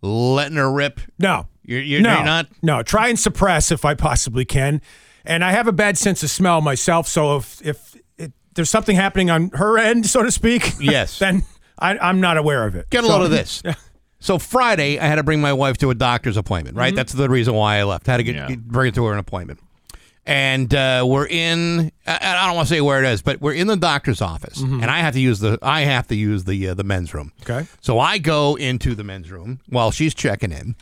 Speaker 1: letting her rip?
Speaker 2: No.
Speaker 1: You're, you're,
Speaker 2: no,
Speaker 1: you're not.
Speaker 2: No, try and suppress if I possibly can. And I have a bad sense of smell myself, so if if it, there's something happening on her end, so to speak,
Speaker 1: Yes.
Speaker 2: then I, I'm not aware of it.
Speaker 1: Get a
Speaker 2: So-
Speaker 1: load of this. So Friday, I had to bring my wife to a doctor's appointment. Right, that's the reason why I left. Had to get, get- bring it to her an appointment, and uh, we're in. I, I don't want to say where it is, but we're in the doctor's office, and I have to use the I have to use the uh, the men's room.
Speaker 2: Okay.
Speaker 1: So I go into the men's room while she's checking in,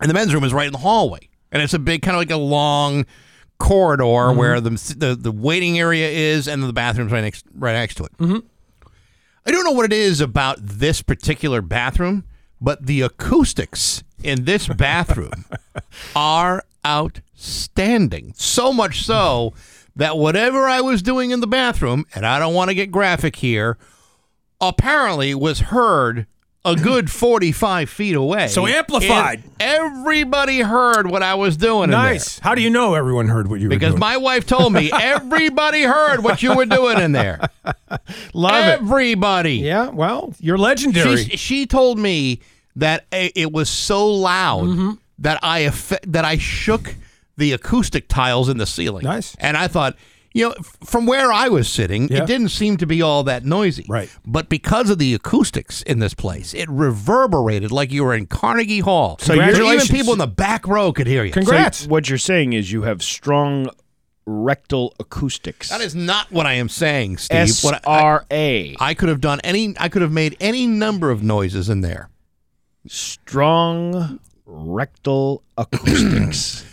Speaker 1: and the men's room is right in the hallway, and it's a big kind of like a long corridor where the, the the waiting area is, and the bathroom's right next right next to it. I don't know what it is about this particular bathroom, but the acoustics in this bathroom are outstanding. So much so that whatever I was doing in the bathroom, and I don't want to get graphic here, apparently was heard a good 45 feet away.
Speaker 2: So amplified.
Speaker 1: And everybody heard what I was doing in there.
Speaker 2: Nice. How do you know everyone heard what you were
Speaker 1: Because
Speaker 2: doing?
Speaker 1: my wife told me everybody heard what you were doing in there.
Speaker 2: Love it.
Speaker 1: everybody.
Speaker 2: Yeah, well, you're legendary.
Speaker 1: She, she told me that i- it was so loud
Speaker 3: Mm-hmm.
Speaker 1: that I affe- that I shook the acoustic tiles in the ceiling.
Speaker 2: Nice.
Speaker 1: And I thought, you know, f- from where I was sitting,
Speaker 2: Yeah.
Speaker 1: it didn't seem to be all that noisy.
Speaker 2: Right.
Speaker 1: But because of the acoustics in this place, it reverberated like you were in Carnegie Hall.
Speaker 3: So you're-
Speaker 1: even
Speaker 3: Congratulations.
Speaker 1: people in the back row could hear you.
Speaker 2: Congrats.
Speaker 3: So what you're saying is you have strong rectal acoustics.
Speaker 1: That is not what I am saying, Steve.
Speaker 3: S
Speaker 1: What I-
Speaker 3: R A.
Speaker 1: I could have done any. I could have made any number of noises in there.
Speaker 3: Strong rectal acoustics.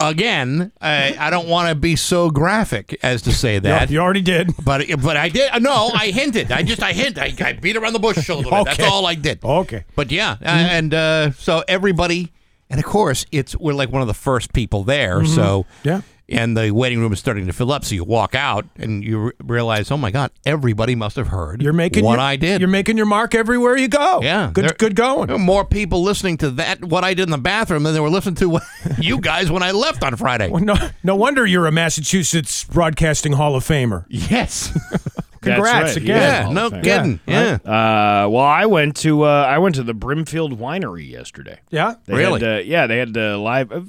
Speaker 1: again, I, I don't want to be so graphic as to say that.
Speaker 2: Yeah, you already did.
Speaker 1: but but I did no I hinted I just I hint I, I beat around the bush a little bit that's
Speaker 2: Okay. Oh. Mm-hmm.
Speaker 1: all I did
Speaker 2: Okay.
Speaker 1: but yeah uh, and uh, so everybody and of course it's we're like one of the first people there so
Speaker 2: Mm-hmm. Yeah.
Speaker 1: and the waiting room is starting to fill up so you walk out and you re- realize oh my god everybody must have heard
Speaker 2: You're making
Speaker 1: what
Speaker 2: your,
Speaker 1: I did
Speaker 2: You're making your mark everywhere you go.
Speaker 1: yeah there- Oh,
Speaker 2: Good good going.
Speaker 1: there were more people listening to that what I did in the bathroom than they were listening to what you guys when I left on Friday
Speaker 2: Well, no, no wonder you're a Massachusetts Broadcasting Hall of Famer.
Speaker 1: yes.
Speaker 2: Congrats
Speaker 3: right,
Speaker 2: again.
Speaker 1: Yeah,
Speaker 3: Hall
Speaker 1: no
Speaker 3: of Fame.
Speaker 1: kidding. Yeah.
Speaker 3: Uh, well, I went to uh, I went to the Brimfield Winery yesterday.
Speaker 2: Yeah?
Speaker 3: They
Speaker 1: Really?
Speaker 3: had, uh, yeah, they had uh, live. Uh,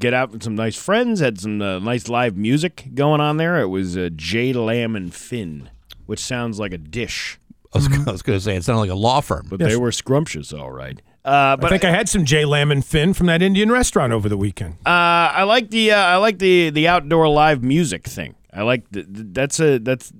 Speaker 3: get out with some nice friends. Had some uh, nice live music going on there. It was uh, J Lamb and Finn, which sounds like a dish,
Speaker 1: I was,
Speaker 2: Mm-hmm.
Speaker 1: I was going to say it sounded like a law firm.
Speaker 3: but they were scrumptious, all right. Uh,
Speaker 2: I
Speaker 3: but
Speaker 2: think I had some Jay Lamb and Finn from that Indian restaurant over the weekend.
Speaker 3: Uh, I like the uh, I like the the outdoor live music thing. I like th- th- that's a that's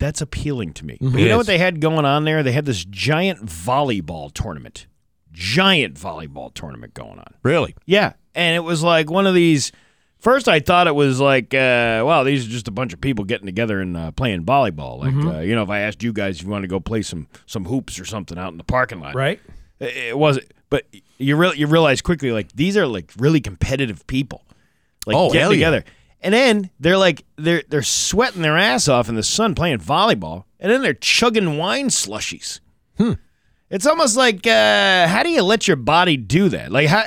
Speaker 3: that's appealing to me. But you
Speaker 1: It
Speaker 3: know
Speaker 1: is.
Speaker 3: what they had going on there? They had this giant volleyball tournament, giant volleyball tournament going on.
Speaker 1: Really?
Speaker 3: Yeah, and it was like one of these First, I thought it was like, uh, wow, these are just a bunch of people getting together and uh, playing volleyball. Like,
Speaker 1: Mm-hmm.
Speaker 2: Mhm.
Speaker 3: uh, you know, if I asked you guys if you want to go play some some hoops or something out in the parking lot,
Speaker 2: Right.
Speaker 3: It, it wasn't, but you real you realize quickly, like these are like really competitive people, like
Speaker 1: Oh,
Speaker 3: getting
Speaker 1: hell yeah.
Speaker 3: together. And then they're like they're they're sweating their ass off in the sun playing volleyball, and then they're chugging wine slushies. It's almost like uh, how do you let your body do that? Like how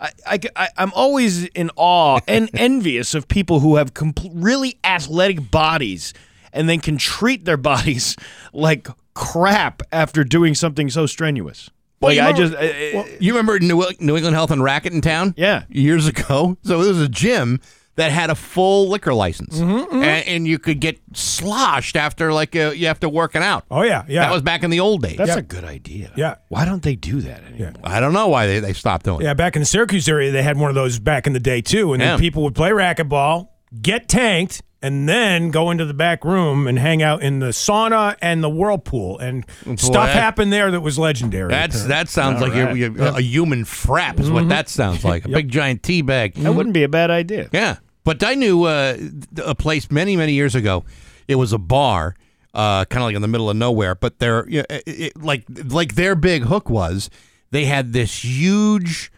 Speaker 3: I, I, I I'm always in awe and envious of people who have compl- really athletic bodies and then can treat their bodies like crap after doing something so strenuous. like I just I- I-
Speaker 1: uh, you remember New, New England Health and Racket in town?
Speaker 3: Yeah,
Speaker 1: years ago. So it was a gym that had a full liquor license,
Speaker 2: Mm-hmm,
Speaker 1: And, and you could get sloshed after like uh, you after working out.
Speaker 2: Oh yeah, yeah.
Speaker 1: That was back in the old days.
Speaker 3: that's a good idea.
Speaker 2: Yeah.
Speaker 3: Why don't they do that anymore?
Speaker 1: I don't know why they, they stopped doing it.
Speaker 2: Yeah, back in the Syracuse area, they had one of those back in the day too, and
Speaker 1: Yeah.
Speaker 2: then people would play racquetball, get tanked, and then go into the back room and hang out in the sauna and the whirlpool, and stuff
Speaker 1: that-
Speaker 2: happened there that was legendary.
Speaker 1: That's that sounds
Speaker 2: All
Speaker 1: like you're-
Speaker 2: right. Mm-hmm.
Speaker 1: you're- a human frap is what that sounds like. A big giant tea bag.
Speaker 3: That wouldn't be a bad idea.
Speaker 1: Yeah, but I knew uh, th- a place many many years ago. It was a bar, uh, kind of like in the middle of nowhere. But their you know, it, it- like like their big hook was they had this huge.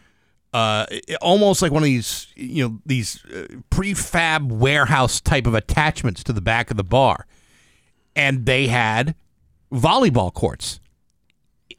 Speaker 1: Uh, it- almost like one of these, you know, these uh, prefab warehouse type of attachments to the back of the bar, and they had volleyball courts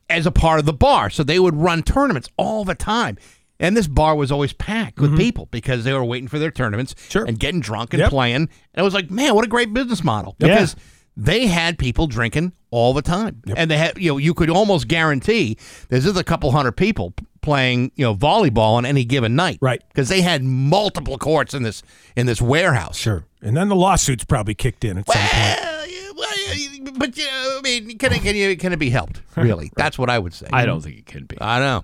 Speaker 1: as a part of the bar. So they would run tournaments all the time. And this bar was always packed with people because they were waiting for their tournaments and getting drunk and
Speaker 2: Mm-hmm. Yep.
Speaker 1: playing. And I was like, man, what a great business model.
Speaker 2: Yeah.
Speaker 1: Because they had people drinking all the time. And they had, you know, you could almost guarantee there's just a couple hundred people p- playing, you know, volleyball on any given night. Right. Because they had multiple courts in this in this warehouse.
Speaker 2: Sure. And then the lawsuits probably kicked in at some point.
Speaker 1: But you know, I mean, can it can you can it be helped? Really, that's what I would say.
Speaker 3: I don't think it can be.
Speaker 1: I know.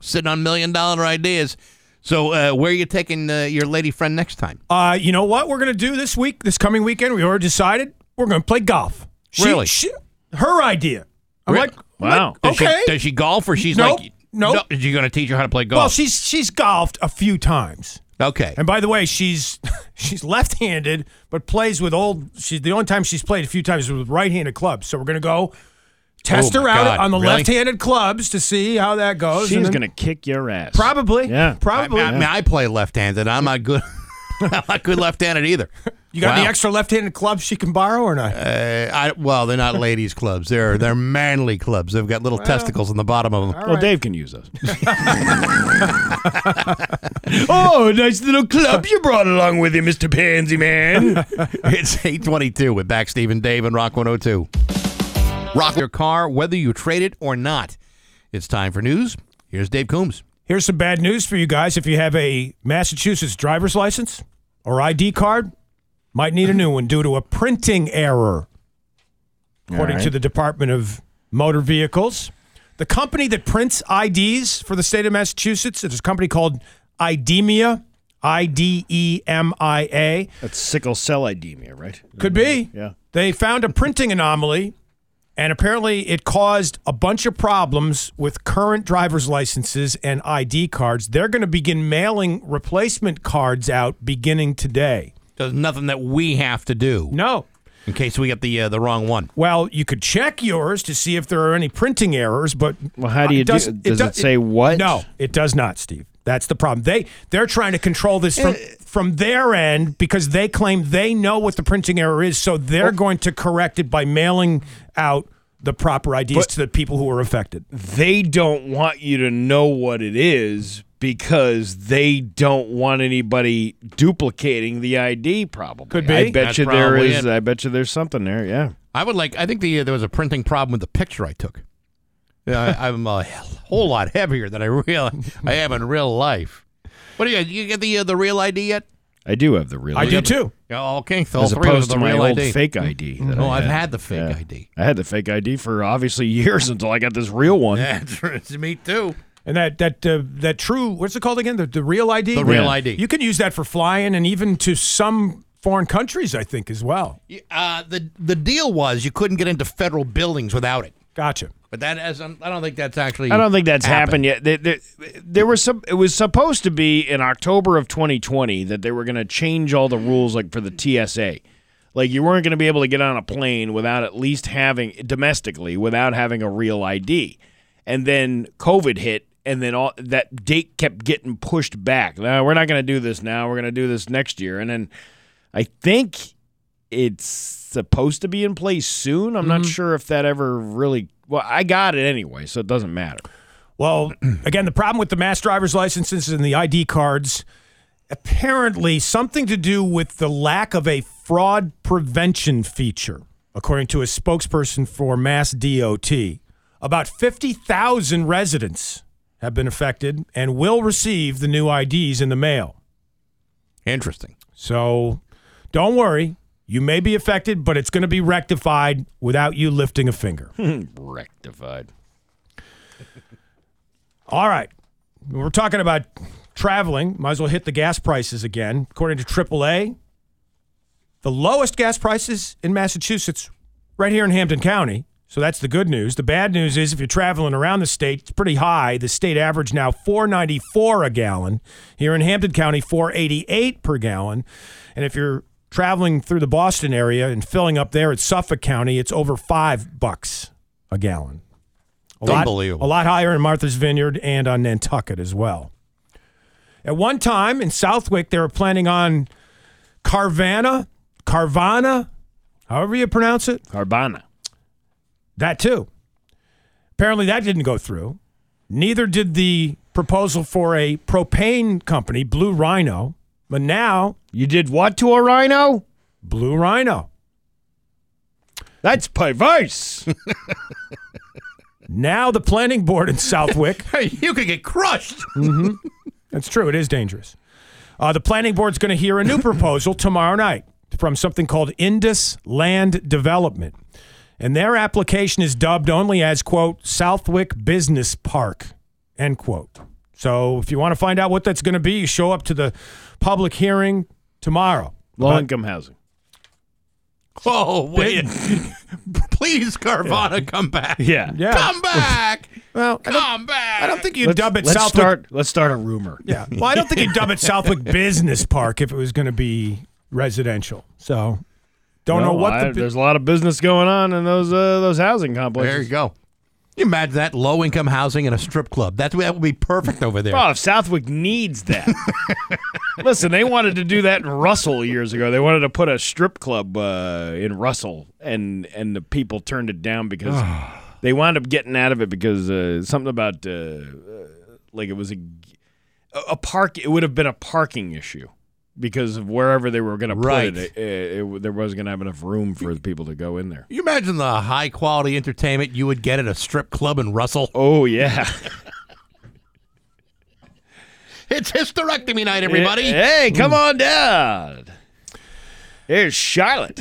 Speaker 1: Sitting on million dollar ideas. So uh, where are you taking uh, your lady friend next time?
Speaker 2: Uh, you know what we're gonna do this week, this coming weekend? We already decided we're gonna play golf. She,
Speaker 1: Really?
Speaker 2: she- her idea. I'm like, I'm Like,
Speaker 1: Does
Speaker 2: okay.
Speaker 1: She, does she golf or she's
Speaker 2: Nope,
Speaker 1: like
Speaker 2: nope.
Speaker 1: No, you're going to teach her how to play golf.
Speaker 2: Well, she's she's golfed a few times.
Speaker 1: Okay.
Speaker 2: And by the way, she's she's left-handed, but plays with old. She's the only time she's played a few times is with right-handed clubs. So we're gonna go test
Speaker 3: Oh,
Speaker 2: her
Speaker 3: my
Speaker 2: out
Speaker 3: God,
Speaker 2: on the
Speaker 3: really?
Speaker 2: left-handed clubs to see how that goes.
Speaker 3: She's
Speaker 2: and
Speaker 3: gonna
Speaker 2: then-
Speaker 3: kick your ass.
Speaker 2: Oh, probably
Speaker 3: Yeah.
Speaker 2: probably.
Speaker 1: I, I mean, I play left-handed. I'm not good. I'm not good left-handed either.
Speaker 2: you got any
Speaker 1: Wow.
Speaker 2: extra left-handed clubs she can borrow or not?
Speaker 1: Uh, I, well, they're not ladies' clubs. They're they're manly clubs. They've got little testicles in the bottom of them.
Speaker 3: Well, Dave can use those.
Speaker 1: oh, nice little club you brought along with you, Mr. Pansy Man. it's 822 with back Steve and Dave and Rock 102. Rock your car, whether you trade it or not. It's time for news. Here's Dave Coombs.
Speaker 2: Here's some bad news for you guys. If you have a Massachusetts driver's license or ID card, might need a new one due to a printing error. According
Speaker 3: All
Speaker 2: to
Speaker 3: right.
Speaker 2: the Department of Motor Vehicles, the company that prints IDs for the state of Massachusetts is a company called IDEMIA, I D E M I A.
Speaker 3: That's sickle cell edema, right?
Speaker 2: Could be.
Speaker 3: Yeah.
Speaker 2: They found a printing anomaly, and apparently it caused a bunch of problems with current driver's licenses and ID cards. They're going to begin mailing replacement cards out beginning today.
Speaker 1: There's nothing that we have to do.
Speaker 2: No.
Speaker 1: In case we get the uh, the wrong one.
Speaker 2: Well, you could check yours to see if there are any printing errors, but
Speaker 3: Well, how do you
Speaker 2: it does,
Speaker 3: do? Does it, say what?
Speaker 2: No, it does not, Steve. That's the problem. They they're trying to control this from
Speaker 3: Eh.
Speaker 2: from their end because they claim they know what the printing error is, so they're
Speaker 3: Oh.
Speaker 2: going to correct it by mailing out the proper IDs
Speaker 3: But-
Speaker 2: to the people who are affected.
Speaker 3: They don't want you to know what it is because they don't want anybody duplicating the ID. Probably
Speaker 2: Could be.
Speaker 3: I bet
Speaker 1: That's
Speaker 3: you there
Speaker 1: probably
Speaker 3: is.
Speaker 1: it.
Speaker 3: I bet you there's something there. Yeah.
Speaker 1: I would like. I think the uh, there was a printing problem with the picture I took. Yeah, I, I'm a whole lot heavier than I real I am in real life. What do you? You get the uh, the real ID yet?
Speaker 3: I do have the real.
Speaker 1: I do
Speaker 3: ID.
Speaker 1: too. Yeah, all King, all
Speaker 3: As
Speaker 1: three of us
Speaker 3: opposed
Speaker 1: have the
Speaker 3: to my
Speaker 1: real
Speaker 3: old
Speaker 1: ID.
Speaker 3: fake ID. that
Speaker 1: Oh,
Speaker 3: I
Speaker 1: I've
Speaker 3: had.
Speaker 1: had the fake
Speaker 3: Yeah.
Speaker 1: ID.
Speaker 3: I had the fake ID for obviously years until I got this real one.
Speaker 1: That's me too.
Speaker 2: And that that uh, that true what's it called again? The, the real ID.
Speaker 1: The real Yeah. ID.
Speaker 2: You can use that for flying and even to some foreign countries, I think, as well.
Speaker 1: Uh, the the deal was you couldn't get into federal buildings without it.
Speaker 2: Gotcha.
Speaker 1: But that as I don't think that's actually.
Speaker 3: I don't think that's happened, yet. There, there, there was some. It was supposed to be in October of 2020 that they were going to change all the rules, like for the TSA. Like you weren't going to be able to get on a plane without at least having domestically without having a real ID. And then COVID hit, and then all that date kept getting pushed back. No, we're not going to do this now. We're going to do this next year. And then I think it's supposed to be in place soon. I'm not sure if that ever really. Well, I got it anyway, so it doesn't matter.
Speaker 2: Well, again, the problem with the mass driver's licenses and the ID cards apparently something to do with the lack of a fraud prevention feature, according to a spokesperson for Mass DOT. About 50,000 residents have been affected and will receive the new IDs in the mail.
Speaker 1: Interesting.
Speaker 2: So don't worry. You may be affected, but it's going to be rectified without you lifting a finger.
Speaker 3: Rectified.
Speaker 2: All right. We're talking about traveling. Might as well hit the gas prices again. According to AAA, the lowest gas prices in Massachusetts right here in Hampton County. So that's the good news. The bad news is if you're traveling around the state, it's pretty high. The state average now 4.94 a gallon. Here in Hampton County 4.88 per gallon. And if you're traveling through the Boston area and filling up there at Suffolk County, it's over 5 bucks a gallon. A lot-
Speaker 1: Unbelievable.
Speaker 2: a lot higher in Martha's Vineyard and on Nantucket as well. At one time in Southwick, they were planning on Carvana, Carvana, however you pronounce it.
Speaker 3: Carvana.
Speaker 2: That too. Apparently, that didn't go through. Neither did the proposal for a propane company, Blue Rhino. But now.
Speaker 3: You did what to a rhino?
Speaker 2: Blue Rhino.
Speaker 3: That's perverse.
Speaker 2: now the planning board in Southwick.
Speaker 1: Hey, you could get crushed.
Speaker 2: hmm That's true. It is dangerous. Uh, the planning board's going to hear a new proposal tomorrow night from something called Indus Land Development. And their application is dubbed only as, quote, Southwick Business Park, end quote. So if you want to find out what that's going to be, you show up to the public hearing tomorrow.
Speaker 3: Low income housing.
Speaker 1: Oh wait! Please, Carvana, come back.
Speaker 3: Yeah.
Speaker 2: Yeah.
Speaker 1: come back.
Speaker 2: Well,
Speaker 1: come back.
Speaker 2: I don't think you
Speaker 3: Let's-
Speaker 2: dub it
Speaker 3: let's
Speaker 2: Southwick.
Speaker 3: Start, let's start a rumor.
Speaker 2: Yeah. Well, I don't think you'd dub it Southwick Business Park if it was going to be residential. So don't know
Speaker 3: No,
Speaker 2: what
Speaker 3: I-
Speaker 2: the. bu-
Speaker 3: there's a lot of business going on in those uh, those housing complexes.
Speaker 1: There you go. Can you imagine that low income housing in a strip club? That's that would be perfect over there.
Speaker 3: Oh, if Southwick needs that. Listen, they wanted to do that in Russell years ago. They wanted to put a strip club uh, in Russell, and and the people turned it down because they wound up getting out of it because uh, something about uh, uh, like it was a a park. It would have been a parking issue because of wherever they were going to
Speaker 1: Right.
Speaker 3: put it, it, it, there wasn't going to have enough room for the people to go in there.
Speaker 1: you imagine the high quality entertainment you would get at a strip club in Russell?
Speaker 3: Oh yeah,
Speaker 1: It's hysterectomy night, everybody.
Speaker 3: Hey, come on down. Here's Charlotte.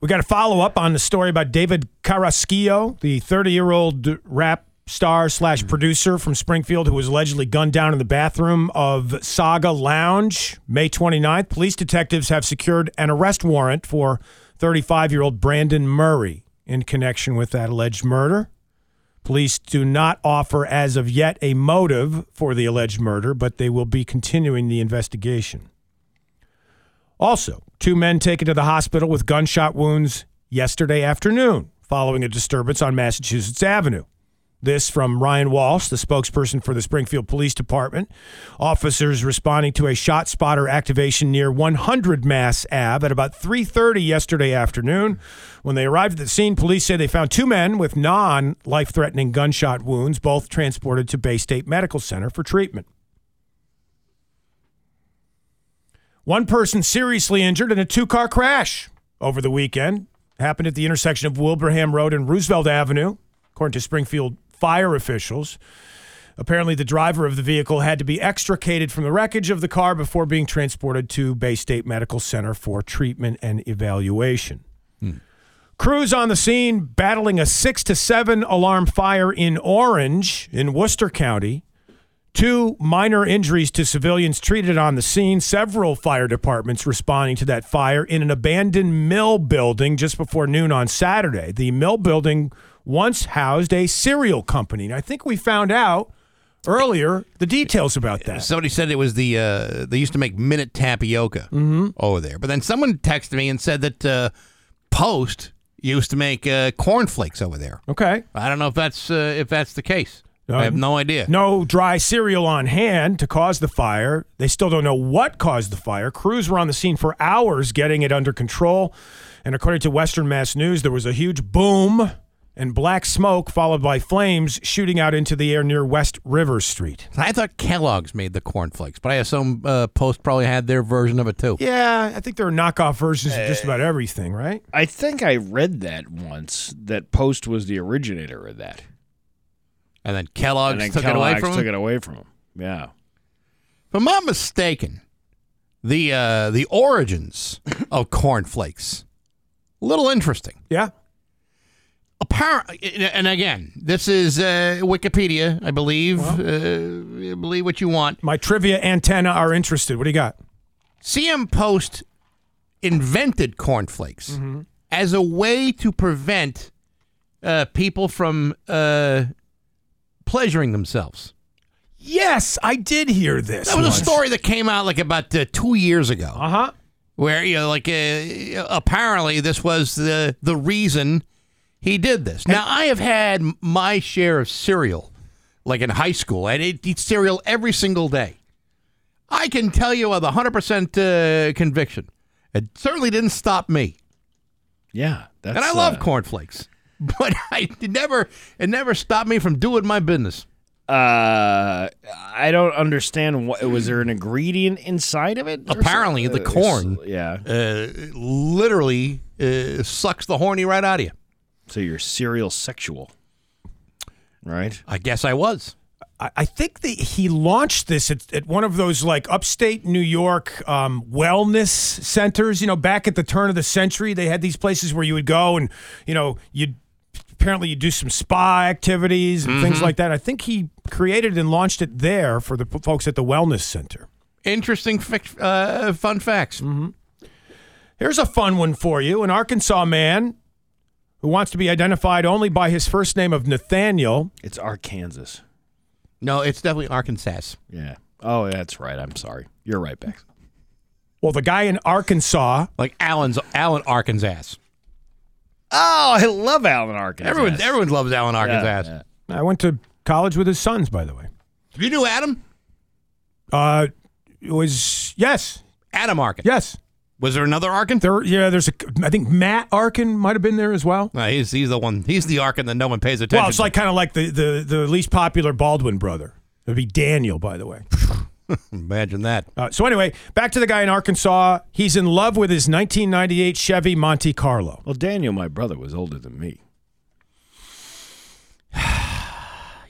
Speaker 2: We got to follow up on the story about David Carrasquillo, the 30 year old rap star slash producer from Springfield who was allegedly gunned down in the bathroom of Saga Lounge May 29th. Police detectives have secured an arrest warrant for 35 year old Brandon Murray in connection with that alleged murder. Police do not offer, as of yet, a motive for the alleged murder, but they will be continuing the investigation. Also, two men taken to the hospital with gunshot wounds yesterday afternoon following a disturbance on Massachusetts Avenue. This from Ryan Walsh, the spokesperson for the Springfield Police Department. Officers responding to a shot spotter activation near 100 Mass Ave at about 3:30 yesterday afternoon. When they arrived at the scene, police say they found two men with non-life-threatening gunshot wounds, both transported to Bay State Medical Center for treatment. One person seriously injured in a two car crash over the weekend. Happened at the intersection of Wilbraham Road and Roosevelt Avenue, according to Springfield fire officials. Apparently, the driver of the vehicle had to be extricated from the wreckage of the car before being transported to Bay State Medical Center for treatment and evaluation. Crews on the scene battling a six to seven alarm fire in Orange in Worcester County. Two minor injuries to civilians treated on the scene. Several fire departments responding to that fire in an abandoned mill building just before noon on Saturday. The mill building once housed a cereal company. And I think we found out earlier the details about that.
Speaker 1: Somebody said it was the uh, they used to make minute tapioca over there, but then someone texted me and said that uh, Post used to make uh, cornflakes over there.
Speaker 2: Okay,
Speaker 1: I don't know if that's uh, if that's the case. I have no idea.
Speaker 2: No dry cereal on hand to cause the fire. They still don't know what caused the fire. Crews were on the scene for hours getting it under control. And according to Western Mass News, there was a huge boom and black smoke followed by flames shooting out into the air near West River Street.
Speaker 1: I thought Kellogg's made the cornflakes, but I assume uh, Post probably had their version of it too.
Speaker 2: Yeah, I think there are knockoff versions of just about everything, right?
Speaker 3: I think I read that once that Post was the originator of that.
Speaker 1: And then Kellogg's
Speaker 3: and then
Speaker 1: Oh, took it
Speaker 3: Kellogg's
Speaker 1: away from
Speaker 3: took
Speaker 1: him?
Speaker 3: it away from him. Yeah.
Speaker 1: If I'm not mistaken, the uh, the origins of cornflakes, a little interesting.
Speaker 2: Yeah.
Speaker 1: Apparently, and again, this is uh, Wikipedia, I believe. uh, believe what you want.
Speaker 2: My trivia antenna are interested. What do you got?
Speaker 1: CM Post invented cornflakes as a way to prevent uh, people from uh, pleasuring themselves.
Speaker 2: Yes, I did hear this.
Speaker 1: That was
Speaker 2: once.
Speaker 1: a story that came out like about uh, two years ago. Uh
Speaker 3: Uh-huh.
Speaker 2: huh.
Speaker 1: Where you know, like uh, apparently this was the the reason he did this. Now I have had my share of cereal, like in high school, and it eat cereal every single day. I can tell you with hundred percent uh, conviction, it certainly didn't stop me.
Speaker 3: Yeah. That's,
Speaker 1: and I
Speaker 3: uh,
Speaker 1: love cornflakes, but I it never it never stopped me from doing my business.
Speaker 3: Uh, I don't understand what was there an ingredient inside of it? or
Speaker 1: Apparently, the
Speaker 3: something?
Speaker 1: corn,
Speaker 3: yeah,
Speaker 1: uh, literally uh, sucks the horny right out of you.
Speaker 3: So you're serial sexual, right?
Speaker 1: I guess I was.
Speaker 2: I I think that he launched this at, at one of those like upstate New York um, wellness centers. You know, back at the turn of the century, they had these places where you would go and you know you apparently you do some spa activities and things
Speaker 1: Mhm.
Speaker 2: like that. I think he created and launched it there for the p- folks at the wellness center.
Speaker 1: Interesting fic- uh, fun facts.
Speaker 2: Here's a fun one for you: an Arkansas man who wants to be identified only by his first name of Nathaniel.
Speaker 3: It's Arkansas.
Speaker 1: No, it's definitely Arkansas.
Speaker 3: Yeah. Oh, that's right. I'm sorry. You're right, Bex.
Speaker 2: Well, the guy in Arkansas
Speaker 1: Like Allen's Allen Arkansas.
Speaker 3: Oh, I love Alan Arkansas.
Speaker 1: Everyone everyone loves Allen Arkansas.
Speaker 3: yeah.
Speaker 2: I went to college with his sons, by the way.
Speaker 1: You knew Adam?
Speaker 2: Uh, it was yes,
Speaker 1: Adam Arkin.
Speaker 2: yes.
Speaker 1: Was there another Arkin?
Speaker 2: There, yeah. There's a. I think Matt Arkin might have been there as well.
Speaker 1: No, he's he's the one. He's the Arkin that no one pays attention.
Speaker 2: Well, it's
Speaker 1: to.
Speaker 2: like kind of like the, the the least popular Baldwin brother. It'd be Daniel, by the way.
Speaker 1: imagine that.
Speaker 2: Uh, so anyway, back to the guy in Arkansas. He's in love with his 1998 Chevy Monte Carlo.
Speaker 3: Well, Daniel, my brother, was older than me.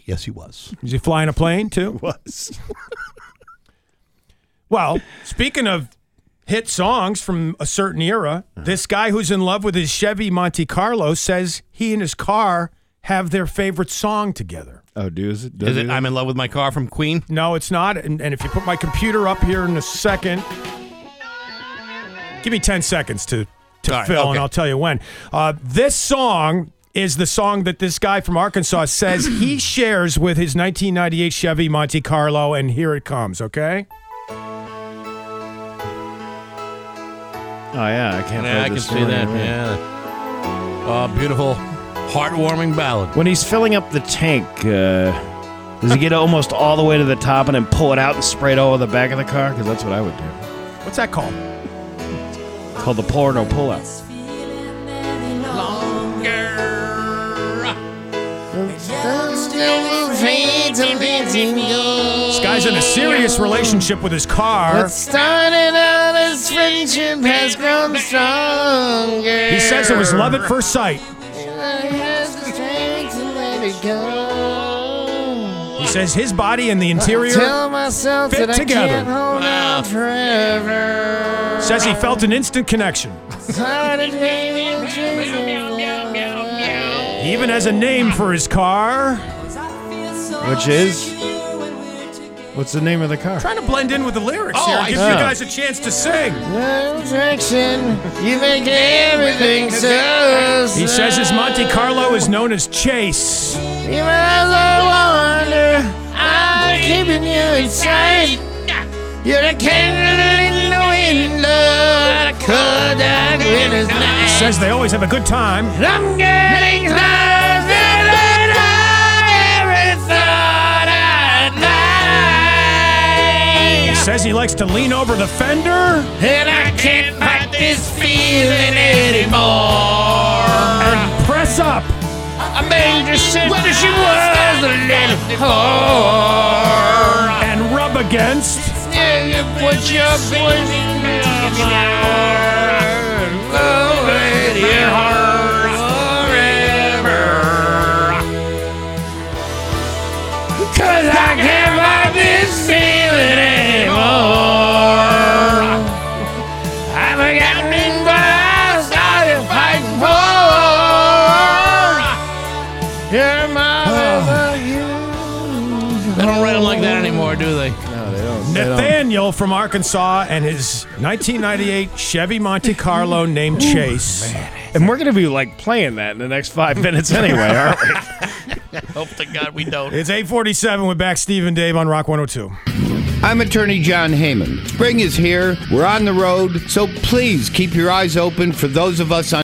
Speaker 1: Yes, he was.
Speaker 2: Is he flying a plane too?
Speaker 3: Was
Speaker 2: Well, speaking of hit songs from a certain era, this guy who's in love with his Chevy Monte Carlo says he and his car have their favorite song together.
Speaker 3: oh, do is it? Does
Speaker 1: Is
Speaker 3: he?
Speaker 1: it I'm in love with my car from Queen?
Speaker 2: No, it's not. And, and if you put my computer up here in a second, give me 10 seconds to, to
Speaker 1: All right,
Speaker 2: fill, and
Speaker 1: okay.
Speaker 2: I'll tell you when. Uh, this song is the song that this guy from Arkansas says he shares with his 1998 Chevy Monte Carlo, and here it comes, okay?
Speaker 3: Oh yeah, I can't.
Speaker 1: Yeah, I
Speaker 3: play
Speaker 1: can
Speaker 3: this
Speaker 1: see
Speaker 3: one,
Speaker 1: that.
Speaker 3: yeah.
Speaker 1: Yeah. Oh, beautiful, heartwarming ballad.
Speaker 3: When he's filling up the tank, uh, does he get almost all the way to the top and then pull it out and spray it all over the back of the car? Because that's what I would do.
Speaker 2: What's that called?
Speaker 3: It's called the porno pullout.
Speaker 2: This guy's in a serious relationship with his car. He says it was love at first sight. He says his body and the interior fit together.
Speaker 1: Wow.
Speaker 2: Says he felt an instant connection. He even has a name for his car.
Speaker 3: Which is?
Speaker 22: What's the name of the car?
Speaker 2: Trying to blend in with the lyrics
Speaker 22: Oh,
Speaker 2: here.
Speaker 22: I
Speaker 2: Give
Speaker 22: see.
Speaker 2: you guys a chance to sing.
Speaker 3: No traction. You make everything so
Speaker 2: He says his Monte Carlo is known as Chase.
Speaker 3: You might as well wonder. I'm keeping you inside. You're the candle in the window. at a cold dark winter's night.
Speaker 2: Says they always have a good time.
Speaker 3: I'm getting closer than I ever thought I'd like.
Speaker 2: He says he likes to lean over the fender.
Speaker 3: And I can't fight this feeling anymore.
Speaker 2: And press up.
Speaker 3: I made her sit whether she was a little whore.
Speaker 2: And rub against.
Speaker 3: Yeah, you put your poison in my heart. Go in your heart forever. Cause I can't fight this feeling anymore. I've forgotten what I started fighting for. You're my
Speaker 1: They don't write them like that anymore, do they?
Speaker 22: No, they don't.
Speaker 2: Nathaniel from Arkansas and his 1998 Chevy Monte Carlo named Chase.
Speaker 22: And we're going to be like playing that in the next five minutes anyway, aren't we?
Speaker 1: Hope to God we don't.
Speaker 2: It's 847 with back Steve and Dave on Rock 102.
Speaker 14: I'm attorney John Heyman. Spring is here, we're on the road, so please keep your eyes open for those of us on